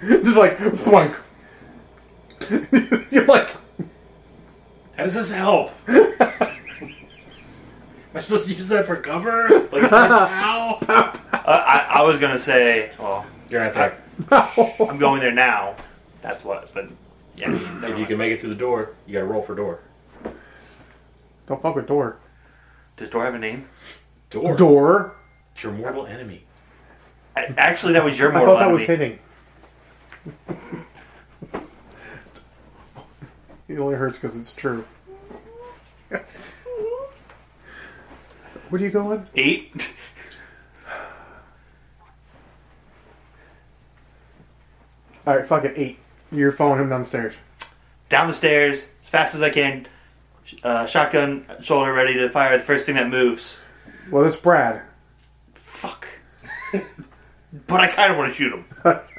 Speaker 1: just like thwunk. You're like,
Speaker 4: How does this help? Am I supposed to use that for cover? Like, how?
Speaker 7: I, I, Uh, I was gonna say, well,
Speaker 4: You're right there.
Speaker 7: I'm going there now. That's what. But yeah,
Speaker 4: If
Speaker 7: never
Speaker 4: you
Speaker 7: mind.
Speaker 4: can make it through the door, you gotta roll for door.
Speaker 1: don't fuck with door.
Speaker 7: does door have a name?
Speaker 4: Door.
Speaker 1: Door.
Speaker 4: It's your mortal enemy.
Speaker 7: I, actually, that was your
Speaker 1: I
Speaker 7: mortal
Speaker 1: thought that was hitting.
Speaker 7: enemy.
Speaker 1: it only hurts because it's true. Where do you go on?
Speaker 7: Eight.
Speaker 1: All right, fuck it. Eight. You're following him downstairs.
Speaker 7: Down the stairs as fast as I can. sh- Uh, shotgun shoulder ready to fire the first thing that moves.
Speaker 1: Well, it's Brad.
Speaker 7: Fuck. but I kind of want to shoot him.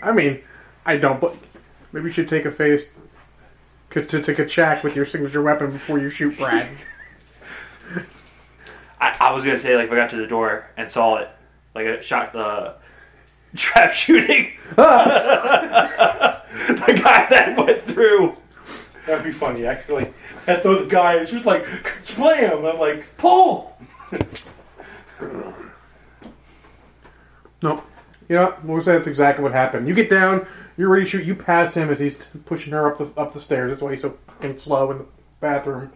Speaker 1: I mean, I don't. But maybe you should take a face to take a check with your signature weapon before you shoot Brad.
Speaker 7: I, I was gonna say like if I got to the door and saw it, like a shot the trap shooting. the guy that went through.
Speaker 5: That'd be funny, actually. I throw the guy, it's just like, slam! I'm like, pull!
Speaker 1: no, you know, we'll say that's exactly what happened. You get down, you're ready to shoot. You pass him as he's t- pushing her up the up the stairs. That's why he's so fucking slow in the bathroom.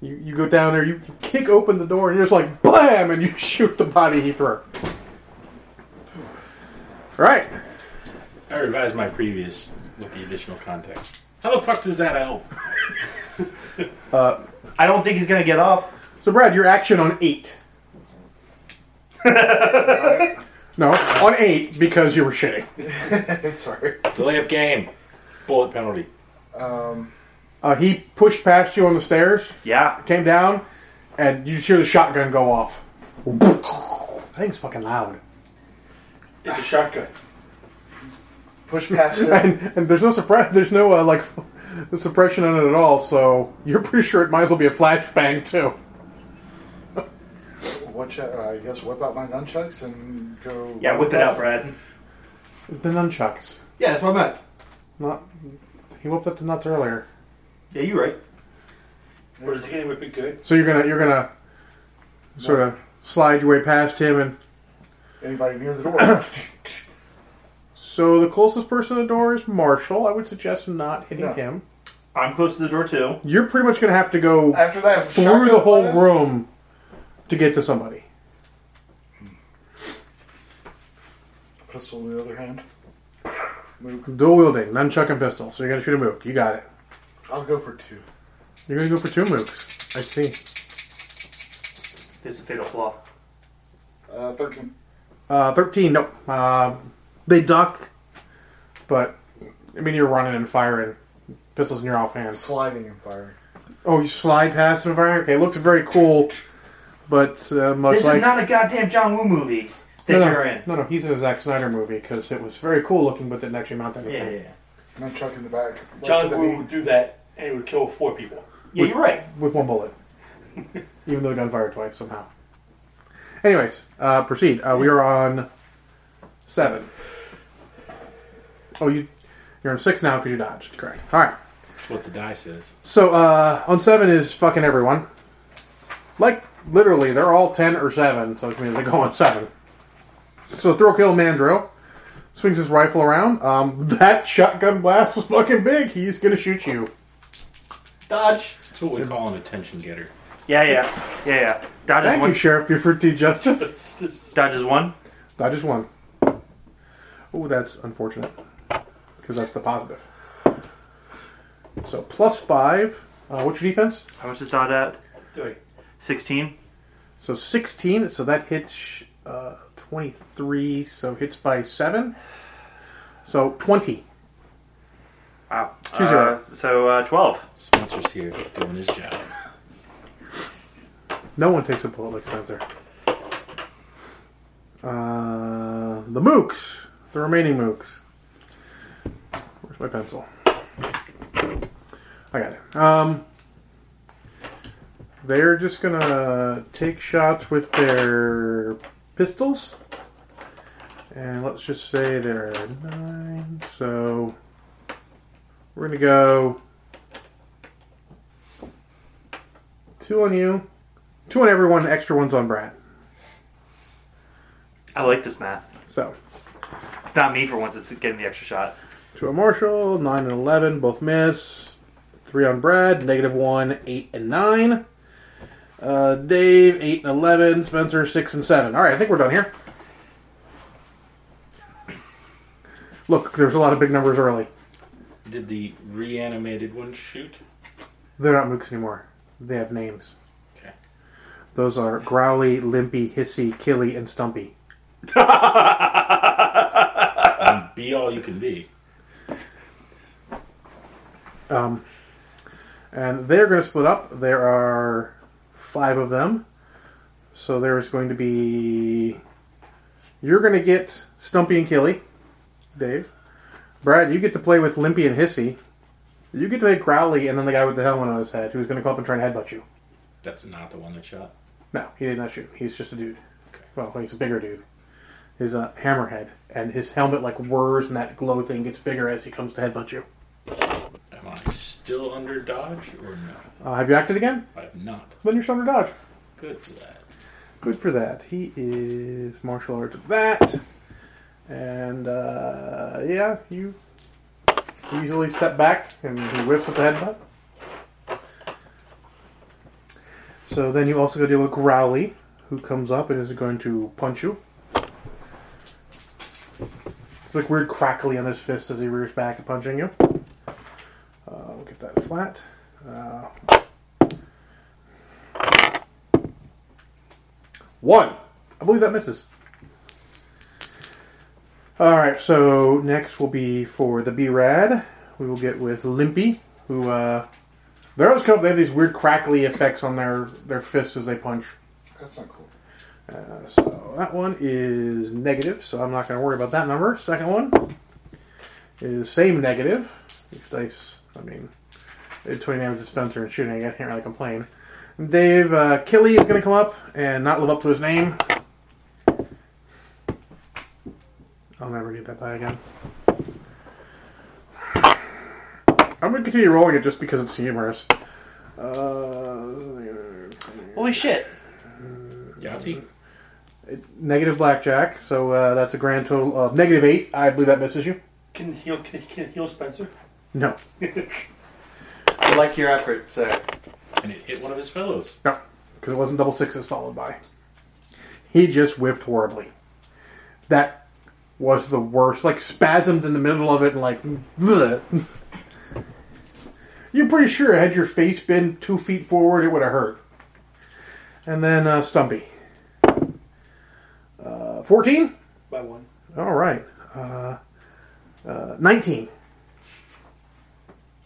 Speaker 1: You, you go down there, you kick open the door, and you're just like blam, and you shoot the body he threw. All right,
Speaker 4: I revised my previous with the additional context. How the fuck does that help?
Speaker 3: I don't think he's gonna get up.
Speaker 1: so Brad, your action on eight. no, on eight because you were shitting.
Speaker 2: Sorry.
Speaker 4: Delay of game. Bullet penalty.
Speaker 1: Uh, he pushed past you on the stairs,
Speaker 7: Yeah.
Speaker 1: came down, and you just hear the shotgun go off. That thing's fucking loud.
Speaker 5: It's a shotgun.
Speaker 2: Push past it.
Speaker 1: And, and there's no suppress, there's no uh, like suppression on it at all. So you're pretty sure it might as well be a flashbang too.
Speaker 2: Which, uh, I guess whip out my nunchucks and go.
Speaker 7: Yeah, whip it out, Brad.
Speaker 1: The nunchucks.
Speaker 3: Yeah, that's what I meant.
Speaker 1: Not he whipped up the nuts earlier.
Speaker 3: Yeah, you're right.
Speaker 5: Or is it gonna whip it good?
Speaker 1: So you're gonna you're gonna sort of slide your way past him, and
Speaker 2: Anybody near the door?
Speaker 1: so the closest person to the door is Marshall. I would suggest not hitting
Speaker 2: Yeah.
Speaker 1: him.
Speaker 7: I'm close to the door too.
Speaker 1: You're pretty much gonna have to go
Speaker 2: After that,
Speaker 1: through
Speaker 2: shotgun
Speaker 1: the whole
Speaker 2: blast?
Speaker 1: room to get to somebody.
Speaker 2: Pistol in the other hand. Mook.
Speaker 1: Dual wielding, nunchuck and pistol. So you're gonna shoot a mook. You got it.
Speaker 2: I'll go for two.
Speaker 1: You're gonna go for two mooks. I see.
Speaker 7: There's a fatal flaw.
Speaker 2: Uh, 13.
Speaker 1: Uh, Thirteen. No. Uh, they duck, but I mean you're running and firing. Pistols in your offhand.
Speaker 2: Sliding and firing.
Speaker 1: Oh, you slide past and fire. Okay, looks very cool, but uh, much
Speaker 7: This
Speaker 1: like
Speaker 7: is not a goddamn John Woo movie that
Speaker 1: no,
Speaker 7: you're
Speaker 1: no,
Speaker 7: in.
Speaker 1: No, no, he's in a Zack Snyder movie because it was very cool looking, but didn't actually mount anything.
Speaker 7: Yeah, yeah, yeah.
Speaker 2: Nunchuck in the back. Right
Speaker 5: John
Speaker 2: to the
Speaker 5: Woo
Speaker 2: knee.
Speaker 5: would do that and it would kill four people.
Speaker 7: Yeah, you're right.
Speaker 1: with one bullet, even though the gun fired twice somehow. Anyways, uh, proceed. Uh, we are on seven. Oh, you you're on six now because you dodged. Correct. All right.
Speaker 4: That's what the die says.
Speaker 1: So uh, on seven is fucking everyone. Like literally, they're all ten or seven, so which means they go on seven. So throw kill Mandrill swings his rifle around. Um, that shotgun blast was fucking big. He's gonna shoot you.
Speaker 3: Dodge.
Speaker 4: That's what we call an attention getter.
Speaker 7: Yeah, yeah, yeah, yeah. Dodge is
Speaker 1: Thank
Speaker 7: one.
Speaker 1: you, Sheriff Buford T. Justice.
Speaker 7: Dodge is one.
Speaker 1: I just won. Oh, that's unfortunate. Because that's the positive. So, plus five. Uh, what's your defense?
Speaker 7: How much is Dodge at?
Speaker 5: Three.
Speaker 7: Sixteen.
Speaker 1: So, 16. So, that hits uh, 23. So, hits by 7. So, 20.
Speaker 7: Wow.
Speaker 1: Two zero.
Speaker 7: Uh, so uh, twelve.
Speaker 4: Spencer's here doing his job.
Speaker 1: No one takes a bullet like Spencer. Uh, the mooks, the remaining mooks. Where's my pencil? I got it. Um, they're just gonna take shots with their pistols, and let's just say there are nine. So we're gonna go two on you, two on everyone. Extra ones on Brad.
Speaker 7: I like this math.
Speaker 1: So
Speaker 7: It's not me for once. It's getting the extra shot.
Speaker 1: Two on Marshall, 9 and 11, both miss. Three on Brad, negative 1, 8 and 9. Uh, Dave, 8 and 11. Spencer, 6 and 7. All right, I think we're done here. Look, there's a lot of big numbers early.
Speaker 4: Did the reanimated one shoot?
Speaker 1: They're not mooks anymore. They have names.
Speaker 4: Okay.
Speaker 1: Those are Growly, Limpy, Hissy, Killy, and Stumpy.
Speaker 4: And be all you can be.
Speaker 1: Um, and they're going to split up. There are five of them. So there is going to be. You're going to get Stumpy and Killy, Dave. Brad, you get to play with Limpy and Hissy. You get to play Growly and then the guy with the helmet on his head who's going to come up and try and headbutt you.
Speaker 4: That's not the one that shot.
Speaker 1: No, he did not shoot. He's just a dude.
Speaker 4: Okay.
Speaker 1: Well, he's a bigger dude. He's a hammerhead. And his helmet, like, whirs and that glow thing gets bigger as he comes to headbutt you.
Speaker 4: Am I still under dodge or no?
Speaker 1: Uh, have you acted again?
Speaker 4: I'm not.
Speaker 1: Then you're Thunder Dodge.
Speaker 4: Good for that.
Speaker 1: Good for that. He is martial arts of that. And uh, yeah, you easily step back and he whiffs with the headbutt. So then you also go deal with Growly, who comes up and is going to punch you. It's like weird crackly on his fist as he rears back and punching you. Uh, we'll get that flat. Uh, One. I believe that misses. All right, so next will be for the B-Rad. We will get with Limpy, who uh, they're always come up. They have these weird crackly effects on their their fists as they punch.
Speaker 2: That's not cool.
Speaker 1: Uh, so that one is negative, so I'm not going to worry about that number. Second one is same negative. These dice, I mean, they did 20 damage to Spencer and shooting. I can't really complain. Dave uh, Killy is going to come up and not live up to his name. I'll never get that die again. I'm going to continue rolling it just because it's humorous. Uh,
Speaker 7: Holy shit!
Speaker 4: Yahtzee?
Speaker 1: Negative blackjack, so uh, that's a grand total of negative eight. I believe that misses you.
Speaker 5: Can heal, can, can heal Spencer?
Speaker 1: No,
Speaker 3: I like your effort, sir.
Speaker 4: And it hit one of his fellows.
Speaker 1: no, because it wasn't double sixes followed by. He just whiffed horribly. That was the worst. Like spasmed in the middle of it, and like, bleh. you're pretty sure had your face been two feet forward, it would have hurt. And then uh, Stumpy, uh, fourteen.
Speaker 5: By one.
Speaker 1: All right. Uh, uh, 19.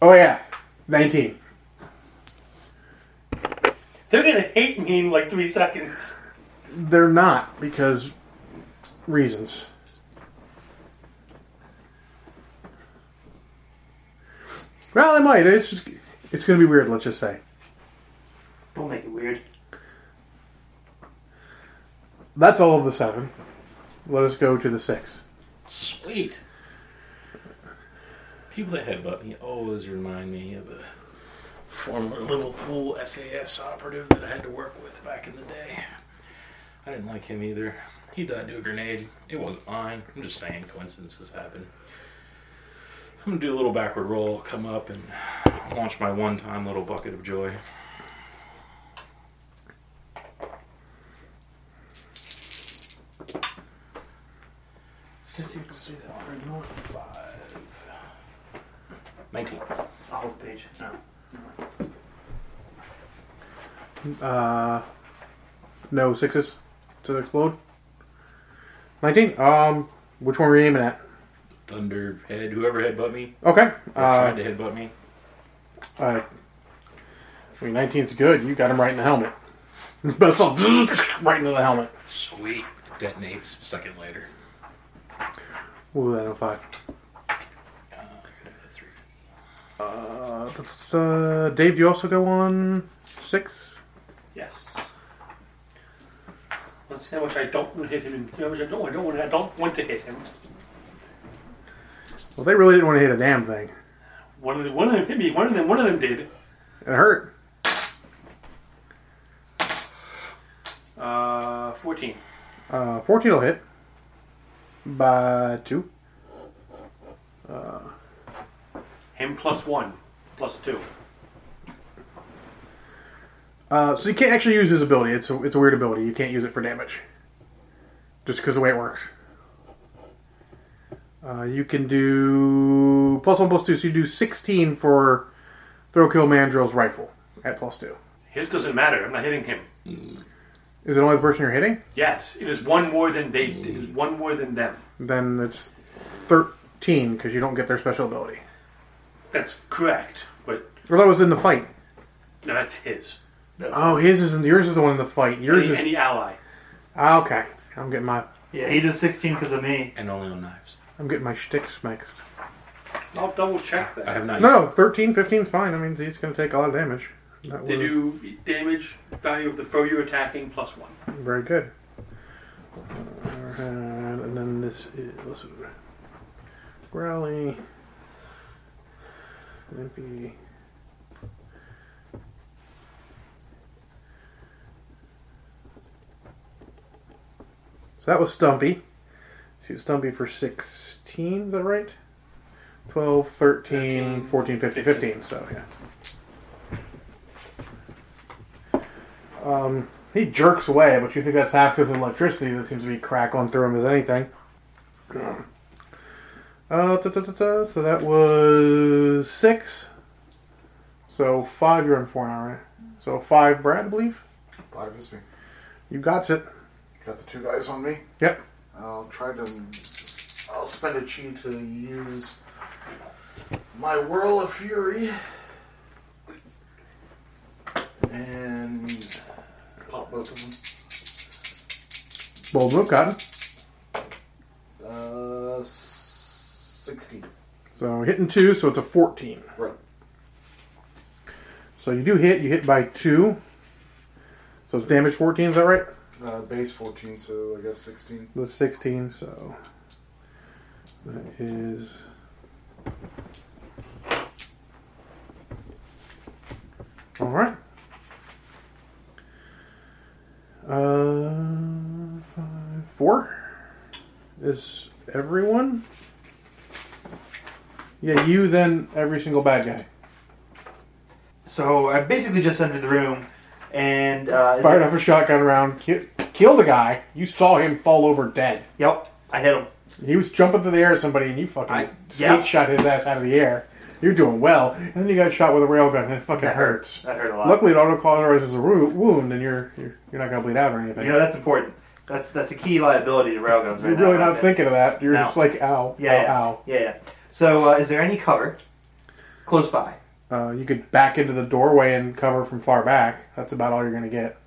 Speaker 1: Oh, yeah. 19.
Speaker 5: They're gonna hate me in like three seconds.
Speaker 1: They're not because reasons. Well, I might. It's just, it's going to be weird, let's just say.
Speaker 7: Don't make it weird.
Speaker 1: That's all of the seven. Let us go to the six.
Speaker 4: Sweet. People that headbutt me always remind me of a former Liverpool SAS operative that I had to work with back in the day. I didn't like him either. He died to a grenade. It wasn't mine. I'm just saying coincidences happen. I'm gonna do a little backward roll, come up, and launch my one time little bucket of joy. Six, four, five. 19.
Speaker 7: I'll hold the page. No.
Speaker 1: Uh, no sixes to explode. 19. Um, which one were you aiming at?
Speaker 4: Thunderhead, whoever headbutt me,
Speaker 1: Okay.
Speaker 4: or
Speaker 1: Uh,
Speaker 4: tried to headbutt me.
Speaker 1: Uh, I mean, 19's good. You got him right in the helmet. But it's all right into the helmet.
Speaker 4: Sweet. Detonates a second later.
Speaker 1: We'll do that in five.
Speaker 4: Three.
Speaker 1: Uh, th- th- uh, Dave, do you also go on six?
Speaker 5: Yes. Let's see how much I don't want to hit him. And see how much I don't. I don't want. I don't want to hit him.
Speaker 1: Well, they really didn't want to hit a damn thing.
Speaker 5: One of the one of them hit me. One of them. One of them did.
Speaker 1: It hurt.
Speaker 5: Uh, fourteen.
Speaker 1: Uh, 14 will hit by two.
Speaker 5: Him plus one, plus two.
Speaker 1: Uh, so you can't actually use his ability. It's a, it's a weird ability. You can't use it for damage. Just because the way it works. Uh, you can do plus one, plus two. So you do 16 for throw kill mandrill's rifle at plus two.
Speaker 5: His doesn't matter. I'm not hitting him.
Speaker 1: Is it only the person you're hitting?
Speaker 5: Yes, it is one more than they. It is one more than them.
Speaker 1: Then it's 13 because you don't get their special ability.
Speaker 5: That's correct. But
Speaker 1: Or that was in the fight.
Speaker 5: no, that's his.
Speaker 1: Oh, his is in, yours is the one in the fight. Yours
Speaker 5: Any,
Speaker 1: is
Speaker 5: any ally.
Speaker 1: ah, okay. I'm getting my
Speaker 3: Yeah, he does 16 because of me.
Speaker 4: And only on knives.
Speaker 1: I'm getting my shticks mixed.
Speaker 5: I'll double check
Speaker 4: I
Speaker 5: that.
Speaker 4: have not.
Speaker 1: No, 13, 15's fine. I mean, he's going to take a lot of damage. That
Speaker 5: They
Speaker 1: would've-
Speaker 5: do damage value of the foe you're attacking plus one.
Speaker 1: Very good. Uh, and then this is listen, Rally. Limpy. So that was Stumpy. So it was Stumpy for 16, is that right? 12, 13,
Speaker 5: 13,
Speaker 1: 14, 15, 15, so yeah. Um, he jerks away, but you think that's half because of electricity that seems to be crackling through him as anything. Uh, da, da, da, da. So that was six. So five, you're in four now, right? So five, Brad, I believe.
Speaker 2: Five is me.
Speaker 1: You got it.
Speaker 2: Got the two guys on me.
Speaker 1: Yep.
Speaker 2: I'll try to. I'll spend a chi to use my Whirl of Fury and pop both of them.
Speaker 1: Bold move, Cotton.
Speaker 2: Uh, sixteen.
Speaker 1: So hitting two, so it's a 14.
Speaker 2: Right.
Speaker 1: So you do hit, you hit by two. So it's damage 14, is that right?
Speaker 2: Uh, base fourteen, so I guess sixteen.
Speaker 1: The 16, so that is. All right. Uh, five, four is everyone. Yeah, you then every single bad guy.
Speaker 3: So I basically just entered the room and. Uh, is
Speaker 1: Fired
Speaker 3: it-
Speaker 1: off a shotgun round, ki- killed a guy. You saw him fall over dead.
Speaker 3: Yep, I hit him.
Speaker 1: He was jumping through the air at somebody, and you fucking
Speaker 3: I-
Speaker 1: skate
Speaker 3: yeah.
Speaker 1: shot his ass out of the air. You're doing well, and then you got shot with a railgun, and it fucking
Speaker 3: That
Speaker 1: hurts.
Speaker 3: That hurt a lot.
Speaker 1: Luckily, it auto cauterizes a wo- wound, and you're, you're you're not gonna bleed out or anything.
Speaker 3: You know, that's important. That's that's a key liability to railguns right
Speaker 1: you're
Speaker 3: now,
Speaker 1: really
Speaker 3: I
Speaker 1: not
Speaker 3: bet.
Speaker 1: thinking of that. You're
Speaker 3: No.
Speaker 1: just like, ow,
Speaker 3: Yeah, yeah.
Speaker 1: ow,
Speaker 3: Yeah, yeah. So uh, is there any cover close by?
Speaker 1: ow. Uh, you could back into the doorway and cover from far back. That's about all you're gonna get.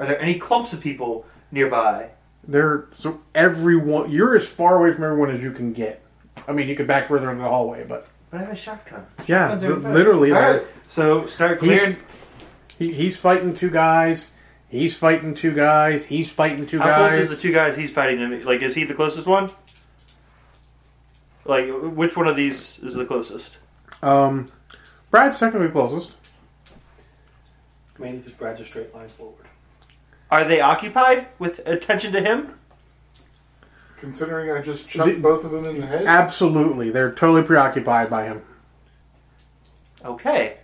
Speaker 3: Are there any clumps of people nearby?
Speaker 1: There, so everyone, you're as far away from everyone as you can get. I mean, you could back further into the hallway, but
Speaker 3: But I have a shotgun.
Speaker 1: yeah,
Speaker 3: Shotguns
Speaker 1: th-
Speaker 3: are inside.
Speaker 1: literally,
Speaker 3: All
Speaker 1: there.
Speaker 3: right. So start
Speaker 1: He's-
Speaker 3: clearing.
Speaker 1: He, he's fighting two guys. He's fighting two guys. He's fighting two
Speaker 3: How close
Speaker 1: guys.
Speaker 3: is the two guys he's fighting to me? Like, is he the closest one? Like, which one of these is the closest?
Speaker 1: um, Brad's technically closest.
Speaker 5: Mainly because Brad's a straight line forward.
Speaker 3: Are they occupied with attention to him?
Speaker 2: Considering I just chucked
Speaker 1: The-
Speaker 2: both of them in the head.
Speaker 1: Absolutely, they're totally preoccupied by him.
Speaker 3: Okay.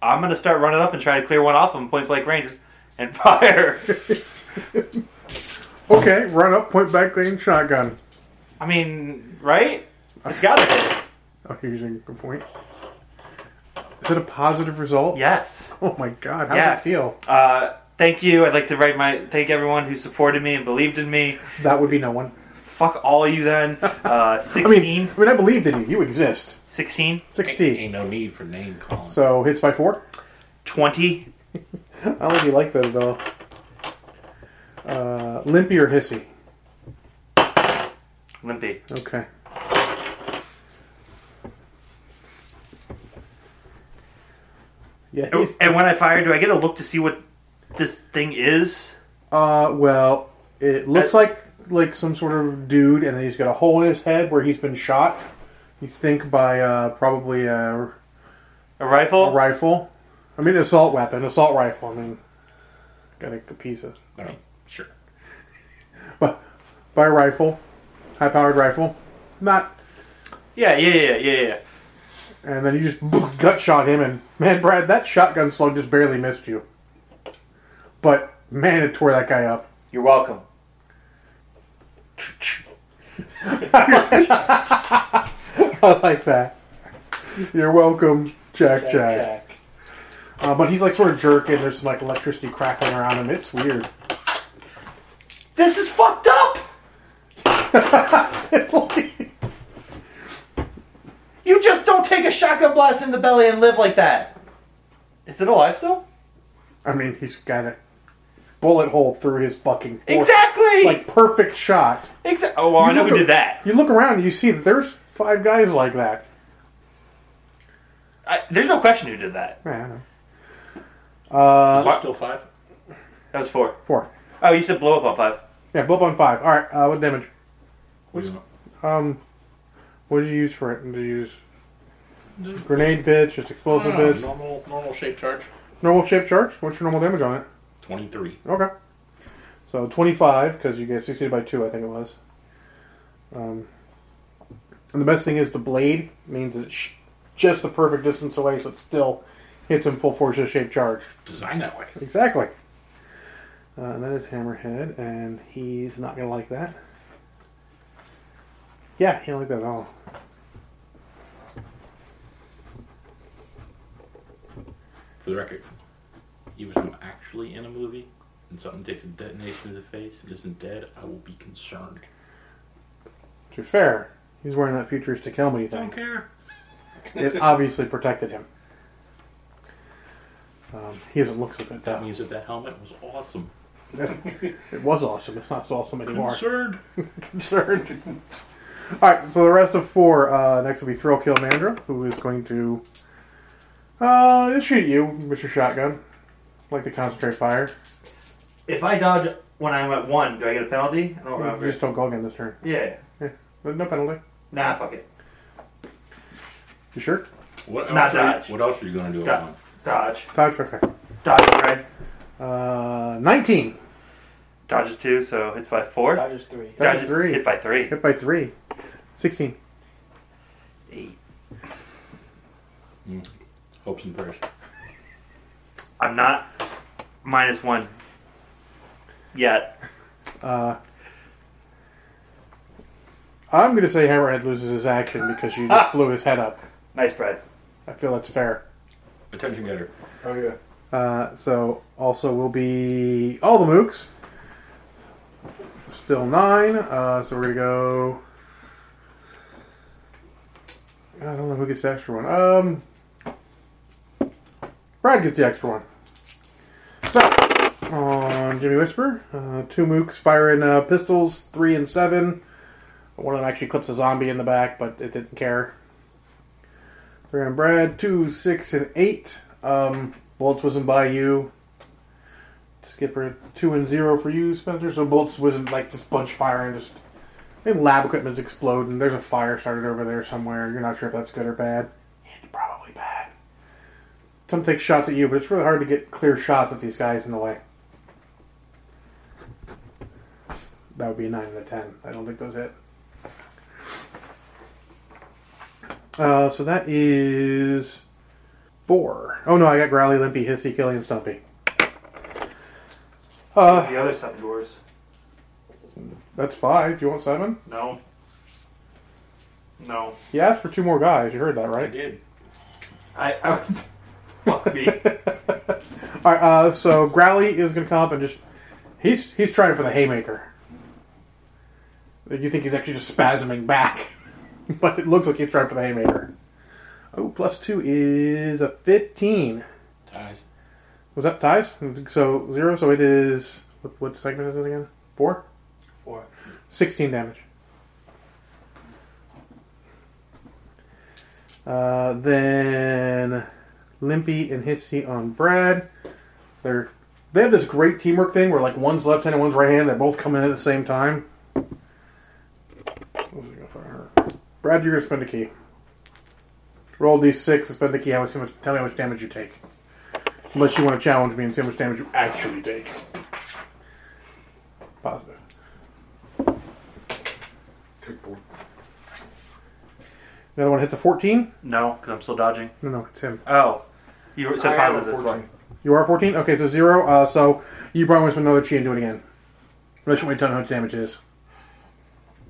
Speaker 3: I'm gonna start running up and try to clear one off him, point blank range, and fire.
Speaker 1: Okay, run up, point back, clean shotgun.
Speaker 3: I mean, right? It's gotta be.
Speaker 1: Oh, here's a good point. Is it a positive result?
Speaker 3: Yes.
Speaker 1: Oh my god, how
Speaker 3: Yeah.
Speaker 1: does it feel?
Speaker 3: Uh, thank you. I'd like to write my thank everyone who supported me and believed in me.
Speaker 1: That would be no one.
Speaker 3: Fuck all you then. Uh, 16.
Speaker 1: I mean, I mean, I believed in you. You exist.
Speaker 3: 16.
Speaker 1: Sixteen.
Speaker 4: Ain't no need for name calling.
Speaker 1: So hits by four.
Speaker 3: 20.
Speaker 1: I don't think you like that at all. Uh, limpy or hissy?
Speaker 7: Limpy.
Speaker 1: Okay. Yeah. he's-
Speaker 7: And when I fire, do I get a look to see what this thing is?
Speaker 1: Uh, well, it looks like like some sort of dude, and then he's got a hole in his head where he's been shot. You think by uh, probably a,
Speaker 7: A
Speaker 1: a
Speaker 7: rifle?
Speaker 1: rifle. I mean, assault weapon, assault rifle. I mean, got a piece of
Speaker 4: All right, sure.
Speaker 1: by a rifle, high powered rifle. Not,
Speaker 7: Yeah, yeah, yeah, yeah, yeah.
Speaker 1: and then you just gut shot him, and man, Brad, that shotgun slug just barely missed you. But man, it tore that guy up.
Speaker 7: You're welcome.
Speaker 1: I like that. You're welcome, Jack Jack.
Speaker 3: Jack.
Speaker 1: Uh, but he's like sort of jerking. There's some like electricity crackling around him. It's weird.
Speaker 7: This is fucked up! You just don't take a shotgun blast in the belly and live like that. Is it alive still?
Speaker 1: I mean, he's got a bullet hole through his fucking forehead.
Speaker 7: Exactly.
Speaker 1: like perfect shot.
Speaker 7: Exa- oh, well, I
Speaker 1: You
Speaker 7: know
Speaker 1: look
Speaker 7: we
Speaker 1: a-
Speaker 7: did that.
Speaker 1: You look around, and you see that there's five guys like that.
Speaker 7: I, there's no question who did that.
Speaker 1: Yeah, I know. Uh,
Speaker 4: Is it still five?
Speaker 7: That was four.
Speaker 1: four.
Speaker 7: Oh, you said blow up on five.
Speaker 1: Yeah, blow up on five. All right. Uh, what damage?
Speaker 4: What do you want?
Speaker 1: Um, what did you use for it? Did you use grenade bitch? Just explosive
Speaker 4: No,
Speaker 1: bitch?
Speaker 4: uh, normal, normal shape charge.
Speaker 1: Normal shape charge. What's your normal damage on it?
Speaker 4: Twenty-three.
Speaker 1: Okay. So 25, because you get succeeded by 2, I think it was. Um, and the best thing is the blade means it's sh- just the perfect distance away, so it still hits him full force with a shape charge.
Speaker 4: Designed that way.
Speaker 1: Exactly. Uh, and that is Hammerhead, and he's not going to like that. Yeah, he don't like that at all.
Speaker 4: For the record, he was not actually in a movie, and something takes a detonation to the face and isn't dead. I will be concerned.
Speaker 1: To be fair, he's wearing that futuristic helmet he
Speaker 4: I don't
Speaker 1: thing.
Speaker 4: care.
Speaker 1: It obviously protected him. Um, he doesn't look so good.
Speaker 4: That
Speaker 1: Though.
Speaker 4: means that that helmet was awesome.
Speaker 1: It was awesome. It's not so awesome anymore.
Speaker 4: Concerned.
Speaker 1: Concerned. All right. So the rest of four. Uh, next will be Thrill Kill Mandra, who is going to uh, he'll shoot you with your shotgun, like the concentrate fire.
Speaker 7: If I dodge when I'm at one, do I get a penalty?
Speaker 4: Oh,
Speaker 7: I don't
Speaker 1: You
Speaker 7: remember.
Speaker 1: just don't go again this turn.
Speaker 7: yeah.
Speaker 1: But No penalty.
Speaker 7: Nah, fuck it.
Speaker 1: You sure?
Speaker 4: What else?
Speaker 7: Not
Speaker 4: are
Speaker 7: dodge.
Speaker 4: you, what else are you gonna do?
Speaker 7: Dodge.
Speaker 4: Alan?
Speaker 7: Dodge.
Speaker 1: Dodge. Okay.
Speaker 7: Dodge, right?
Speaker 1: Uh, Nineteen.
Speaker 7: Dodges two, so hits by four.
Speaker 2: Dodgers three.
Speaker 1: Dodges three.
Speaker 7: Hit by three.
Speaker 1: Hit by three. Sixteen.
Speaker 7: Eight.
Speaker 4: Mm. Hopes and prayers.
Speaker 7: I'm not minus one yet.
Speaker 1: Uh, I'm going to say Hammerhead loses his action because you just blew his head up.
Speaker 7: Nice, Brad.
Speaker 1: I feel that's fair.
Speaker 4: Attention getter.
Speaker 2: Oh yeah.
Speaker 1: Uh, so also will be all the mooks. Still nine. Uh, so we're gonna go. I don't know who gets the extra one. Um, Brad gets the extra one. So on Jimmy Whisper, uh, two mooks firing uh, pistols, three and seven. One of them actually clips a zombie in the back, but it didn't care. Three on Brad, two, six, and eight. Um, Bolts wasn't by you. Skipper two and zero for you, Spencer. So Bolts wasn't like this bunch firing. Just I think lab equipment's exploding. There's a fire started over there somewhere. You're not sure if that's good or bad. It's probably bad. Some take shots at you, but it's really hard to get clear shots with these guys in the way. That would be a nine and a ten. I don't think those hit. Uh, so that is Four. Oh no, I got Growly, Limpy, Hissy, Killy, and Stumpy. Uh,
Speaker 7: the other seven drawers.
Speaker 1: that's five. Do you want seven?
Speaker 7: No. No.
Speaker 1: You asked for two more guys. You heard that,
Speaker 4: I
Speaker 1: right?
Speaker 4: did.
Speaker 7: I. I was, fuck me.
Speaker 1: All right. Uh, so Growly is going to come up and just he's he's trying for the haymaker. You think he's actually just spasming back, but it looks like he's trying for the haymaker. Oh, plus two is a fifteen.
Speaker 4: Ties.
Speaker 1: Was that ties? So zero. So it is. What, what segment is it again? Four.
Speaker 5: Four.
Speaker 1: Sixteen damage. Uh, then Limpy and his seat on Brad. They're they have this great teamwork thing where like one's left hand and one's right hand. They both come in at the same time. What was I gonna find her? Brad, you're gonna spend a key. Roll d6, spend the key. How much? how much- Tell me how much damage you take. Unless you want to challenge me and see how much damage you actually take. Positive.
Speaker 2: Take four.
Speaker 1: The other one hits a 14.
Speaker 7: No, because I'm still dodging.
Speaker 1: No, no, it's him.
Speaker 7: Oh, you said
Speaker 2: I am
Speaker 7: positive. That's why.
Speaker 2: 14.
Speaker 1: You are 14? Okay, so zero. Uh, so you probably want to spend another chi and do it again. Unless you want me to tell you how much damage it is.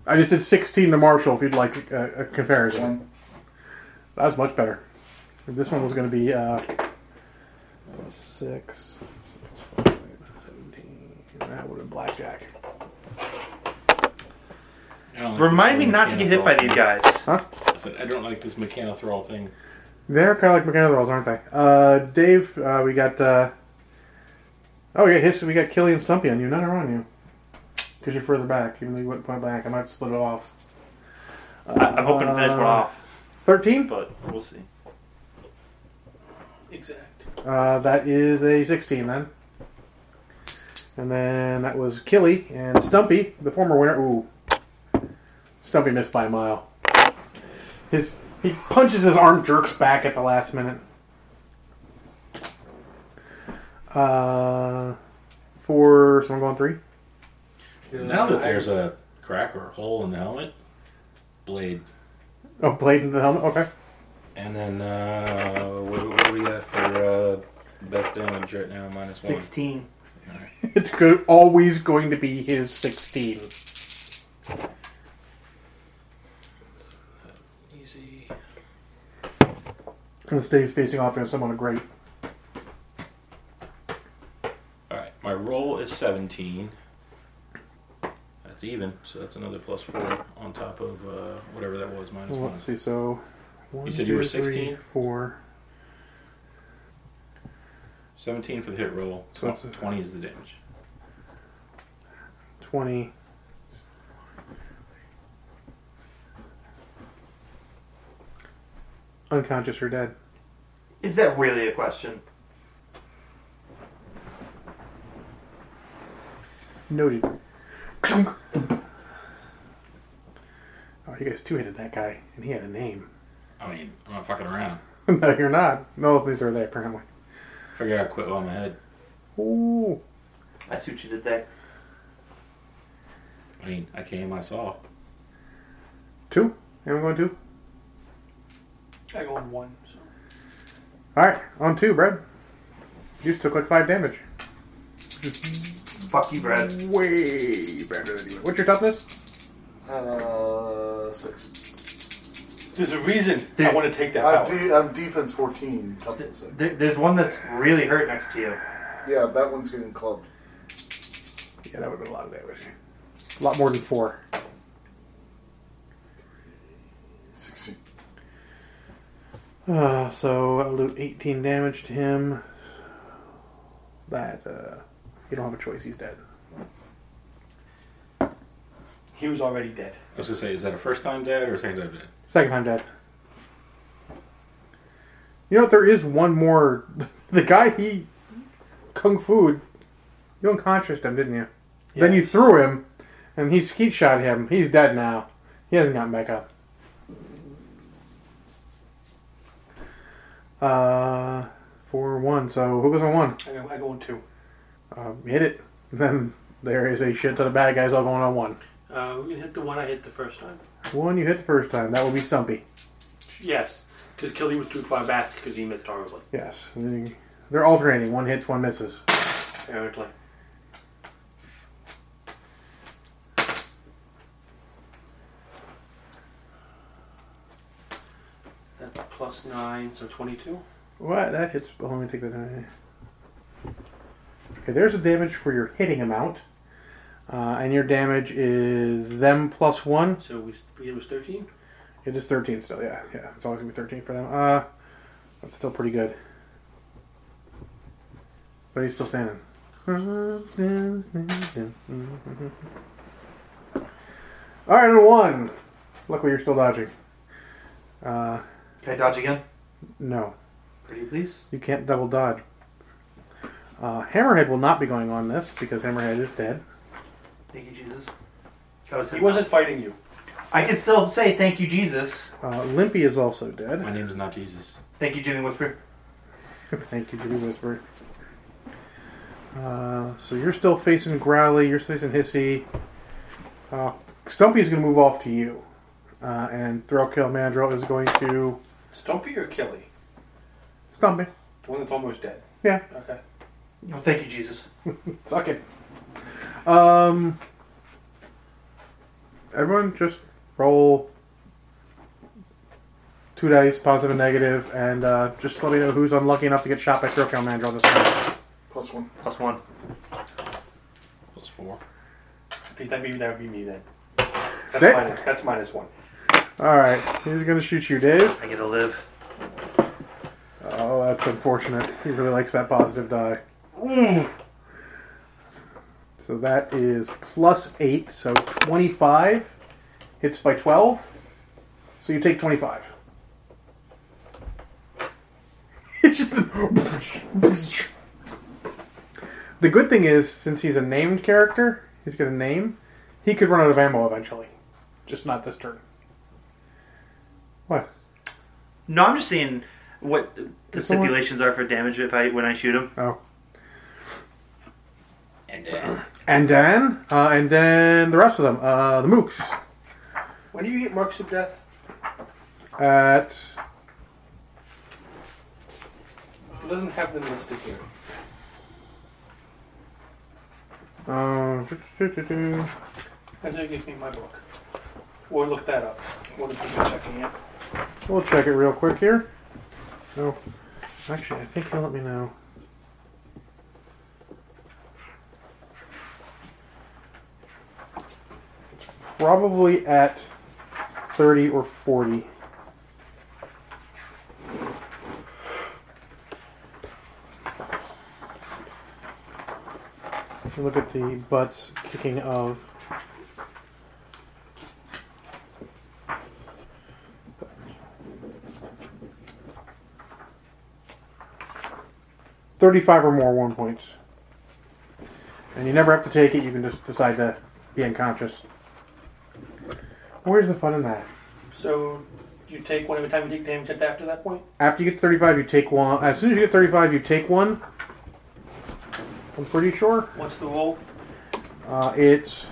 Speaker 1: I just did 16 to Marshall if you'd like uh, a, a comparison.
Speaker 2: One.
Speaker 1: That was much better. This one was going to be uh, plus 6. plus five, 17. That would have been blackjack.
Speaker 4: I don't like
Speaker 7: Remind me
Speaker 4: this
Speaker 7: not to get hit by these guys.
Speaker 1: Huh?
Speaker 4: I said, I don't like this mechanothrall thing.
Speaker 1: They're kind of like mechanical rolls, aren't they? Uh, Dave, uh, we got. Uh, oh, we got his, We got Killian Stumpy on you. None are on you because you're further back. Even though you went point blank, I might split it off.
Speaker 7: I, I'm hoping to finish one
Speaker 1: Uh,
Speaker 7: off,
Speaker 1: Thirteen.
Speaker 7: but we'll see.
Speaker 5: Exact.
Speaker 1: Uh, that is a sixteen then. And then that was Killy and Stumpy, the former winner. Ooh, Stumpy missed by a mile. His he punches his arm, jerks back at the last minute. Uh, for someone going three.
Speaker 4: Now that there's a crack or a hole in the helmet, blade.
Speaker 1: Oh, blade into the helmet. Okay.
Speaker 4: And then, uh, what, what do we got for uh, best damage right now? Minus one.
Speaker 7: Sixteen.
Speaker 1: It's go- always going to be his 16.
Speaker 4: Easy.
Speaker 1: Unless Dave's facing off against someone great.
Speaker 4: Alright, my roll is 17. That's even, so that's another plus four on top of uh, whatever that was, minus
Speaker 1: Well,
Speaker 4: one.
Speaker 1: let's see. So, one,
Speaker 4: You said you were
Speaker 1: two, three,
Speaker 4: 16?
Speaker 1: four.
Speaker 4: 17 for the hit roll,
Speaker 1: So that's a-
Speaker 4: 20 is the damage.
Speaker 1: 20. Unconscious or dead.
Speaker 7: Is that really a question?
Speaker 1: Noted. oh, you guys two handed that guy, and he had a name.
Speaker 4: I mean, I'm not fucking around.
Speaker 1: no, you're not. No, these are they, apparently.
Speaker 4: Figured I'd quit while I'm ahead.
Speaker 1: Ooh.
Speaker 7: I see what you did there.
Speaker 4: I mean, I came, I saw.
Speaker 1: Two? Anyone going two?
Speaker 5: I go on one. So.
Speaker 1: All right, on two, Brad. You just took like five damage.
Speaker 7: Fuck you, Brad.
Speaker 1: Way better than you. What's your toughness?
Speaker 2: Uh, six.
Speaker 5: There's a reason I
Speaker 7: Dude.
Speaker 5: want to take that
Speaker 2: I'm,
Speaker 5: out.
Speaker 2: de- I'm defense 14. Toughness six.
Speaker 7: There, there's one that's really hurt next to you.
Speaker 2: Yeah, that one's getting clubbed.
Speaker 1: Yeah, that would have been a lot of damage. A lot more than four.
Speaker 2: 16.
Speaker 1: Uh, so I'll do 18 damage to him. That, uh, you don't have a choice, he's dead.
Speaker 5: He was already dead.
Speaker 4: I was gonna say, is that a first time dead or a second time dead?
Speaker 1: Second time dead. You know what? There is one more. The guy he kung fu'd, you unconscioused him, didn't you? Then you threw him, and he skeet shot him. He's dead now. He hasn't gotten back up. Uh, four one. So who goes on one?
Speaker 5: I go, I go on two.
Speaker 1: Uh, hit it. then there is a shit ton of bad guys all going on one.
Speaker 5: Uh, we can hit the one I hit the first time.
Speaker 1: One you hit the first time. That will be Stumpy.
Speaker 5: Yes, because Killy was too far back because he missed horribly.
Speaker 1: Yes. And then- They're alternating. One hits, one misses.
Speaker 5: Apparently, that's plus nine, so twenty-two.
Speaker 1: What? That hits. Oh, let me take that. uh, Okay, there's the damage for your hitting amount. Uh, and your damage is them plus one.
Speaker 5: So we it was thirteen.
Speaker 1: It is 13 still, yeah. Yeah, it's always going to be 13 for them. Uh, That's still pretty good. But he's still standing. Alright, and one. Luckily, you're still dodging. Uh,
Speaker 3: Can I dodge again?
Speaker 1: No,
Speaker 3: Pretty please.
Speaker 1: you can't double dodge. Uh, Hammerhead will not be going on this because Hammerhead is dead.
Speaker 3: Thank you, Jesus. That was
Speaker 5: He
Speaker 3: him.
Speaker 5: wasn't fighting you.
Speaker 3: I can still say thank you, Jesus.
Speaker 1: Uh, Limpy is also dead.
Speaker 4: My name is not Jesus.
Speaker 3: Thank you, Jimmy Whisper.
Speaker 1: Thank you, Jimmy Whisper. Uh, so you're still facing Growly, you're facing Hissy. Uh, Stumpy's going to move off to you. Uh, and Thrillkill Mandrill is going to.
Speaker 5: Stumpy or Kelly?
Speaker 1: Stumpy.
Speaker 5: The one that's almost dead.
Speaker 1: Yeah.
Speaker 5: Okay.
Speaker 3: No, thank you, Jesus.
Speaker 1: Suck it. Um, everyone just roll two dice, positive and negative, and uh, just let me know who's unlucky enough to get shot by Thrillkill Mandrill this time.
Speaker 2: Plus one.
Speaker 3: Plus one.
Speaker 4: Plus four.
Speaker 5: That would be, that would be me then. That's,
Speaker 1: That-
Speaker 5: minus, that's minus one.
Speaker 1: Alright, he's going to shoot you, Dave.
Speaker 3: I get to live.
Speaker 1: Oh, that's unfortunate. He really likes that positive die. So that is plus 8, so 25 hits by 12. So you take 25. It's just the, the good thing is, since he's a named character, he's got a name, he could run out of ammo eventually. Just not this turn. What?
Speaker 3: No, I'm just seeing what the
Speaker 1: Did someone-
Speaker 3: stipulations are for damage if I when I shoot him.
Speaker 1: Oh.
Speaker 4: And then
Speaker 1: And then, uh, and then the rest of them, uh, the mooks
Speaker 5: When do you get marks of death?
Speaker 1: at
Speaker 5: It doesn't have them listed here.
Speaker 1: uh,
Speaker 5: Ezra gives me my book. Or look that up. What is the checking it?
Speaker 1: we'll check it real quick here. No, actually, I think he'll let me know. It's probably at thirty or forty. If you Look at the butts kicking of thirty-five or more one points, and you never have to take it. You can just decide to be unconscious. Where's the fun in that?
Speaker 5: So you take one every time you take damage at- after that point?
Speaker 1: After you get to thirty-five, you take one. As soon as you get thirty-five, you take one. I'm pretty sure
Speaker 5: What's the roll?
Speaker 1: uh, it's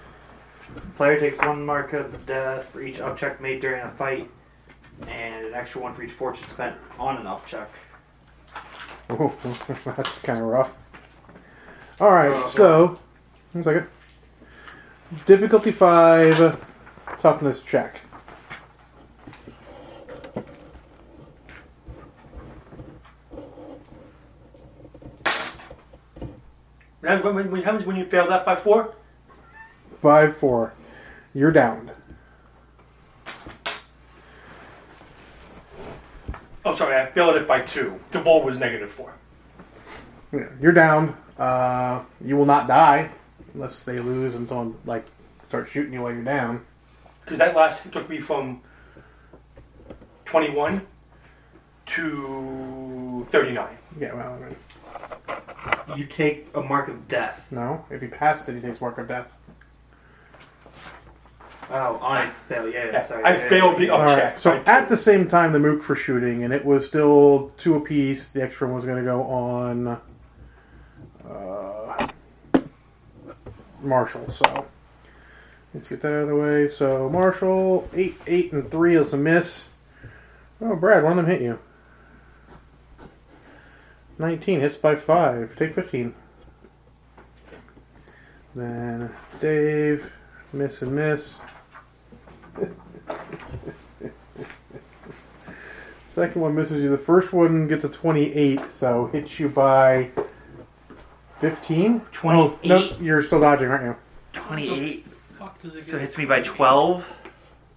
Speaker 3: Player takes one mark of death for each up check made during a fight, and an extra one for each fortune spent on an up check.
Speaker 1: Oh, that's kind of rough. All right,
Speaker 3: Oh,
Speaker 1: so one second. Difficulty five, toughness check.
Speaker 5: Now, when, when, when, how much when you fail that by four?
Speaker 1: Five four, you're downed.
Speaker 5: Oh, sorry, I failed it by two. The roll was negative four.
Speaker 1: Yeah, you're down. Uh, you will not die unless they lose and someone like starts shooting you while you're down.
Speaker 5: Because that last took me from 21 to 39.
Speaker 1: Yeah, well, I mean,
Speaker 3: You take a mark of death.
Speaker 1: no. If he passed it, he takes mark of death.
Speaker 3: Oh, on a fail. Yeah, yeah, sorry.
Speaker 5: I failed
Speaker 3: Oh,
Speaker 5: the up
Speaker 1: All
Speaker 5: check.
Speaker 1: right. So
Speaker 5: by two.
Speaker 1: at the same time, the mooks were shooting, and it was still two apiece. The extra one was going to go on uh, Marshall. So let's get that out of the way. So Marshall, eight, eight, and three is a miss. Oh, Brad, one of them hit you. Nineteen hits by five. Take fifteen. Then Dave, miss and miss. Second one misses you. The first one gets a 28, so hits you by 15.
Speaker 3: Twenty-eight.
Speaker 1: No, you're still dodging, aren't you?
Speaker 3: Twenty-eight.
Speaker 4: fuck does it
Speaker 3: So it hits me by twelve.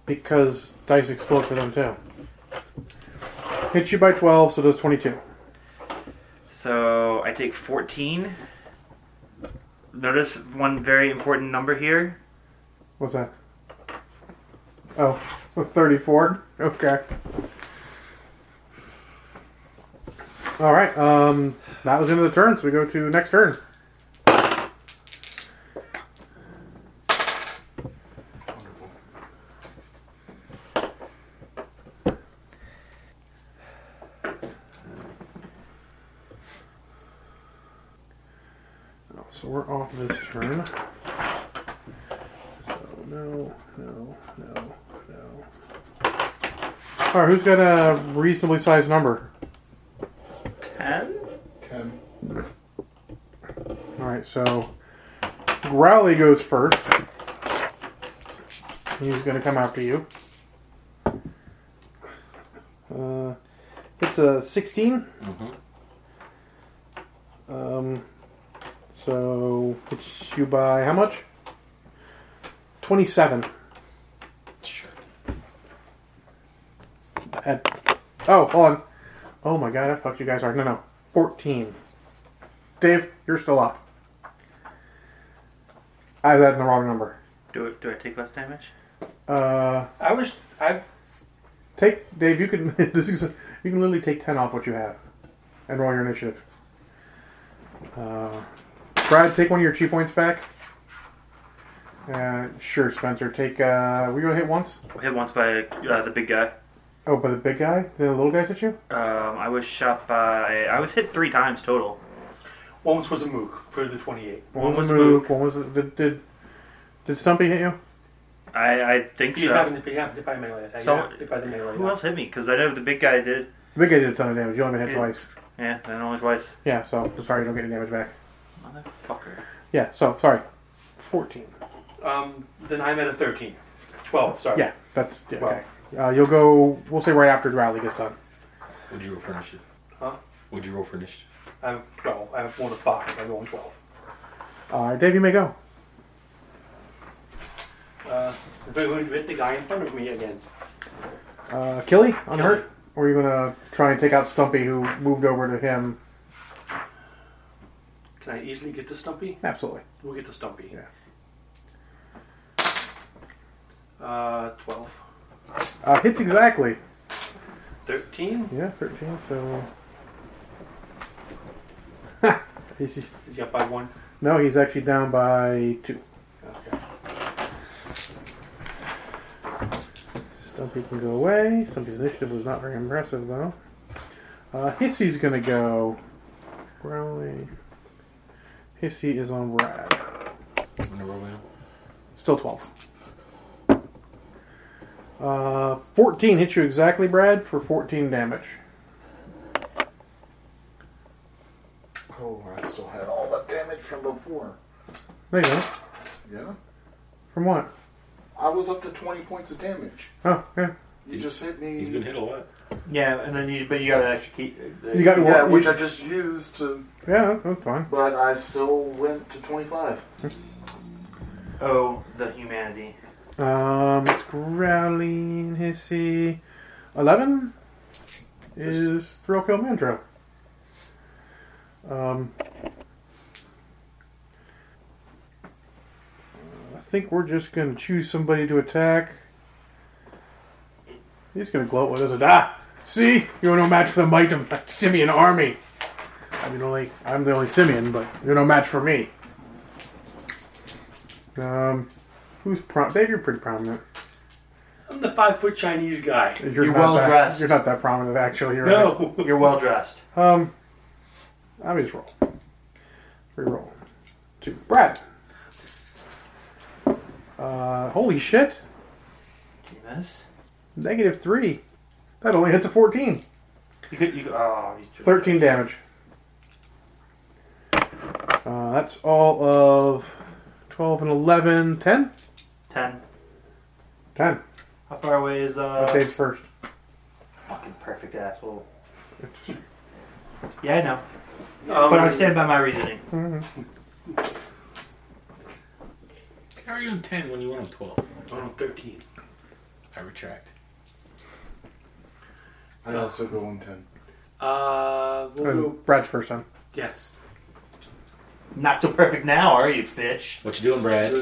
Speaker 1: Because dice explode for them too. Hits you by 12, so does 22.
Speaker 3: So I take 14. Notice one very important number here
Speaker 1: What's that? Oh, 34? Okay. All right. Um, that was the end of the turn, so we go to next turn.
Speaker 2: Wonderful.
Speaker 1: So we're off this turn. So no, no, no, no. All right, who's got a reasonably sized number?
Speaker 7: Ten?
Speaker 2: Ten.
Speaker 1: All right, so Growly goes first. He's going to come after you. Uh, it's a 16.
Speaker 4: Mhm.
Speaker 1: Um, so it's you by how much? 27.
Speaker 4: Sure.
Speaker 1: At, oh, hold on. Oh my god, I fucked you guys hard. No, no. 14. Dave, you're still up. I had that in the wrong number.
Speaker 7: Do it, do I take less damage?
Speaker 1: Uh,
Speaker 5: I was I
Speaker 1: take Dave. You can this is you can literally take ten off what you have, and roll your initiative. Uh, Brad, take one of your chi points back. Uh, sure, Spencer. Take. Uh, we gonna hit once.
Speaker 7: I hit once by uh, the big guy.
Speaker 1: Oh, by the big guy, the little guy's at you.
Speaker 7: Um, I was shot by. I was hit three times total.
Speaker 5: once was a mook for the twenty eight.
Speaker 7: One was
Speaker 1: Mook, One was did, did did Stumpy hit you?
Speaker 7: I, I think
Speaker 5: You
Speaker 7: so.
Speaker 5: happened to be happened to buy melee. uh, you
Speaker 7: So-
Speaker 5: happened to buy the melee.
Speaker 7: Who else hit me? Because I know the big guy did.
Speaker 1: The big guy did a ton of damage. You only been hit
Speaker 7: Yeah.
Speaker 1: twice.
Speaker 7: Yeah, and only twice.
Speaker 1: Yeah. So sorry, you don't get any damage back.
Speaker 7: Motherfucker.
Speaker 1: Yeah. So sorry. Fourteen.
Speaker 5: Um, then I'm at a 13. 12, sorry.
Speaker 1: Yeah. That's yeah,
Speaker 5: Wow.
Speaker 1: okay. Uh, you'll go. We'll say right after Drowley gets done.
Speaker 4: Would you roll for initiative?
Speaker 5: Huh?
Speaker 4: Would you roll for initiative?
Speaker 5: I'm 12. I have one of five. I'm going 12.
Speaker 1: Uh, Dave, you may go.
Speaker 5: Uh, I'm going to hit the guy in front of me again.
Speaker 1: Uh, Killy, unhurt? Or are you going to try and take out Stumpy, who moved over to him?
Speaker 5: Can I easily get to Stumpy?
Speaker 1: Absolutely.
Speaker 5: We'll get to Stumpy.
Speaker 1: Yeah.
Speaker 5: Uh, 12.
Speaker 1: Uh, hits exactly.
Speaker 5: 13?
Speaker 1: Yeah, 13, so. He's-
Speaker 5: Is he up by one?
Speaker 1: no, he's actually down by two.
Speaker 5: Okay.
Speaker 1: Stumpy can go away. Stumpy's initiative was not very impressive, though. Uh, Hissy's going to go. Growly. Hissy is on Brad.
Speaker 4: Wanna roll now?
Speaker 1: Still 12. Uh, 14 hits you exactly, Brad, for 14 damage.
Speaker 2: Oh, I still had all that damage from before.
Speaker 1: There you go.
Speaker 2: Yeah.
Speaker 1: From what?
Speaker 2: I was up to 20 points of damage.
Speaker 1: Oh, yeah.
Speaker 2: You just hit me.
Speaker 4: He's been hit a lot.
Speaker 3: Yeah, and then you but you got an extra key.
Speaker 1: You got
Speaker 2: Yeah,
Speaker 1: one.
Speaker 2: which
Speaker 1: you-
Speaker 2: I just used to,
Speaker 1: yeah, that's fine.
Speaker 2: but I still went to 25.
Speaker 7: Oh, the humanity.
Speaker 1: Um, it's growling, hissy. 11 is Thrill Kill Mandro. Um, I think we're just going to choose somebody to attack. He's going to gloat with us and ah, see, you're no match for the might of the simian army. I mean, only I'm the only simian, but you're no match for me. Um, who's prom? Dave, you're pretty prominent.
Speaker 5: I'm the five foot Chinese guy.
Speaker 1: You're,
Speaker 3: You're
Speaker 1: not
Speaker 3: well
Speaker 1: that-
Speaker 3: dressed.
Speaker 1: You're not that prominent, actually. You're right.
Speaker 5: No!
Speaker 3: You're well dressed.
Speaker 1: Um, I just roll. Reroll. Two. Brad. Uh, holy shit.
Speaker 7: Do you miss?
Speaker 1: Negative three. That only hits a 14.
Speaker 7: You could. You could oh, he's
Speaker 1: 13 damage. Uh, that's all of 12 and 11. 10?
Speaker 7: Ten.
Speaker 1: 10.
Speaker 7: How far away is uh?
Speaker 1: That's Dave's first.
Speaker 7: Fucking perfect asshole. yeah, I know,
Speaker 5: Um,
Speaker 7: but I stand by my reasoning.
Speaker 4: How are you on 10 when you went on 12?
Speaker 5: I'm 13.
Speaker 4: I retract.
Speaker 2: I also go on 10.
Speaker 5: Uh, we'll go.
Speaker 1: And Brad's first son.
Speaker 5: Yes.
Speaker 7: Not so perfect now, are you, bitch?
Speaker 4: What you doing, Brad?
Speaker 2: The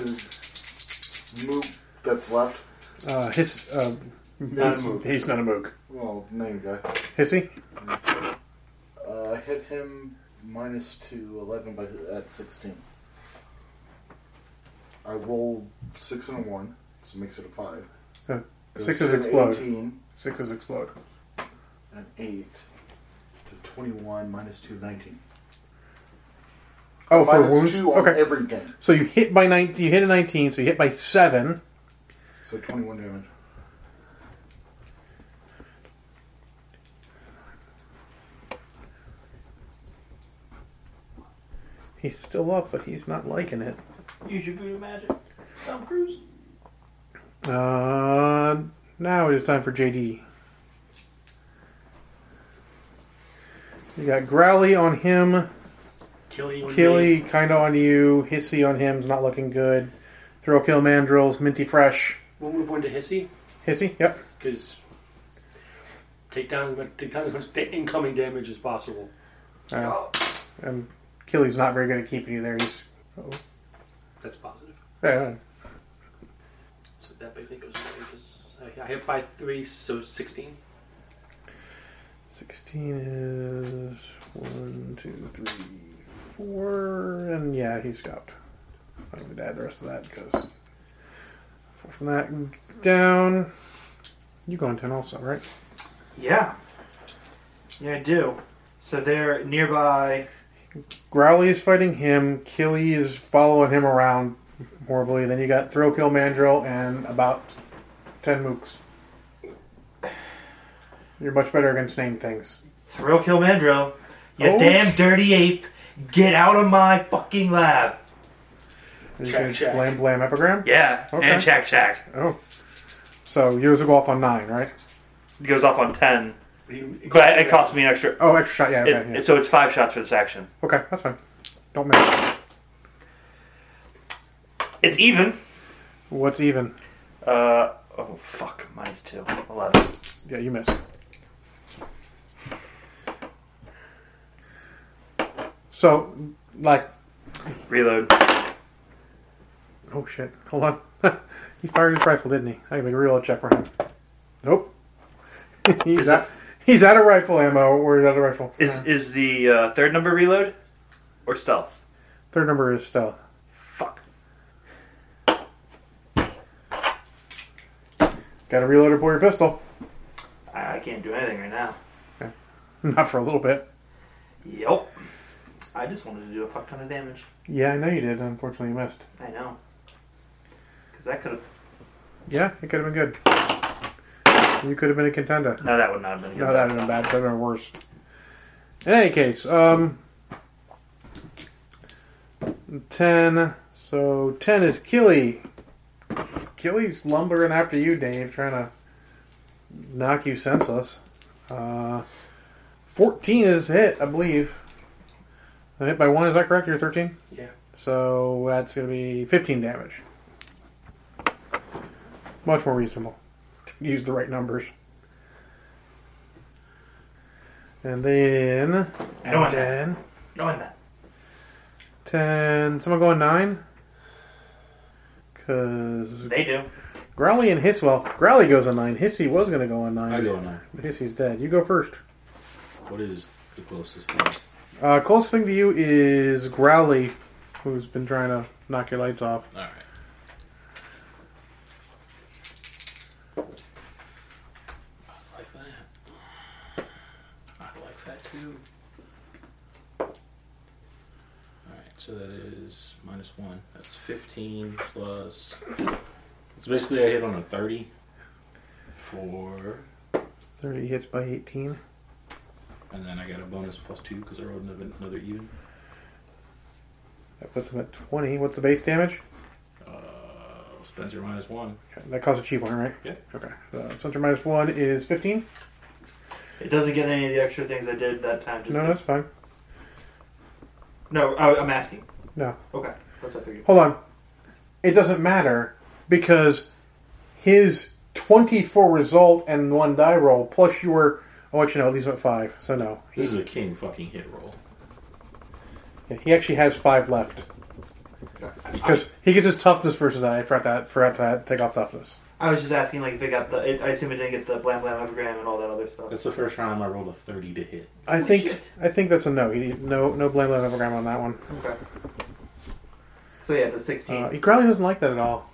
Speaker 2: moop that's left
Speaker 1: Uh, his, uh,
Speaker 5: Not a
Speaker 1: he's,
Speaker 5: moog.
Speaker 1: he's not a moog.
Speaker 2: Well, name guy.
Speaker 1: Hissy?
Speaker 2: Uh, hit him minus two, 11 by, at 16. I rolled six and a one, so makes it a five.
Speaker 1: Huh.
Speaker 2: Goes
Speaker 1: Sixes
Speaker 2: to an
Speaker 1: explode.
Speaker 2: 18
Speaker 1: Sixes explode.
Speaker 2: and an eight to 21 minus two, 19.
Speaker 1: Oh, for
Speaker 2: Minus
Speaker 1: wounds?
Speaker 2: two on
Speaker 1: Okay.
Speaker 2: everything.
Speaker 1: So you hit by 19, you hit a 19, so you hit by 7.
Speaker 2: So 21 damage.
Speaker 1: He's still up, but he's not liking it.
Speaker 7: Use your voodoo magic. Tom Cruise.
Speaker 1: Uh, now it is time for JD. You got Growly on him,
Speaker 4: Killy,
Speaker 1: Killy kind of on you, Hissy on him's not looking good. Throw kill mandrills, Minty Fresh.
Speaker 5: We'll move on to Hissy
Speaker 1: Hissy, yep.
Speaker 5: because take down take down as much da- incoming damage as possible.
Speaker 1: Uh,
Speaker 7: Oh.
Speaker 1: and Killy's not very good at keeping you there. He's.
Speaker 5: That's positive.
Speaker 1: Uh,
Speaker 5: So that big thing goes away because I, I hit by three, so sixteen.
Speaker 1: 16 is one, two, three, four, and yeah, he's scalped. I'm going to add the rest of that because from that down, you go on 10 also, right?
Speaker 7: Yeah. Yeah, I do. So they're nearby.
Speaker 1: Growly is fighting him, Killy is following him around horribly, then you got Throw Kill Mandrill and about 10 mooks. You're much better against named things.
Speaker 7: Thrill Kill Mandrill. You
Speaker 1: Oh.
Speaker 7: damn dirty ape. Get out of my fucking lab.
Speaker 1: You
Speaker 5: Check,
Speaker 1: can
Speaker 5: check.
Speaker 1: Blame, blame, epigram?
Speaker 7: Yeah.
Speaker 1: Okay.
Speaker 7: And Shack Shack.
Speaker 1: Oh. So yours will go off on 9, right?
Speaker 7: It goes off on 10.
Speaker 5: But he-
Speaker 7: But it costs me an extra.
Speaker 1: Oh, extra shot. Yeah, okay,
Speaker 7: it-
Speaker 1: yeah.
Speaker 7: So it's five shots for this action.
Speaker 1: okay. That's fine. Don't miss.
Speaker 7: It's even.
Speaker 1: What's even?
Speaker 7: Uh, oh, fuck. Mine's two. 11.
Speaker 1: Yeah, you missed. So, like,
Speaker 7: Reload.
Speaker 1: oh shit! Hold on. he fired his rifle, didn't he? I can make a reload check for him. Nope. he's out. He's out of rifle ammo, or he's out of rifle.
Speaker 7: Is
Speaker 1: Uh,
Speaker 7: is the uh, third number reload or stealth?
Speaker 1: Third number is stealth.
Speaker 7: Fuck.
Speaker 1: Got to reload or pull your pistol.
Speaker 7: I, I can't do anything right now.
Speaker 1: Not for a little bit.
Speaker 7: Yep. I just wanted to do a fuck ton of damage.
Speaker 1: Yeah, I know you did. Unfortunately, you missed.
Speaker 7: I know. Because that could have.
Speaker 1: Yeah, it could have been good. You could have been a contender.
Speaker 7: No, that would not have been good.
Speaker 1: No, that would have been bad. That would have been worse. In any case, um, 10. So 10 is Killy. Killy's lumbering after you, Dave, trying to knock you senseless. Uh, 14 is hit, I believe. A hit by 1, is that correct? You're 13?
Speaker 5: Yeah.
Speaker 1: So that's going to be 15 damage. Much more reasonable. Use the right numbers. And then. And
Speaker 7: No, I-
Speaker 1: then.
Speaker 7: Knowing that.
Speaker 1: 10. Someone going 9? Because
Speaker 7: They do.
Speaker 1: Growly and Hiss. Well, Growly goes on 9. Hissy was going to go on 9.
Speaker 4: I go now.
Speaker 1: But Hissy's dead. You go first.
Speaker 4: What is the closest thing?
Speaker 1: Uh, closest thing to you is Growly, who's been trying to knock your lights off.
Speaker 4: All right. I like that. I like that too. All right, so that is minus one. That's fifteen plus. It's basically I hit on a thirty. Four,
Speaker 1: 30 hits by 18.
Speaker 4: and then I got a bonus plus two because I rolled another another even.
Speaker 1: That puts him at 20. What's the base damage?
Speaker 4: Uh, Spencer minus one.
Speaker 1: Okay, That costs a cheap one, right?
Speaker 4: Yeah.
Speaker 1: Okay. Uh, center minus one is 15.
Speaker 7: It doesn't get any of the extra things I did that time. Just
Speaker 3: Mm-hmm.
Speaker 1: No, that's fine.
Speaker 7: no. I, I'm asking.
Speaker 1: No.
Speaker 7: Okay. That's what I figured.
Speaker 1: Hold on. It doesn't matter because his 24 result and one die roll plus your. oh, I'll let you know, at least at five. So no.
Speaker 4: This is a king fucking hit roll.
Speaker 1: Yeah, he actually has five left. Because he gets his toughness versus that. I forgot that. Forgot to take off toughness.
Speaker 7: I was just asking, like, if it got the. It, I assume it didn't get the blam blam epigram and all that other stuff.
Speaker 4: That's the first time I rolled a 30 to hit.
Speaker 1: I
Speaker 7: Holy
Speaker 1: think
Speaker 7: shit.
Speaker 1: I think that's a no. He, no no blame love epigram on that one.
Speaker 7: Okay. So yeah, the sixteen.
Speaker 1: Uh, he probably doesn't like that at all.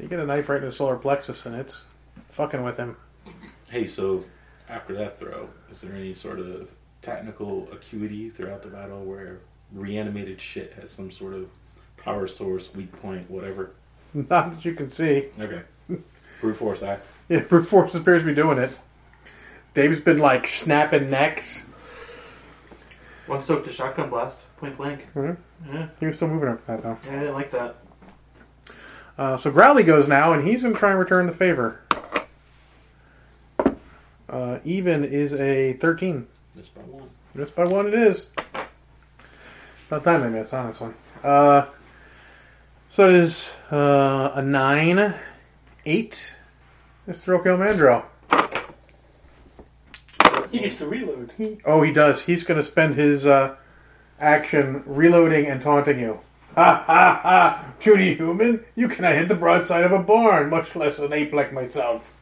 Speaker 1: You get a knife right in the solar plexus and it's fucking with him.
Speaker 4: Hey, so after that throw, is there any sort of technical acuity throughout the battle where reanimated shit has some sort of power source, weak point, whatever?
Speaker 1: Not that you can see.
Speaker 4: Okay. Brute force act.
Speaker 1: Yeah, brute force appears to be doing it. Dave's been like snapping necks.
Speaker 7: One soaked to shotgun blast, point blank.
Speaker 1: He was still moving after that though.
Speaker 7: Yeah, I didn't like that.
Speaker 1: Uh, so Growly goes now, and he's going to try and return the favor. Uh, even is a 13.
Speaker 4: Missed by one.
Speaker 1: Missed by one, it is. About time they missed, honestly. Uh, so it is uh, a 9, 8. It's Thrill Kill Mandrill.
Speaker 5: He gets to reload.
Speaker 1: Oh, he does. He's going to spend his uh, action reloading and taunting you. Ha ha ha! Cutie human, you cannot hit the broadside of a barn, much less an ape like myself.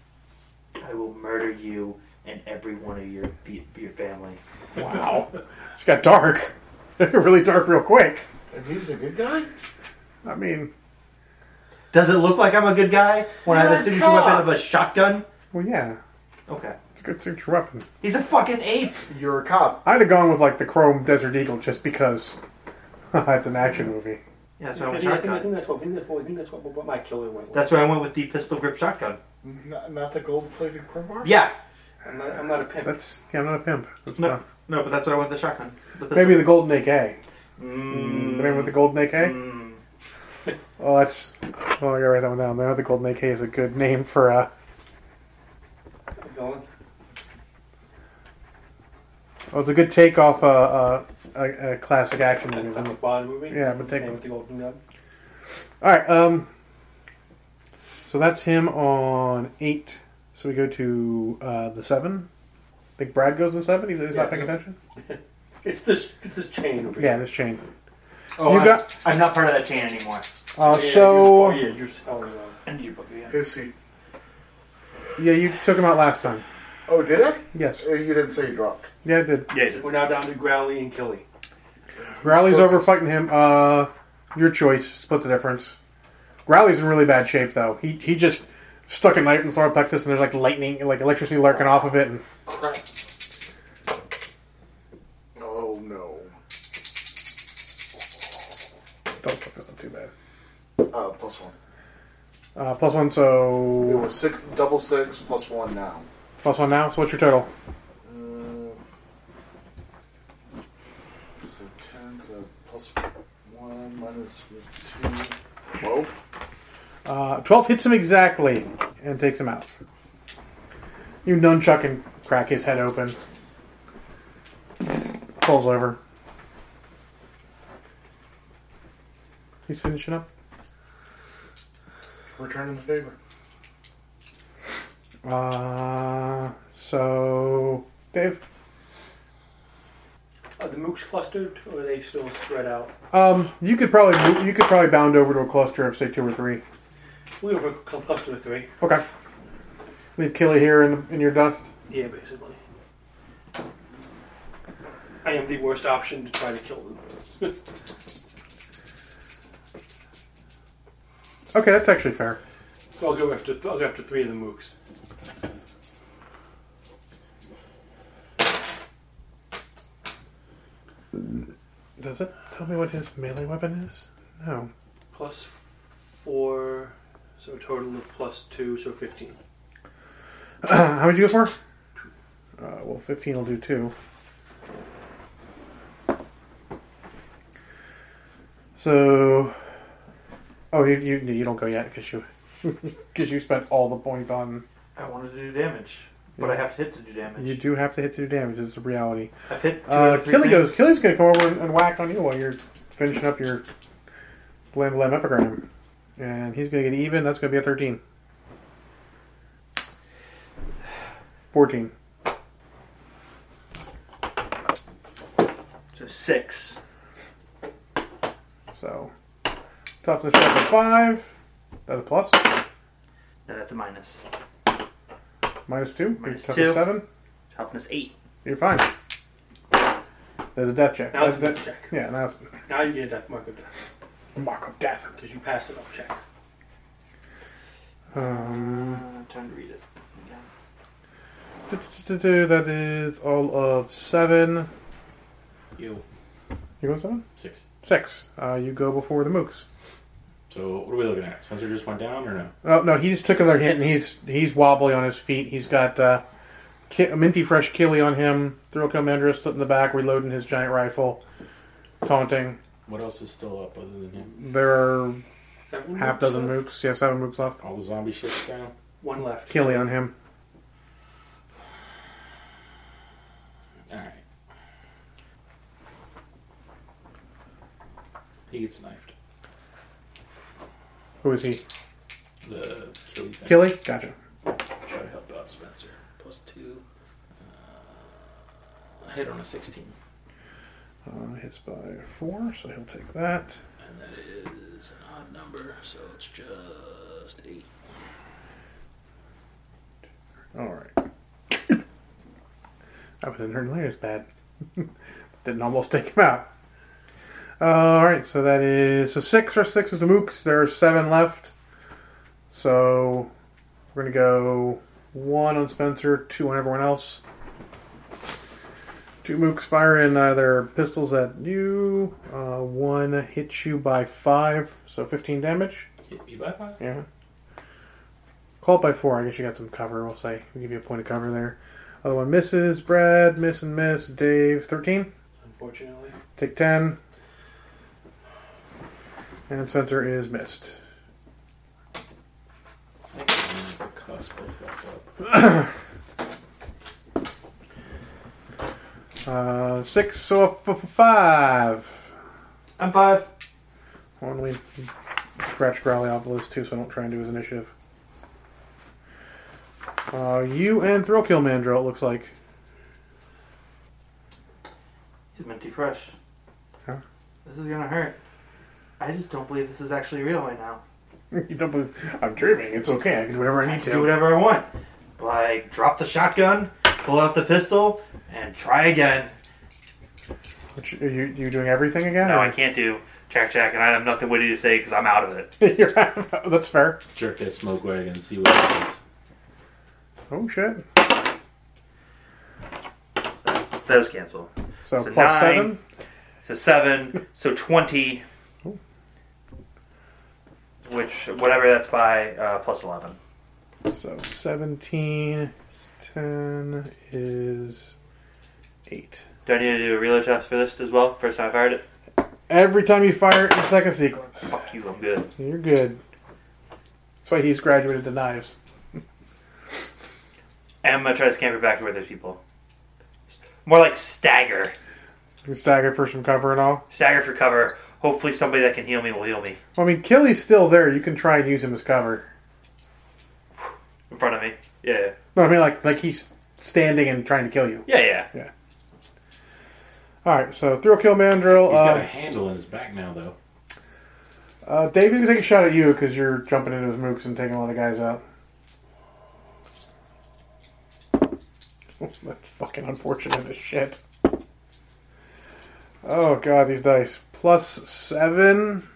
Speaker 7: I will murder you and every one of your your family.
Speaker 1: Wow. it's got dark. It got really dark real quick.
Speaker 2: And he's a good guy?
Speaker 1: I mean,
Speaker 7: Does it look like I'm a good guy when I have
Speaker 2: You're
Speaker 7: a
Speaker 2: a
Speaker 7: signature
Speaker 2: cop.
Speaker 7: weapon of a shotgun?
Speaker 1: well, yeah.
Speaker 7: Okay.
Speaker 1: It's a good signature weapon.
Speaker 7: He's a fucking ape.
Speaker 2: You're a cop.
Speaker 1: I'd have gone with, like, the Chrome Desert Eagle just because it's an action movie.
Speaker 7: Yeah, that's why I
Speaker 5: I
Speaker 7: went
Speaker 5: think, I, think, I think
Speaker 7: shotgun.
Speaker 5: that's what I think that's what I think that's what, what my killer went with.
Speaker 7: That's why I went with the pistol grip shotgun.
Speaker 2: Not, not the gold plated crowbar?
Speaker 7: Yeah.
Speaker 5: I'm not, I'm not a pimp.
Speaker 1: That's, yeah, I'm not a pimp. That's
Speaker 7: No,
Speaker 1: not-
Speaker 7: no, but that's why I went with the shotgun. The pistol.
Speaker 1: Maybe the Golden AK.
Speaker 7: Mm,
Speaker 1: The man with the Golden AK?
Speaker 7: mm.
Speaker 1: Oh, that's. Oh, I gotta write that one down. The man with the Golden AK is a good name for, uh.
Speaker 5: Going.
Speaker 1: Oh, it's a good take off uh, uh, a, a classic action movie.
Speaker 5: That
Speaker 1: isn't it?
Speaker 5: classic Bond movie.
Speaker 1: Yeah, but take-
Speaker 5: And with the golden gun.
Speaker 1: All right. Um, so that's him on eight. So we go to uh, the seven. I think Brad goes in seven. He's, he's not
Speaker 5: Yes.
Speaker 1: paying attention.
Speaker 5: It's this it's this chain over
Speaker 1: Yeah,
Speaker 5: here.
Speaker 1: this chain.
Speaker 7: Oh,
Speaker 1: you
Speaker 7: I'm,
Speaker 1: got
Speaker 7: I'm not part of that chain anymore.
Speaker 1: uh,
Speaker 5: yeah,
Speaker 1: so
Speaker 5: you're, oh, yeah, you're telling them.
Speaker 7: I need your book again.
Speaker 2: Is he?
Speaker 1: yeah, you took him out last time.
Speaker 2: Oh, did I?
Speaker 1: Yes,
Speaker 2: Uh, You didn't say he dropped.
Speaker 1: yeah, I did.
Speaker 7: Yeah.
Speaker 5: We're now down to Growly and Killy.
Speaker 1: Growly's over fighting him. Uh, your choice. Split the difference. Growly's in really bad shape though. He he just stuck a knife in the solar plexus, and there's like lightning, like electricity lurking off of it, and
Speaker 5: Crap.
Speaker 2: Oh, no.
Speaker 1: don't fuck this up too bad.
Speaker 2: Uh, plus one.
Speaker 1: Uh, plus one,
Speaker 2: It
Speaker 1: so
Speaker 2: was six, double six, plus one now.
Speaker 1: plus one now. So what's your total?
Speaker 2: Mm. So 10, so plus 1, minus 2, 12.
Speaker 1: Uh, 12 hits him exactly and takes him out. You nunchuck and crack his head open. Falls over. He's finishing up.
Speaker 2: Returning the favor.
Speaker 1: Uh, so, Dave?
Speaker 5: Are the mooks clustered or are they still spread out?
Speaker 1: Um, you could probably mo- you could probably bound over to a cluster of say two or three.
Speaker 5: We have a cl- cluster of three.
Speaker 1: Okay. Leave Killy here in, in your dust.
Speaker 5: Yeah, basically. I am the worst option to try to kill them.
Speaker 1: Okay, that's actually fair.
Speaker 5: So I'll go after I'll go after three of the mooks.
Speaker 1: Does it tell me what his melee weapon is? No.
Speaker 5: Plus four, so a total of plus two, so fifteen.
Speaker 1: How many do you go for? Uh, well, 15 will do two. So, oh, you you, you don't go yet because you because you spent all the points on.
Speaker 7: I wanted to do damage, but I have to hit to do damage.
Speaker 1: You do have to hit two damage. It's a reality.
Speaker 7: I've hit two out
Speaker 1: Uh,
Speaker 7: of three
Speaker 1: Killy
Speaker 7: things.
Speaker 1: goes. Killy's gonna come over and, and whack on you while you're finishing up your blam blam epigram, and he's gonna get even. That's gonna be a 13. 14.
Speaker 7: So six.
Speaker 1: So toughness check of five. That's a plus.
Speaker 3: No, that's a minus.
Speaker 1: Minus two. Your
Speaker 3: Minus
Speaker 1: tough
Speaker 3: two.
Speaker 1: is seven.
Speaker 3: Toughness eight.
Speaker 1: You're fine. There's a death check.
Speaker 5: Now it's a
Speaker 1: That's-
Speaker 5: death check.
Speaker 1: Yeah, now it's
Speaker 5: Now you get a death mark of death
Speaker 1: a mark of death.
Speaker 5: because you passed it up check.
Speaker 3: Uh,
Speaker 1: Um,
Speaker 3: time to read it.
Speaker 1: that is all of seven.
Speaker 4: You
Speaker 1: You want seven?
Speaker 4: six.
Speaker 1: Six. Uh, you go before the mooks.
Speaker 4: So what are we looking at? Spencer just went down or no?
Speaker 1: Oh no, he just took another hit and he's he's wobbly on his feet. He's got uh, ki- minty fresh killie on him. Thrill commander is slit in the back, reloading his giant rifle, taunting.
Speaker 4: What else is still up other than him?
Speaker 1: There are
Speaker 5: Is that one
Speaker 1: half
Speaker 5: mooks
Speaker 1: dozen
Speaker 5: left?
Speaker 1: mooks. Yeah, seven mooks left.
Speaker 4: All the zombie shit's down.
Speaker 5: One left.
Speaker 1: Killie on him.
Speaker 4: All right. He gets knifed.
Speaker 1: Who is he?
Speaker 4: The killy. Thing.
Speaker 1: Killie. Gotcha.
Speaker 4: Try to help out Spencer. Plus two. Uh, hit on a sixteen,
Speaker 1: Uh, hits by four, so he'll take that.
Speaker 4: and that is an odd number, so it's just eight.
Speaker 1: All right. I was in her later. It's bad. Didn't almost take him out. Uh, all right, so that is so six or six is the mooks. There are seven left. So we're gonna go one on Spencer, two on everyone else. Two mooks firing uh, their pistols at you. Uh, one hits you by five, so fifteen damage.
Speaker 4: Hit me by five.
Speaker 1: Yeah. Call it by four. I guess you got some cover. We'll say we'll give you a point of cover there. Other one misses. Brad miss and miss. Dave thirteen.
Speaker 5: Unfortunately,
Speaker 1: Take ten. And Spencer is missed.
Speaker 4: I think I'm on the cusp of fuck up.
Speaker 1: Uh, six so f- f- five.
Speaker 3: I'm five.
Speaker 1: Only scratch Growly off the list too, so I don't try and do his initiative. Uh, you and Thrillkill Mandrill. It looks like.
Speaker 3: He's minty fresh.
Speaker 1: Huh?
Speaker 3: This is gonna hurt. I just don't believe this is actually real right now.
Speaker 1: you don't believe I'm dreaming. It's okay. I can do whatever I need
Speaker 3: do whatever I want. Like, drop the shotgun, pull out the pistol, and try again.
Speaker 1: Which- Are you, you doing everything again?
Speaker 3: No,
Speaker 1: or-
Speaker 3: I can't do Jack Jack, and I have nothing witty to say because I'm out of it.
Speaker 1: You're right. That's fair.
Speaker 4: Jerk that smoke wagon and see what happens.
Speaker 1: Oh shit.
Speaker 3: Those cancel.
Speaker 1: So
Speaker 3: So
Speaker 1: plus
Speaker 3: nine.
Speaker 1: seven.
Speaker 3: So seven, so 20, which, whatever that's by, uh, plus 11.
Speaker 1: So seventeen. Ten is eight.
Speaker 3: Do I need to do a reload test for this as well? First time I fired it?
Speaker 1: Every time you fire it in the second sequence,
Speaker 3: Fuck you, I'm good.
Speaker 1: you're good. That's why he's graduated the knives.
Speaker 3: And I'm gonna try to scamper back to where there's people. More like stagger.
Speaker 1: You can stagger for some cover and all.
Speaker 3: Stagger for cover. Hopefully somebody that can heal me will heal me.
Speaker 1: Well, I mean, Killy's still there. You can try and use him as cover.
Speaker 3: In front of me. Yeah.
Speaker 1: No, I mean like like he's standing and trying to kill you.
Speaker 3: Yeah, yeah.
Speaker 1: All right. So thrill kill mandrill.
Speaker 4: He's got a
Speaker 1: Uh,
Speaker 4: handle in his back now, though.
Speaker 1: uh, Dave, you can take a shot at you because you're jumping into his mooks and taking a lot of guys out. That's fucking unfortunate as shit. Oh god, these dice. Plus seven.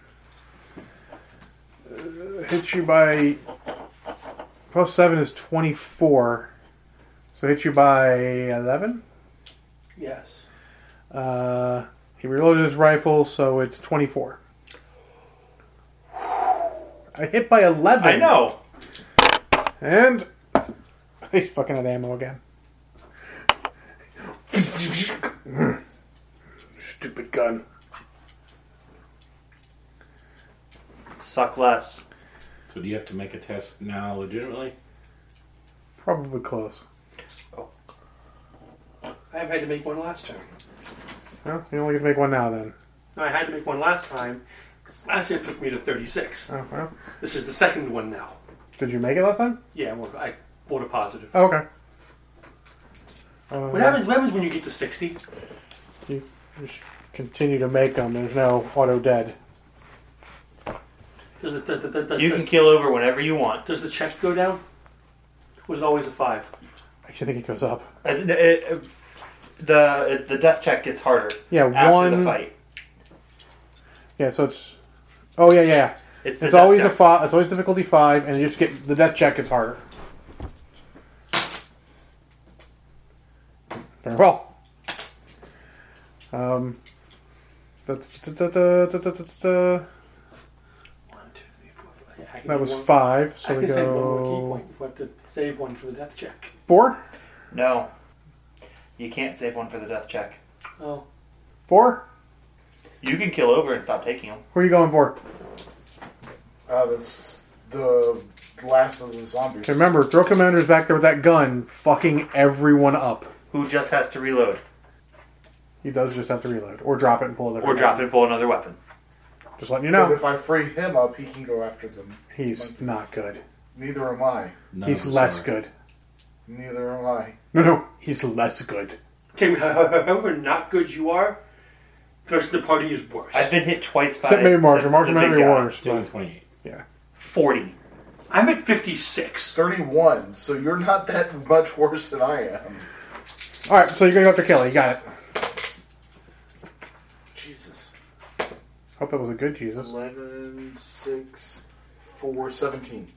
Speaker 1: Uh, hits you by. Plus seven is 24. So hits you by 11?
Speaker 5: yes.
Speaker 1: Uh, he reloaded his rifle, so it's 24. I hit by 11.
Speaker 3: I know.
Speaker 1: And he's fucking at ammo again. Stupid gun.
Speaker 3: Suck less.
Speaker 4: So do you have to make a test now, legitimately?
Speaker 1: Probably close.
Speaker 5: I have had to make one last time.
Speaker 1: Well, you only get to make one now then.
Speaker 5: No, I had to make one last time. 'cause Last year it took me to 36.
Speaker 1: Oh, well.
Speaker 5: This is the second one now.
Speaker 1: Did you make it last time?
Speaker 5: Yeah, well, I voted positive.
Speaker 1: Oh, okay. Uh,
Speaker 5: What happens, what happens when you get to 60?
Speaker 1: Just continue to make them. There's no auto dead.
Speaker 5: Does, it, does, does, does,
Speaker 7: You
Speaker 5: does,
Speaker 7: can kill over whenever you want.
Speaker 5: does the check go down? Was it always a five?
Speaker 1: Actually, I think it goes up.
Speaker 7: Uh, n- it- uh, the the death check gets harder
Speaker 1: Yeah,
Speaker 7: after the
Speaker 1: one.
Speaker 7: fight.
Speaker 1: Yeah, so it's. Oh yeah, yeah. yeah.
Speaker 7: It's, the
Speaker 1: It's
Speaker 7: death
Speaker 1: always
Speaker 7: check.
Speaker 1: a five. It's always difficulty five, and you just get the death check is harder. Very well. Um. da- da- da- da- da- da- da- da- da.
Speaker 5: One, two, three, four, five. Yeah, I can
Speaker 1: That
Speaker 5: do
Speaker 1: was
Speaker 5: one-
Speaker 1: five,
Speaker 5: I
Speaker 1: so we
Speaker 5: can spend one more key
Speaker 1: go
Speaker 5: point. We have to save one for the death check.
Speaker 1: four,
Speaker 7: No, you can't save one for the death check.
Speaker 5: Oh,
Speaker 1: four.
Speaker 7: You can kill over and stop taking them.
Speaker 1: Who are you going for?
Speaker 2: Uh, that's the last of the zombies.
Speaker 1: Okay, remember, throw commanders back there with that gun, fucking everyone up.
Speaker 7: Who just has to reload
Speaker 1: He does just have to reload, or drop it and pull it.
Speaker 7: or drop it and pull another weapon?
Speaker 1: Just letting you
Speaker 2: But
Speaker 1: know,
Speaker 2: if I free him up, he can go after them.
Speaker 1: he's not good.
Speaker 2: Neither am I.
Speaker 4: No,
Speaker 1: He's
Speaker 4: sorry.
Speaker 1: less good.
Speaker 2: Neither am I.
Speaker 1: No, no, he's less good.
Speaker 5: okay. However not good you are, the rest of the party is worse.
Speaker 7: I've been hit twice by
Speaker 1: Except maybe
Speaker 7: the-
Speaker 1: Marshall. Marshall
Speaker 7: the
Speaker 1: might
Speaker 7: big
Speaker 1: be
Speaker 7: guy.
Speaker 1: worse.
Speaker 4: Still in
Speaker 1: But
Speaker 4: 28.
Speaker 7: Forty.
Speaker 5: I'm at fifty-six.
Speaker 2: 31, so you're not that much worse than I am.
Speaker 1: all right, so you're gonna go after Kelly. You got it.
Speaker 2: Jesus.
Speaker 1: Hope that was a good Jesus.
Speaker 2: 11, 6, 4, 17.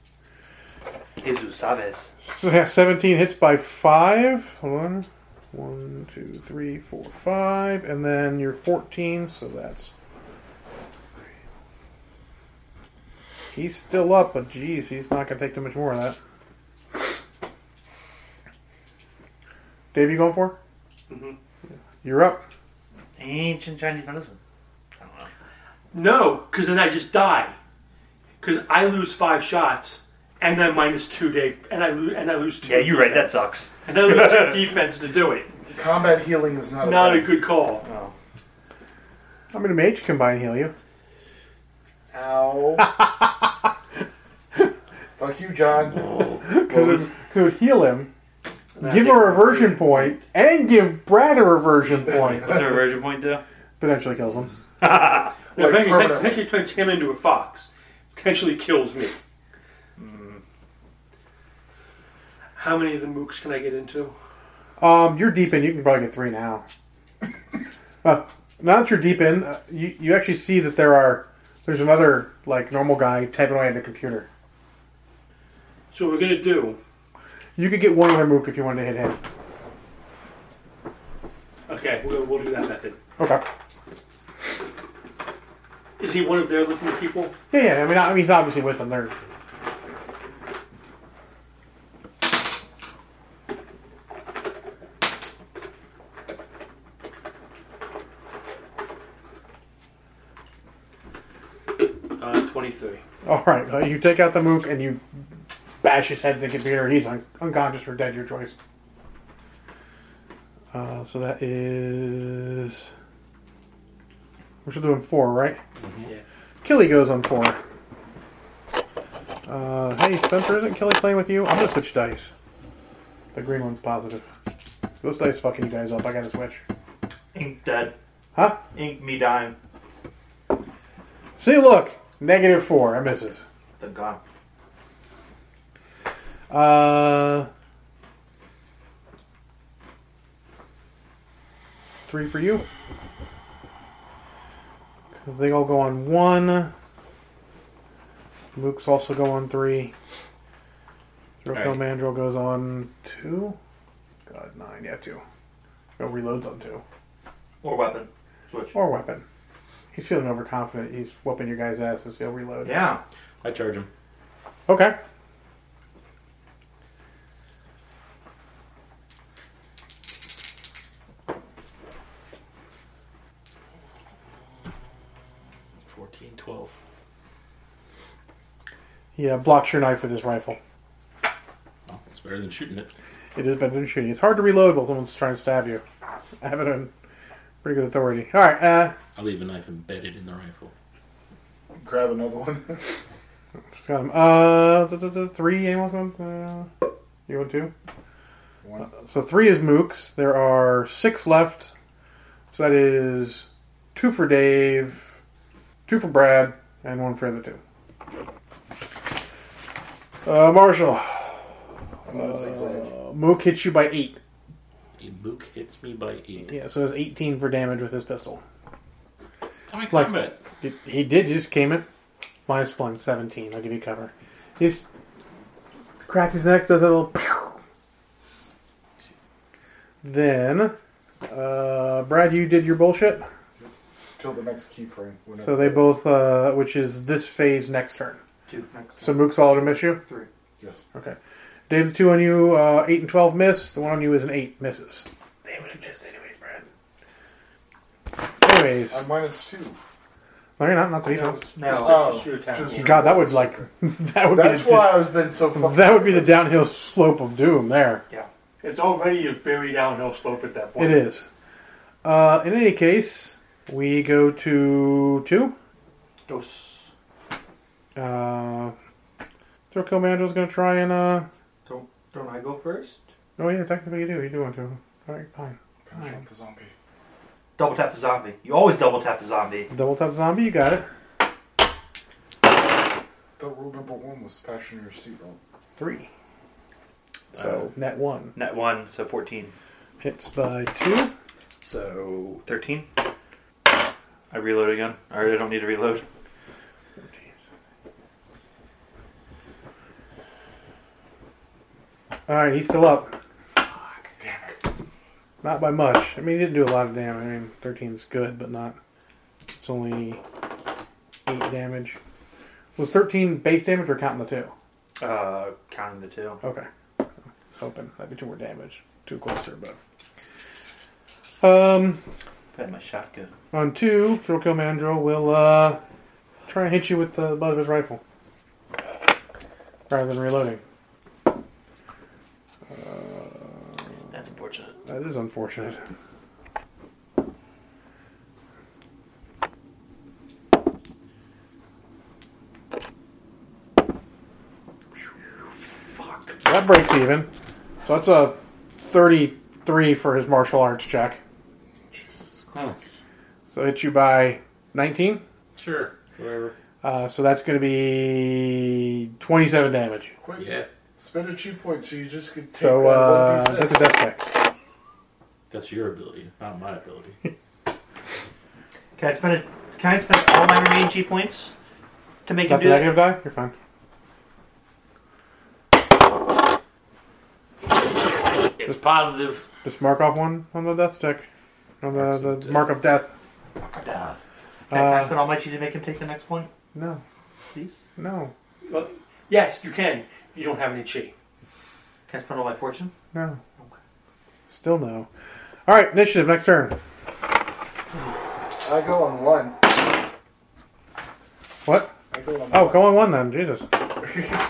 Speaker 7: Jesus sabes.
Speaker 1: So, yeah, 17 hits by five. Hold on. One, two, three, four, five, and then you're 14, so that's. He's still up, but geez, he's not going to take too much more of that. Dave, you going for?
Speaker 7: Mm-hmm.
Speaker 5: Mhm.
Speaker 1: You're up.
Speaker 7: Ancient Chinese medicine.
Speaker 5: No, because then I just die. Because I lose five shots, and I'm minus two, Dave, and I lose, and I lose two.
Speaker 7: Yeah, you're right. That sucks.
Speaker 5: And I lose two defense to do it.
Speaker 2: Combat healing is not,
Speaker 5: Not a
Speaker 2: a
Speaker 5: good call.
Speaker 2: No.
Speaker 1: I'm going to mage combine heal you.
Speaker 2: Ow. Fuck you, John.
Speaker 1: Because it, 'cause it would heal him,
Speaker 5: And I
Speaker 1: give
Speaker 5: think-
Speaker 1: a reversion point, and give Brad a reversion point.
Speaker 7: What's the reversion point do?
Speaker 1: Potentially kills him.
Speaker 5: No,
Speaker 2: Like,
Speaker 5: eventually,
Speaker 2: permanently.
Speaker 5: eventually turns him into a fox. Potentially kills me. Hmm. How many of the mooks can I get into?
Speaker 1: Um, you're deep in. You can probably get three now. uh, now that you're deep in, uh, you you actually see that there are there's another like normal guy typing away at the computer.
Speaker 5: So what we're gonna do?
Speaker 1: You could get one other mook if you wanted to hit him.
Speaker 5: Okay, we'll, we'll do that method.
Speaker 1: Okay.
Speaker 5: Is he one of their looking people?
Speaker 1: Yeah, yeah. I mean, I, I mean, he's obviously with them. They're
Speaker 5: Uh, Twenty-three.
Speaker 1: all right. Uh, you take out the mook and you bash his head in the computer. He's un- unconscious or dead. Your choice. Uh, so that is. We're still doing four, right?
Speaker 5: Yeah.
Speaker 1: Killy goes on four. Uh, hey, Spencer, isn't Killy playing with you? I'm gonna switch dice. The green one's positive. Those dice fucking you guys up. I gotta switch.
Speaker 7: Ink dead.
Speaker 1: Huh?
Speaker 7: Ink me dying.
Speaker 1: See, look, negative four. I misses.
Speaker 7: Then gone.
Speaker 1: Uh, three for you. Because they all go on one. Mooks also go on three.
Speaker 4: All
Speaker 1: Throco
Speaker 4: right.
Speaker 1: Mandrill goes on two. God, nine. Yeah, two. No reloads on two.
Speaker 7: Or weapon. Switch.
Speaker 1: Or weapon. He's feeling overconfident. He's whooping your guys' asses. He'll reload.
Speaker 7: Yeah.
Speaker 4: I charge him.
Speaker 1: Okay.
Speaker 4: Fourteen, twelve.
Speaker 1: Yeah, blocks your knife with his rifle.
Speaker 4: Well, it's better than shooting it.
Speaker 1: It is better than shooting. It's hard to reload while someone's trying to stab you. I have it on pretty good authority. All right, uh,
Speaker 4: I leave a knife embedded in the rifle.
Speaker 2: Grab another one.
Speaker 1: just got him. Uh, th- th- th- three. Anyone want? Uh, you want two? Uh,
Speaker 2: One.
Speaker 1: So three is Mooks. There are six left. So that is two for Dave, two for Brad, and one for the two. Uh, Marshall,
Speaker 2: I'm gonna zigzag.
Speaker 1: uh, Mook hits you by eight.
Speaker 4: A book hits me by eight.
Speaker 1: Yeah, so it's 18 for damage with his pistol.
Speaker 4: Come on,
Speaker 1: Like-
Speaker 4: combat.
Speaker 1: He- He did. He just came in. Minus one, 17. I'll give you cover. He just cracks his neck, does a little pew. Then, uh, Brad, you did your bullshit.
Speaker 2: Till the next keyframe. whenever
Speaker 1: So they
Speaker 2: it is.
Speaker 1: both, uh, which is this phase next turn.
Speaker 7: Two. Next.
Speaker 1: So Mook's all to miss you.
Speaker 2: Yes.
Speaker 1: Okay. Dave, the two on you, uh, 8 and 12 miss. The one on you is an 8, misses. They would have missed anyways, Brad. Anyways.
Speaker 2: I'm minus two.
Speaker 1: No, you're not, not that you don't. Oh.
Speaker 5: Just-
Speaker 3: No.
Speaker 5: just your attack
Speaker 2: just
Speaker 5: roll.
Speaker 1: God, that would like that would
Speaker 2: That's
Speaker 1: be the,
Speaker 2: why I've been so fucking.
Speaker 1: that would be the downhill slope of doom. There,
Speaker 5: It's already a very downhill slope at that point.
Speaker 1: it is. Uh, in any case, we go to two.
Speaker 3: Dos.
Speaker 1: Uh, Throco Manjo's going to try and. Uh,
Speaker 3: Don't don't I go first?
Speaker 1: oh yeah, technically you do. You do want to. All right, fine.
Speaker 2: Finish off the zombie.
Speaker 7: Double tap the zombie. You always double tap the zombie.
Speaker 1: Double tap zombie, you got it.
Speaker 2: That rule number one was fashion your seatbelt.
Speaker 1: Three. So net one
Speaker 7: Net one, so 14.
Speaker 1: hits by two.
Speaker 7: So 13. I reload again. All right, I don't need to reload.
Speaker 1: All right, he's still up. Not by much. I mean, he didn't do a lot of damage. I mean, 13's good, but not. It's only 8 damage. Was 13 base damage or counting the 2?
Speaker 7: Uh, counting the two.
Speaker 1: Okay. Hoping. That'd be 2 more damage. Too closer, but. Um,
Speaker 7: I had my shotgun.
Speaker 1: on 2, Throco Mandrill will uh, try and hit you with the butt of his rifle. Rather than reloading. Uh,
Speaker 7: That's unfortunate.
Speaker 1: That is unfortunate. That breaks even. So that's a 33 for his martial arts check.
Speaker 4: Huh.
Speaker 1: So hits you by 19.
Speaker 4: Sure. Whatever.
Speaker 1: Uh, so that's going to be 27 damage.
Speaker 2: Quick.
Speaker 4: Yeah.
Speaker 2: Spend a chi point so you just can take
Speaker 1: So
Speaker 2: that
Speaker 1: uh,
Speaker 2: one
Speaker 1: that's a
Speaker 2: piece
Speaker 1: death check.
Speaker 4: That's your ability, not my ability.
Speaker 7: Can I spend it? Can I spend all my remaining G points to make him
Speaker 1: Not
Speaker 7: do
Speaker 1: the
Speaker 7: that?
Speaker 1: negative die? You're fine.
Speaker 4: It's positive.
Speaker 1: Just mark off one on the death check. On
Speaker 4: Marks
Speaker 1: the,
Speaker 4: of
Speaker 1: the
Speaker 4: death.
Speaker 1: mark of death. Uh,
Speaker 7: Yeah. Can, I- can I spend all my G to make him take the next point,
Speaker 1: No,
Speaker 7: please?
Speaker 1: no,
Speaker 5: Well, yes, you can. You don't have any chi.
Speaker 7: Can I spend all my fortune?
Speaker 1: no. Still no. All right, initiative. Next turn.
Speaker 2: that- I go on one.
Speaker 1: What?
Speaker 2: I go on
Speaker 1: Oh,
Speaker 2: one.
Speaker 1: go on one then. Jesus.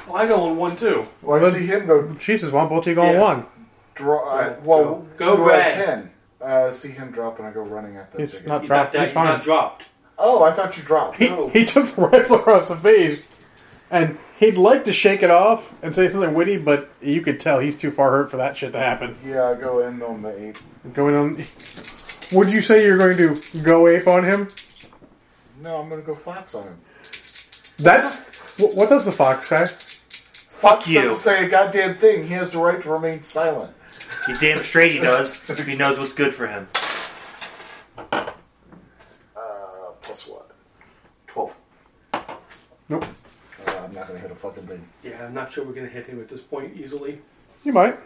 Speaker 5: Well, I go on one too.
Speaker 2: Well, I see him go
Speaker 1: Jesus, why don't both of you go
Speaker 5: Yeah.
Speaker 1: on one?
Speaker 2: draw. I, well,
Speaker 5: Go
Speaker 2: we're at
Speaker 5: red.
Speaker 2: ten. Uh, I see him drop and I go running at that.
Speaker 1: He's
Speaker 2: thing.
Speaker 1: not
Speaker 5: You
Speaker 1: dropped.
Speaker 5: got that-
Speaker 1: He's
Speaker 5: you're
Speaker 1: fine.
Speaker 5: not dropped.
Speaker 2: Oh, I thought you dropped.
Speaker 1: He,
Speaker 5: No.
Speaker 1: he took the rifle across the face, and he'd like to shake it off and say something witty, but you could tell he's too far hurt for that shit to happen.
Speaker 2: Yeah, I go in on the eight.
Speaker 1: Going on. Would you say you're going to go ape on him?
Speaker 2: No, I'm gonna go fox on him.
Speaker 1: That's what, what does the fox say?
Speaker 2: Fox
Speaker 7: you.
Speaker 2: doesn't say a goddamn thing. He has the right to remain silent.
Speaker 7: He's damn straight he does. if he knows what's good for him.
Speaker 2: Uh, plus what? Twelve.
Speaker 1: Nope.
Speaker 2: Uh, I'm not gonna hit a fucking thing.
Speaker 5: Yeah, I'm not sure we're going to hit him at this point easily.
Speaker 1: You might.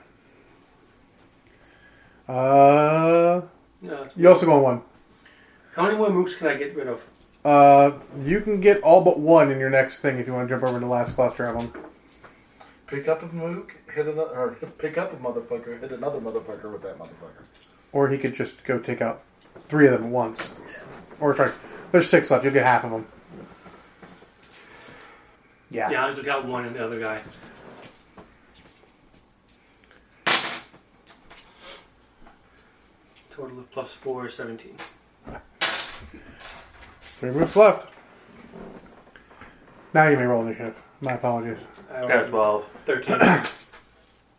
Speaker 1: Uh,
Speaker 5: No. it's-
Speaker 1: you also go on one.
Speaker 5: How many more mooks can I get rid of?
Speaker 1: Uh, you can get all but one in your next thing if you want to jump over to last cluster of them.
Speaker 2: Pick up a mook, hit another, or pick up a motherfucker, hit another motherfucker with that motherfucker.
Speaker 1: Or he could just go take out three of them at once. Or sorry, there's six left. You'll get half of them.
Speaker 7: Yeah.
Speaker 5: Yeah, I just got one and the other guy. Total of plus four is 17.
Speaker 1: Three moves left. Now you may roll initiative. My apologies.
Speaker 5: I
Speaker 7: Got a
Speaker 5: rolled
Speaker 7: 12.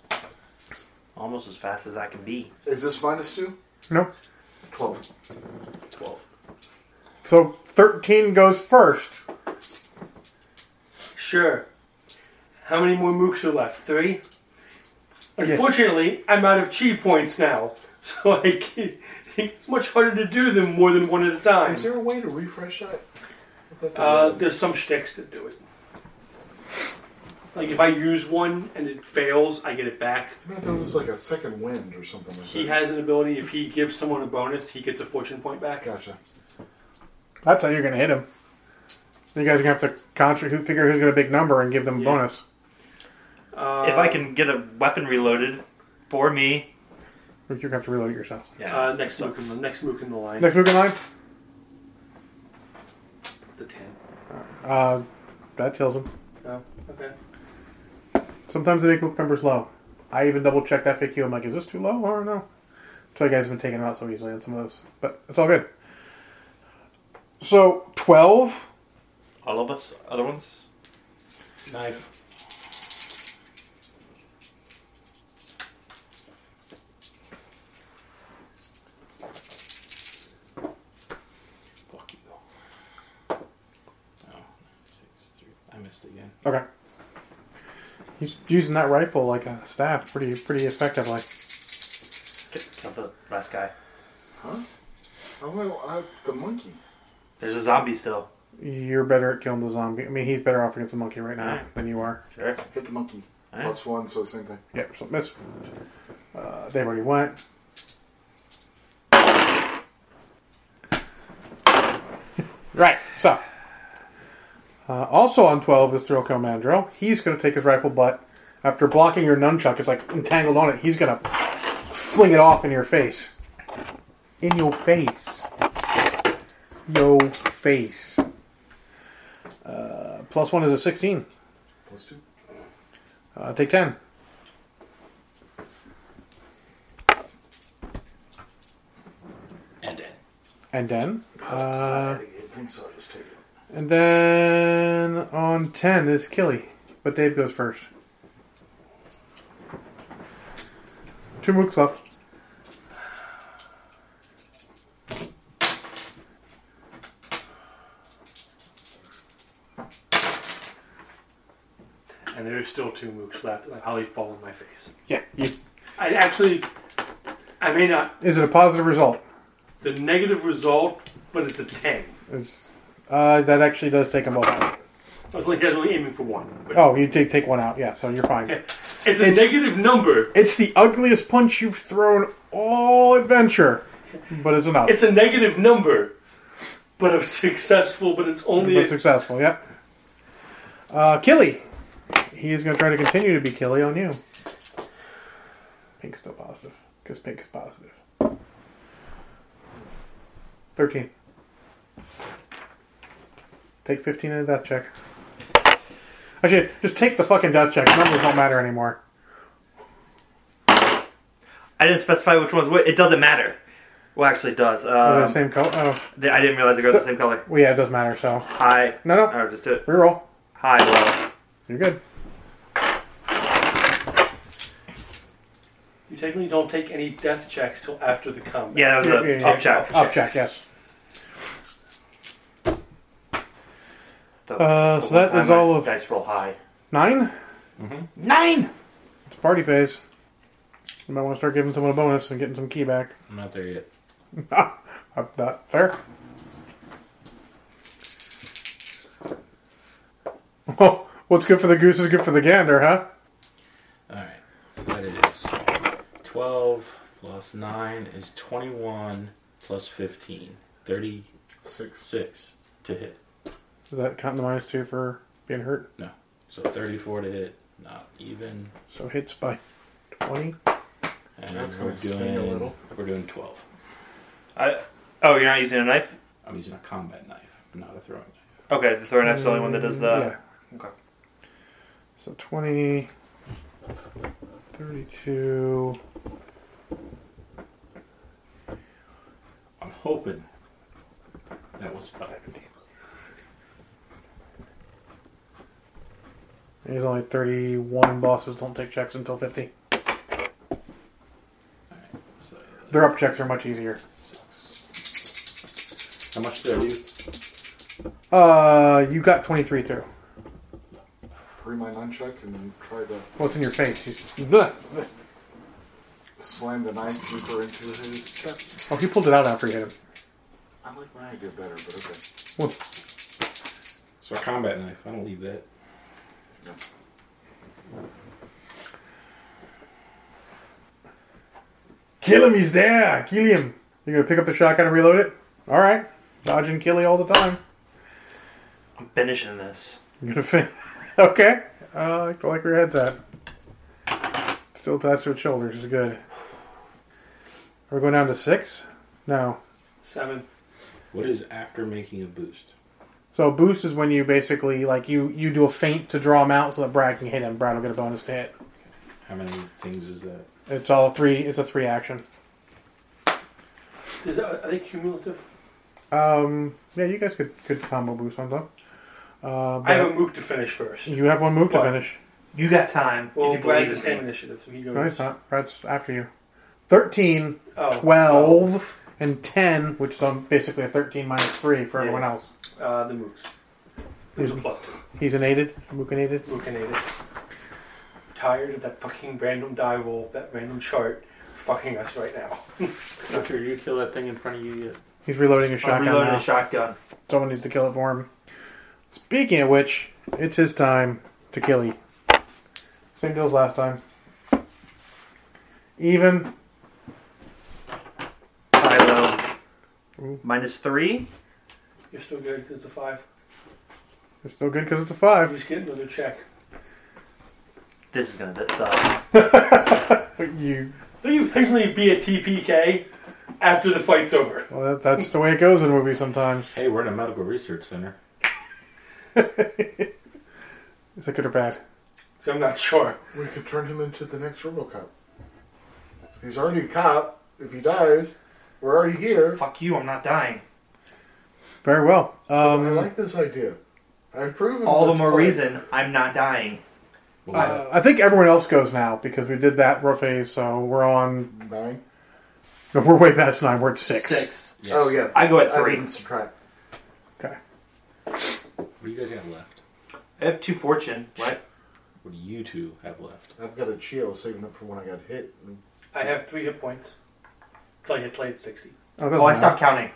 Speaker 5: 13.
Speaker 7: Almost as fast as I can be.
Speaker 2: Is this minus two?
Speaker 1: Nope.
Speaker 2: Twelve. Twelve.
Speaker 1: So 13 goes first.
Speaker 5: Sure. How many more mooks are left? Three? Unfortunately, I'm out of chi points now. So I can't, it's much harder to do them more than one at a time.
Speaker 2: Is there a way to refresh that?
Speaker 5: Uh, there's some shticks that do it. Like if I use one and it fails, I get it back.
Speaker 2: I thought it was like a second wind or something like
Speaker 5: He
Speaker 2: that.
Speaker 5: has an ability. If he gives someone a bonus, he gets a fortune point back.
Speaker 2: Gotcha.
Speaker 1: That's how you're going to hit him. You guys are going to have to contra- who figure who's got a big number and give them a
Speaker 5: Yeah.
Speaker 1: bonus.
Speaker 5: Uh,
Speaker 7: If I can get a weapon reloaded for me.
Speaker 1: But you're going to have to reload it yourself.
Speaker 5: uh, next mook in the next mook in the line,
Speaker 1: Next move in line,
Speaker 5: the ten.
Speaker 1: uh, that tells them.
Speaker 5: Oh, okay.
Speaker 1: Sometimes they make move numbers low. I even double check that FAQ. I'm like, is this too low? I don't know. That's why you guys have been taking them out so easily on some of those. But it's all good. So, 12.
Speaker 7: All of us? Other ones?
Speaker 4: Knife. Fuck you. Oh, nine, six, three. I missed again.
Speaker 1: Okay. He's using that rifle like a staff pretty pretty effectively.
Speaker 7: Get- Kill the last guy.
Speaker 2: I'm like, uh, the monkey.
Speaker 7: There's a zombie still.
Speaker 1: You're better at killing the zombie. I mean, he's better off against the monkey right now
Speaker 7: Alright.
Speaker 1: than you are.
Speaker 7: Sure.
Speaker 2: Hit the monkey.
Speaker 5: Eh?
Speaker 7: Alright.
Speaker 2: Plus one, so same thing.
Speaker 1: Yep, so miss. Uh, they've already went. right, so. Uh, also on 12 is Thrill Comandro. He's going to take his rifle butt. After blocking your nunchuck, it's like entangled on it. He's going to fling it off in your face. In your face. Yo face. Uh, plus one is a 16.
Speaker 2: Plus two.
Speaker 1: Uh, take 10.
Speaker 4: And then.
Speaker 1: And then. Uh,
Speaker 2: I didn't think so. I just take it.
Speaker 1: And then on 10 is Killy. But Dave goes first. Two mooks left.
Speaker 5: And there's still two mooks left, and I probably fall on my face.
Speaker 1: Yeah. you-
Speaker 5: I actually, I may not.
Speaker 1: is it a positive result?
Speaker 5: It's a negative result, but it's a ten.
Speaker 1: It's, uh, that actually does take them both out.
Speaker 5: I was only, I was only aiming for one. But
Speaker 1: Oh, you did take one out. Yeah, so you're fine.
Speaker 5: It's a
Speaker 1: It's-
Speaker 5: negative number.
Speaker 1: It's the ugliest punch you've thrown all adventure. But it's enough.
Speaker 5: It's a negative number, but I'm successful. But it's only
Speaker 1: but successful, yep. Uh, Killy. He is going to try to continue to be Killy on you. Pink's still positive. Because pink is positive. 13. Take 15 in a death check. Actually, just take the fucking death check. Numbers don't matter anymore.
Speaker 7: I didn't specify which one's which. It doesn't matter. Well, actually, it does.
Speaker 1: They're the
Speaker 7: Um,
Speaker 1: same color. Oh,
Speaker 7: they- I didn't realize they were the same color.
Speaker 1: well, yeah, it does matter, so.
Speaker 7: High.
Speaker 1: No, no.
Speaker 3: uh,
Speaker 7: I'll just do it.
Speaker 1: Reroll.
Speaker 7: High, low.
Speaker 1: You're good.
Speaker 5: You technically don't take any death checks till after the combat.
Speaker 7: Yeah, that was
Speaker 1: Yeah, yeah,
Speaker 7: a
Speaker 1: yeah.
Speaker 7: up check.
Speaker 1: Up check, yes.
Speaker 7: The-
Speaker 1: Uh,
Speaker 7: the
Speaker 1: so that
Speaker 7: one
Speaker 1: is
Speaker 7: time
Speaker 1: all
Speaker 7: my
Speaker 1: of-
Speaker 7: Dice roll high.
Speaker 1: Nine?
Speaker 7: Nine!
Speaker 1: It's party phase. You might want to start giving someone a bonus and getting some key back.
Speaker 4: I'm not there yet.
Speaker 1: Uh, Not fair. Oh, what's good for the goose is good for the gander, huh?
Speaker 4: Alright, so that is 12 plus 9 is 21 plus 15. 36
Speaker 2: Six.
Speaker 4: to hit.
Speaker 1: Is that counting the minus two for being hurt?
Speaker 4: No. So 34 to hit. Not even.
Speaker 1: So hits by 20.
Speaker 4: And
Speaker 2: That's
Speaker 4: we're
Speaker 2: gonna sting a
Speaker 4: doing-
Speaker 2: little.
Speaker 4: We're doing 12.
Speaker 7: I, oh, you're not using a knife?
Speaker 4: I'm using a combat knife, not a throwing knife.
Speaker 7: Okay, the throwing knife's the only one that does the.
Speaker 1: Mm, Yeah.
Speaker 7: Okay.
Speaker 1: So 20, 32.
Speaker 4: I'm hoping that was 5.
Speaker 1: There's only 31 bosses don't take checks until 50.
Speaker 4: So,
Speaker 1: Their up checks are much easier.
Speaker 4: how much did I do?
Speaker 1: Uh, you got 23 through.
Speaker 2: free my nine check and then try to
Speaker 1: What's in your face? He's-
Speaker 2: slam the nine keeper into his chest.
Speaker 1: oh, he pulled it out after you hit him.
Speaker 2: I like my idea better, but okay.
Speaker 1: Well,
Speaker 4: So a combat knife. I don't leave that.
Speaker 2: No.
Speaker 1: Kill him, he's there! Kill him! You're gonna pick up the shotgun and reload it? Alright. Dodge and killy all the time.
Speaker 7: I'm finishing this.
Speaker 1: You're gonna fin- Okay. I like, I like where your head's at. Still attached to its shoulders is good. We're going down to six? No.
Speaker 5: Seven.
Speaker 4: What is after making a boost?
Speaker 1: So a boost is when you basically like you you do a feint to draw him out so that Brad can hit him. Brad will get a bonus to hit.
Speaker 4: How many things is that?
Speaker 1: It's all three. It's a three action.
Speaker 5: Is that, are they cumulative?
Speaker 1: Um, yeah, you guys could could combo boost on top. Uh,
Speaker 5: I have a
Speaker 1: but
Speaker 5: mook to finish first.
Speaker 1: you have one move to
Speaker 5: What?
Speaker 1: finish.
Speaker 7: You got time.
Speaker 5: Well,
Speaker 7: if you
Speaker 5: Brad's
Speaker 7: believe
Speaker 5: the
Speaker 7: in
Speaker 5: same
Speaker 7: me.
Speaker 5: initiative, so he goes.
Speaker 1: No, it's not. Brad's after you. 13,
Speaker 5: Oh,
Speaker 1: 12, and ten, which is um, basically a thirteen minus three for
Speaker 5: Yeah.
Speaker 1: everyone else.
Speaker 5: oh, uh, the mooks. Who's a plus two?
Speaker 1: He's an aided, Mook and aided.
Speaker 5: Looking at it. Tired of that fucking random die roll, that random chart fucking us right now.
Speaker 4: Doctor, did you kill that thing in front of you yet?
Speaker 1: He's reloading his
Speaker 7: I'm
Speaker 1: shotgun
Speaker 7: reloading
Speaker 1: now.
Speaker 7: a shotgun.
Speaker 1: Someone needs to kill it for him. Speaking of which, it's his time to kill you. Same deal as last time. Even.
Speaker 7: I will. Minus three.
Speaker 5: You're still good because the five.
Speaker 1: It's still good because it's a
Speaker 5: I'm
Speaker 1: five.
Speaker 5: just getting another check.
Speaker 7: This is gonna suck.
Speaker 1: But you.
Speaker 5: Will you technically be a TPK after the fight's over?
Speaker 1: Well, that, that's the way it goes in movies sometimes.
Speaker 4: Hey, we're in a medical research center.
Speaker 1: Is it good or bad?
Speaker 5: So I'm not sure.
Speaker 2: We could turn him into the next RoboCop. He's already a cop. If he dies, we're already here.
Speaker 7: Fuck you. I'm not dying.
Speaker 1: Very well.
Speaker 2: I
Speaker 1: Um,
Speaker 2: like this idea. I approve. Of
Speaker 7: Mm. All the
Speaker 2: this
Speaker 7: more
Speaker 2: play.
Speaker 7: reason I'm not dying.
Speaker 4: Well,
Speaker 1: uh, I think everyone else goes now because we did that rough phase, so we're on.
Speaker 2: Nine.
Speaker 1: No, we're way past nine. We're at six.
Speaker 7: Six.
Speaker 4: yes.
Speaker 2: Oh yeah.
Speaker 7: I go at
Speaker 2: I
Speaker 7: three.
Speaker 2: didn't subtract.
Speaker 1: Okay.
Speaker 4: What do you guys got left?
Speaker 7: I have two fortune. What?
Speaker 4: What do you two have left?
Speaker 2: I've got a Chio saving up for when I got hit.
Speaker 5: I have three hit points. Till I get played 60.
Speaker 1: Oh, it doesn't
Speaker 7: Oh, I
Speaker 1: matter.
Speaker 7: stopped counting.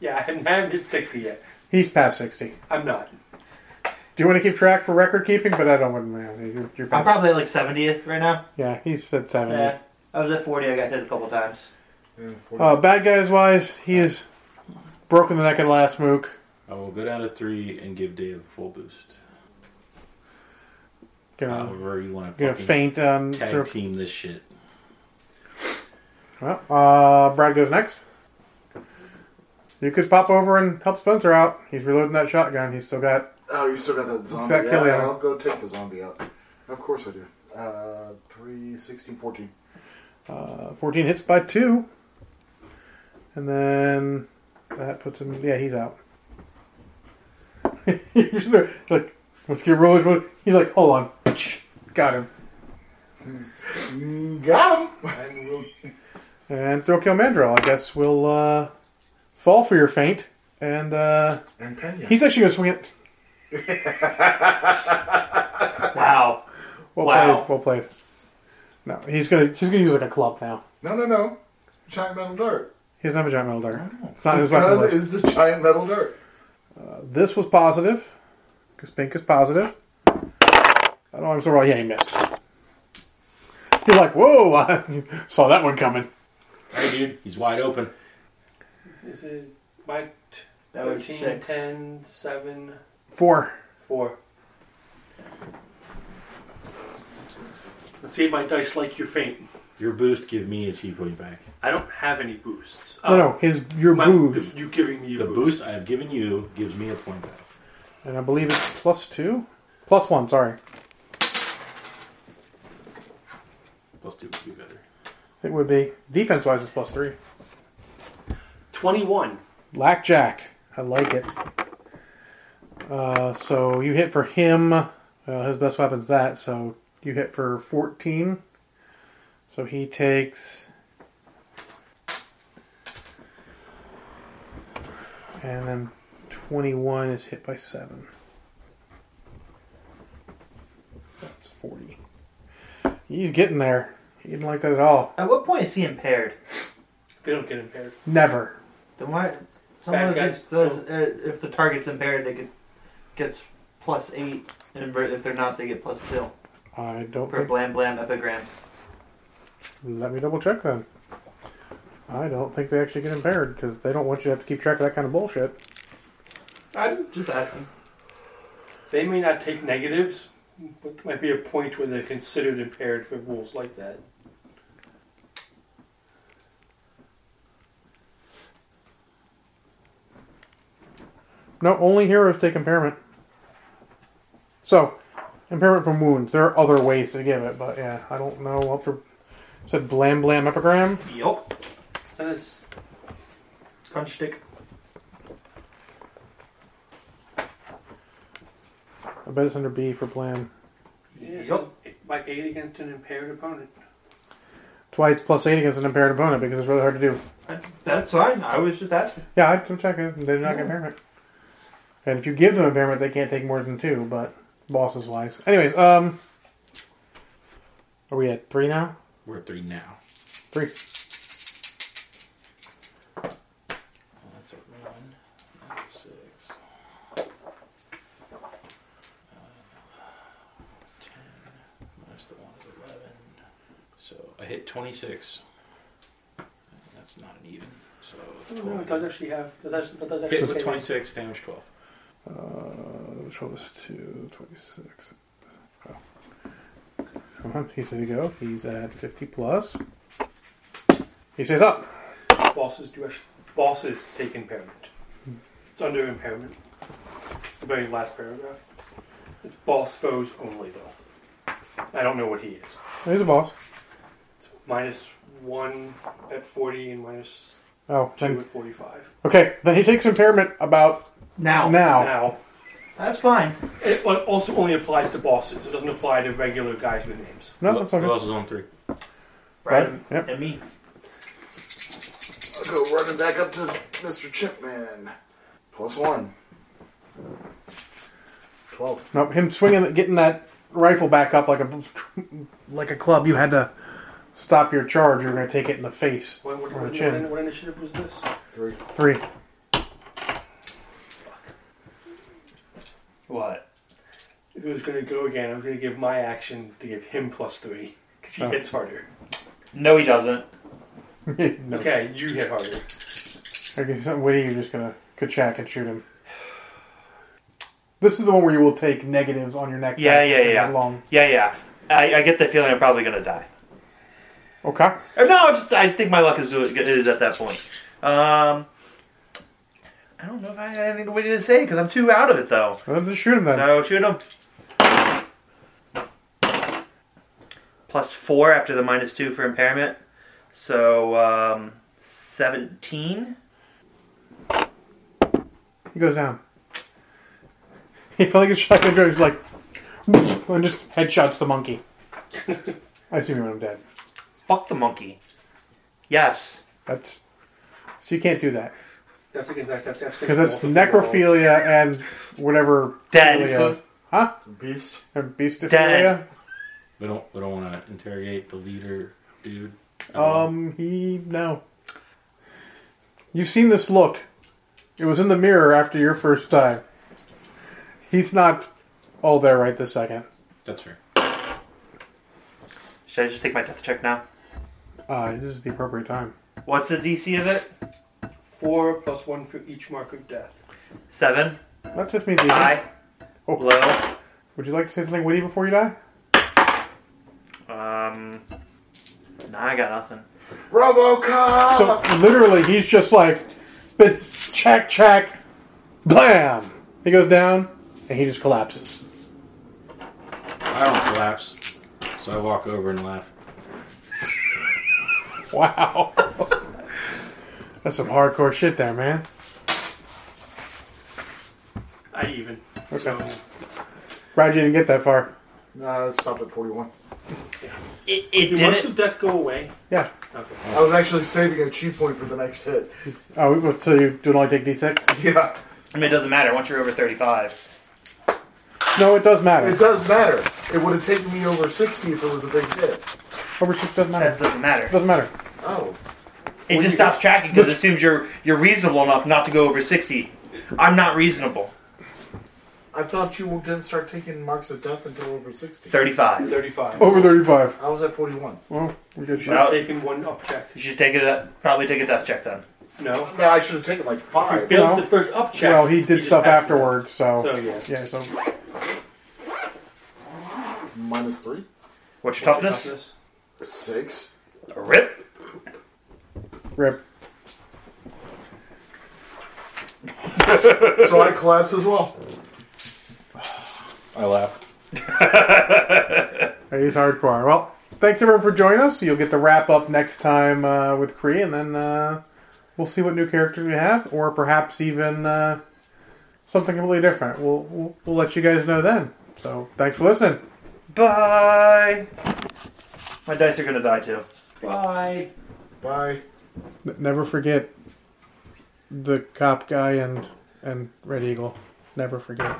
Speaker 5: Yeah, I haven't, I haven't hit 60 yet.
Speaker 1: He's past 60.
Speaker 5: I'm not.
Speaker 1: Do you want to keep track for record keeping? But I don't want to. You're, you're
Speaker 7: I'm
Speaker 1: past.
Speaker 7: probably at like 70th right now.
Speaker 1: yeah, he's at 70.
Speaker 7: Yeah. I was at 40. I got hit a couple times.
Speaker 2: And forty-
Speaker 1: Uh, bad guys wise, he is broken the neck in the last mook.
Speaker 4: I will go down to three and give Dave a full boost.
Speaker 1: Gonna,
Speaker 4: However, you want to
Speaker 1: gonna
Speaker 4: Oh, fucking
Speaker 1: faint um, on.
Speaker 4: tag team this shit.
Speaker 1: Well, uh, Brad goes next. You could pop over and help Spencer out. He's reloading that shotgun. He's still got.
Speaker 2: oh, you still got that zombie.
Speaker 1: that kill
Speaker 2: yeah,
Speaker 1: him?
Speaker 2: I'll go take the zombie out. Of course I do. Uh, 3, 16, 14.
Speaker 1: Uh, 14 hits by two. And then that puts him. Yeah, he's out. he's there, like, let's get rolling. He's like, hold on. Got him.
Speaker 2: Mm, Got him.
Speaker 5: And we'll,
Speaker 1: And throw kill Mandrill, I guess, will uh, fall for your feint. And uh,
Speaker 2: And Pena.
Speaker 1: he's actually going to swing it.
Speaker 7: Wow.
Speaker 1: Well
Speaker 7: Wow.
Speaker 1: played. Well played. No, he's gonna he's gonna use like a club now.
Speaker 2: no, no, no. Giant metal dirt.
Speaker 1: He doesn't have a giant metal dart. It's
Speaker 7: Uh,
Speaker 1: not in
Speaker 2: The
Speaker 1: his weapon
Speaker 2: gun
Speaker 1: list.
Speaker 2: is the giant metal dirt.
Speaker 1: This was positive. Because Pink is positive. I don't know. I'm so wrong. Yeah, he missed. You're like, whoa! I saw that one coming.
Speaker 4: Hey, dude, he's wide open.
Speaker 5: this is my t-
Speaker 7: That was
Speaker 5: 13,
Speaker 7: six.
Speaker 5: 10, 7,
Speaker 1: Four.
Speaker 5: 4. Let's see if my dice like your faint.
Speaker 4: Your boost give me a chi point back.
Speaker 5: I don't have any boosts.
Speaker 1: No, no. His your
Speaker 5: Oh. My,
Speaker 1: move,
Speaker 5: You giving me
Speaker 4: The
Speaker 5: a
Speaker 4: boost I have given you gives me a point back.
Speaker 1: and I believe it's plus two, plus one. Sorry,
Speaker 4: Plus two would be better.
Speaker 1: it would be defense wise. It's plus three.
Speaker 5: 21.
Speaker 1: Blackjack. I like it. Uh, so you hit for him. Uh, his best weapon's that. So you hit for 14. So he takes. And then 21 is hit by 7. That's 40. He's getting there. He didn't like that at all.
Speaker 3: At what point is he impaired?
Speaker 5: They don't get impaired.
Speaker 1: Never.
Speaker 3: Then why?
Speaker 5: Bad
Speaker 3: Someone
Speaker 5: guy.
Speaker 3: gets those, uh, if the target's impaired, they get gets plus eight, and if if they're not, they get plus two
Speaker 1: I don't
Speaker 3: for
Speaker 1: think.
Speaker 3: blam blam epigram.
Speaker 1: Let me double check then. I don't think they actually get impaired because they don't want you to have to keep track of that kind of bullshit.
Speaker 3: I'm just asking.
Speaker 5: They may not take negatives, but there might be a point where they're considered impaired for rules like that.
Speaker 1: No, only heroes take impairment. So, impairment from wounds. There are other ways to give it, but yeah, I don't know. Ultra said blam blam epigram.
Speaker 3: Yup.
Speaker 5: And it's
Speaker 3: Crunch stick.
Speaker 1: I bet it's under B for blam.
Speaker 5: it's
Speaker 3: Yup.
Speaker 5: like eight against an impaired opponent.
Speaker 1: That's why it's plus eight against an impaired opponent because it's really hard to do.
Speaker 3: That's fine. I was just asking.
Speaker 1: Yeah, I'd check checking. They did not get impairment. And if you give them impairment, they can't take more than two, but bosses wise. Anyways, um. Are we at three now?
Speaker 4: We're at three now.
Speaker 1: Three.
Speaker 4: Oh, That's a one. That's a six. Uh, Ten minus the one is eleven. So I hit twenty-six. That's not an even. So it's
Speaker 5: Oh, no, it does
Speaker 4: twelve.
Speaker 5: actually have. That does, that does
Speaker 4: Hit
Speaker 5: actually say
Speaker 4: with
Speaker 5: that.
Speaker 4: twenty-six, damage twelve.
Speaker 1: Which one was Uh, two? 26. Oh. Come on, he's ready to go. He's at 50 plus. He stays up.
Speaker 5: Bosses do actually, bosses take impairment. It's under impairment. It's the very last paragraph. It's boss foes only though. I don't know what he is.
Speaker 1: He's a boss.
Speaker 5: It's minus one at forty and minus
Speaker 1: Oh,
Speaker 5: two
Speaker 1: then.
Speaker 5: at forty-five.
Speaker 1: Okay, then he takes impairment about
Speaker 3: Now.
Speaker 1: now.
Speaker 5: Now
Speaker 3: That's fine.
Speaker 5: it al- also only applies to bosses. It doesn't apply to regular guys with names.
Speaker 1: No, that's
Speaker 4: Who
Speaker 1: okay.
Speaker 4: else is on three?
Speaker 1: Right?
Speaker 3: Right.
Speaker 1: Yep.
Speaker 3: And me.
Speaker 2: I'll go running back up to Mr. Chipman. Plus one. Twelve.
Speaker 1: No, him swinging, getting that rifle back up like a like a club. You had to stop your charge. You were going to take it in the face
Speaker 5: What, what,
Speaker 1: or
Speaker 5: what,
Speaker 1: the
Speaker 5: what,
Speaker 1: chin.
Speaker 5: what initiative was this?
Speaker 2: Three.
Speaker 1: Three.
Speaker 5: What? If it was going to go again, I was going to give my action to give him plus three because he
Speaker 1: Oh.
Speaker 5: hits harder.
Speaker 3: No, he doesn't.
Speaker 1: no.
Speaker 5: Okay, you hit harder.
Speaker 1: Okay, something witty, you're just gonna kachak and shoot him. This is the one where you will take negatives on your next.
Speaker 3: Yeah,
Speaker 1: action
Speaker 3: yeah,
Speaker 1: if you're
Speaker 3: yeah.
Speaker 1: Long.
Speaker 3: Yeah, yeah. I, I get the feeling I'm probably gonna die.
Speaker 1: Okay.
Speaker 3: Or no, it's just, I think my luck is, is at that point. Um, I don't know if I have anything witty to say because I'm too out of it though.
Speaker 1: Well, then just shoot him then.
Speaker 3: No, shoot him. Plus four after the minus two for impairment. So, um, 17.
Speaker 1: He goes down. He felt like a shotgun drone. He's like, and just headshots the monkey. I assume you want him dead.
Speaker 3: Fuck the monkey. Yes.
Speaker 1: That's so you can't do that
Speaker 5: That's against that's that's that's
Speaker 1: because that's
Speaker 5: against multiple rolls.
Speaker 1: necrophilia and whatever.
Speaker 3: Dead.
Speaker 1: philia- Huh?
Speaker 2: Beast.
Speaker 1: And beastophilia.
Speaker 3: Dead.
Speaker 4: We don't. We don't want to interrogate the leader, dude. at all.
Speaker 1: Um, he no. You've seen this look. It was in the mirror after your first time. He's not all there right this second.
Speaker 4: that's fair.
Speaker 3: Should I just take my death check now?
Speaker 1: Uh, this is the appropriate time.
Speaker 3: What's the DC of it?
Speaker 5: four plus one for each mark of death.
Speaker 3: Seven.
Speaker 1: That just means easy.
Speaker 3: High.
Speaker 1: Oh.
Speaker 3: Low.
Speaker 1: Would you like to say something witty before you die?
Speaker 3: Um, nah, I got nothing.
Speaker 2: RoboCop.
Speaker 1: So literally, he's just like, but check, check, blam. He goes down and he just collapses.
Speaker 4: I don't collapse, so I walk over and laugh.
Speaker 1: Wow, that's some hardcore shit there, man.
Speaker 5: I even. So
Speaker 1: Okay, Roger, you didn't get that far.
Speaker 2: Nah, it stopped at forty-one.
Speaker 3: It, it
Speaker 5: do marks of death go away?
Speaker 1: Yeah.
Speaker 5: Okay.
Speaker 2: I was actually saving a chi point for the next hit.
Speaker 1: Oh, so you do only take d6?
Speaker 2: Yeah,
Speaker 3: I mean, it doesn't matter once you're over 35.
Speaker 1: No, it does
Speaker 2: it
Speaker 1: matter.
Speaker 2: does matter. It would have taken me over 60 if it was a big hit.
Speaker 1: Over six doesn't
Speaker 3: That
Speaker 1: matter.
Speaker 3: doesn't matter.
Speaker 1: Doesn't matter.
Speaker 2: Oh.
Speaker 3: It
Speaker 1: you-
Speaker 3: just stops tracking because it assumes you're you're reasonable enough not to go over sixty. I'm not reasonable.
Speaker 2: I thought you didn't start taking marks of death until over 60.
Speaker 3: Thirty-five.
Speaker 5: 35.
Speaker 1: Over 35.
Speaker 2: I was at 41.
Speaker 1: Well, we good shot.
Speaker 5: I'm
Speaker 3: Well-
Speaker 5: taking one up check.
Speaker 3: You should take a probably take a death check then.
Speaker 5: No.
Speaker 2: Yeah, I should have taken like
Speaker 5: He
Speaker 2: five.
Speaker 5: failed
Speaker 1: Well-
Speaker 5: the first up check.
Speaker 1: Well, he did
Speaker 5: just
Speaker 1: stuff
Speaker 5: passed
Speaker 1: afterwards, so.
Speaker 5: So, yeah.
Speaker 1: so.
Speaker 2: Minus three.
Speaker 3: What's your
Speaker 5: What's your
Speaker 3: toughness?
Speaker 5: toughness?
Speaker 2: Six.
Speaker 3: A rip.
Speaker 1: Rip.
Speaker 2: So I collapse as well. I laugh.
Speaker 1: He's hardcore. Well, thanks everyone for joining us. You'll get the wrap up next time uh, with Kree, and then uh, we'll see what new characters we have, or perhaps even uh, something completely different. We'll, we'll we'll let you guys know then. So thanks for listening.
Speaker 3: Bye. My dice are gonna die too.
Speaker 5: Bye.
Speaker 2: Bye.
Speaker 1: N- never forget the cop guy and and Red Eagle. Never forget.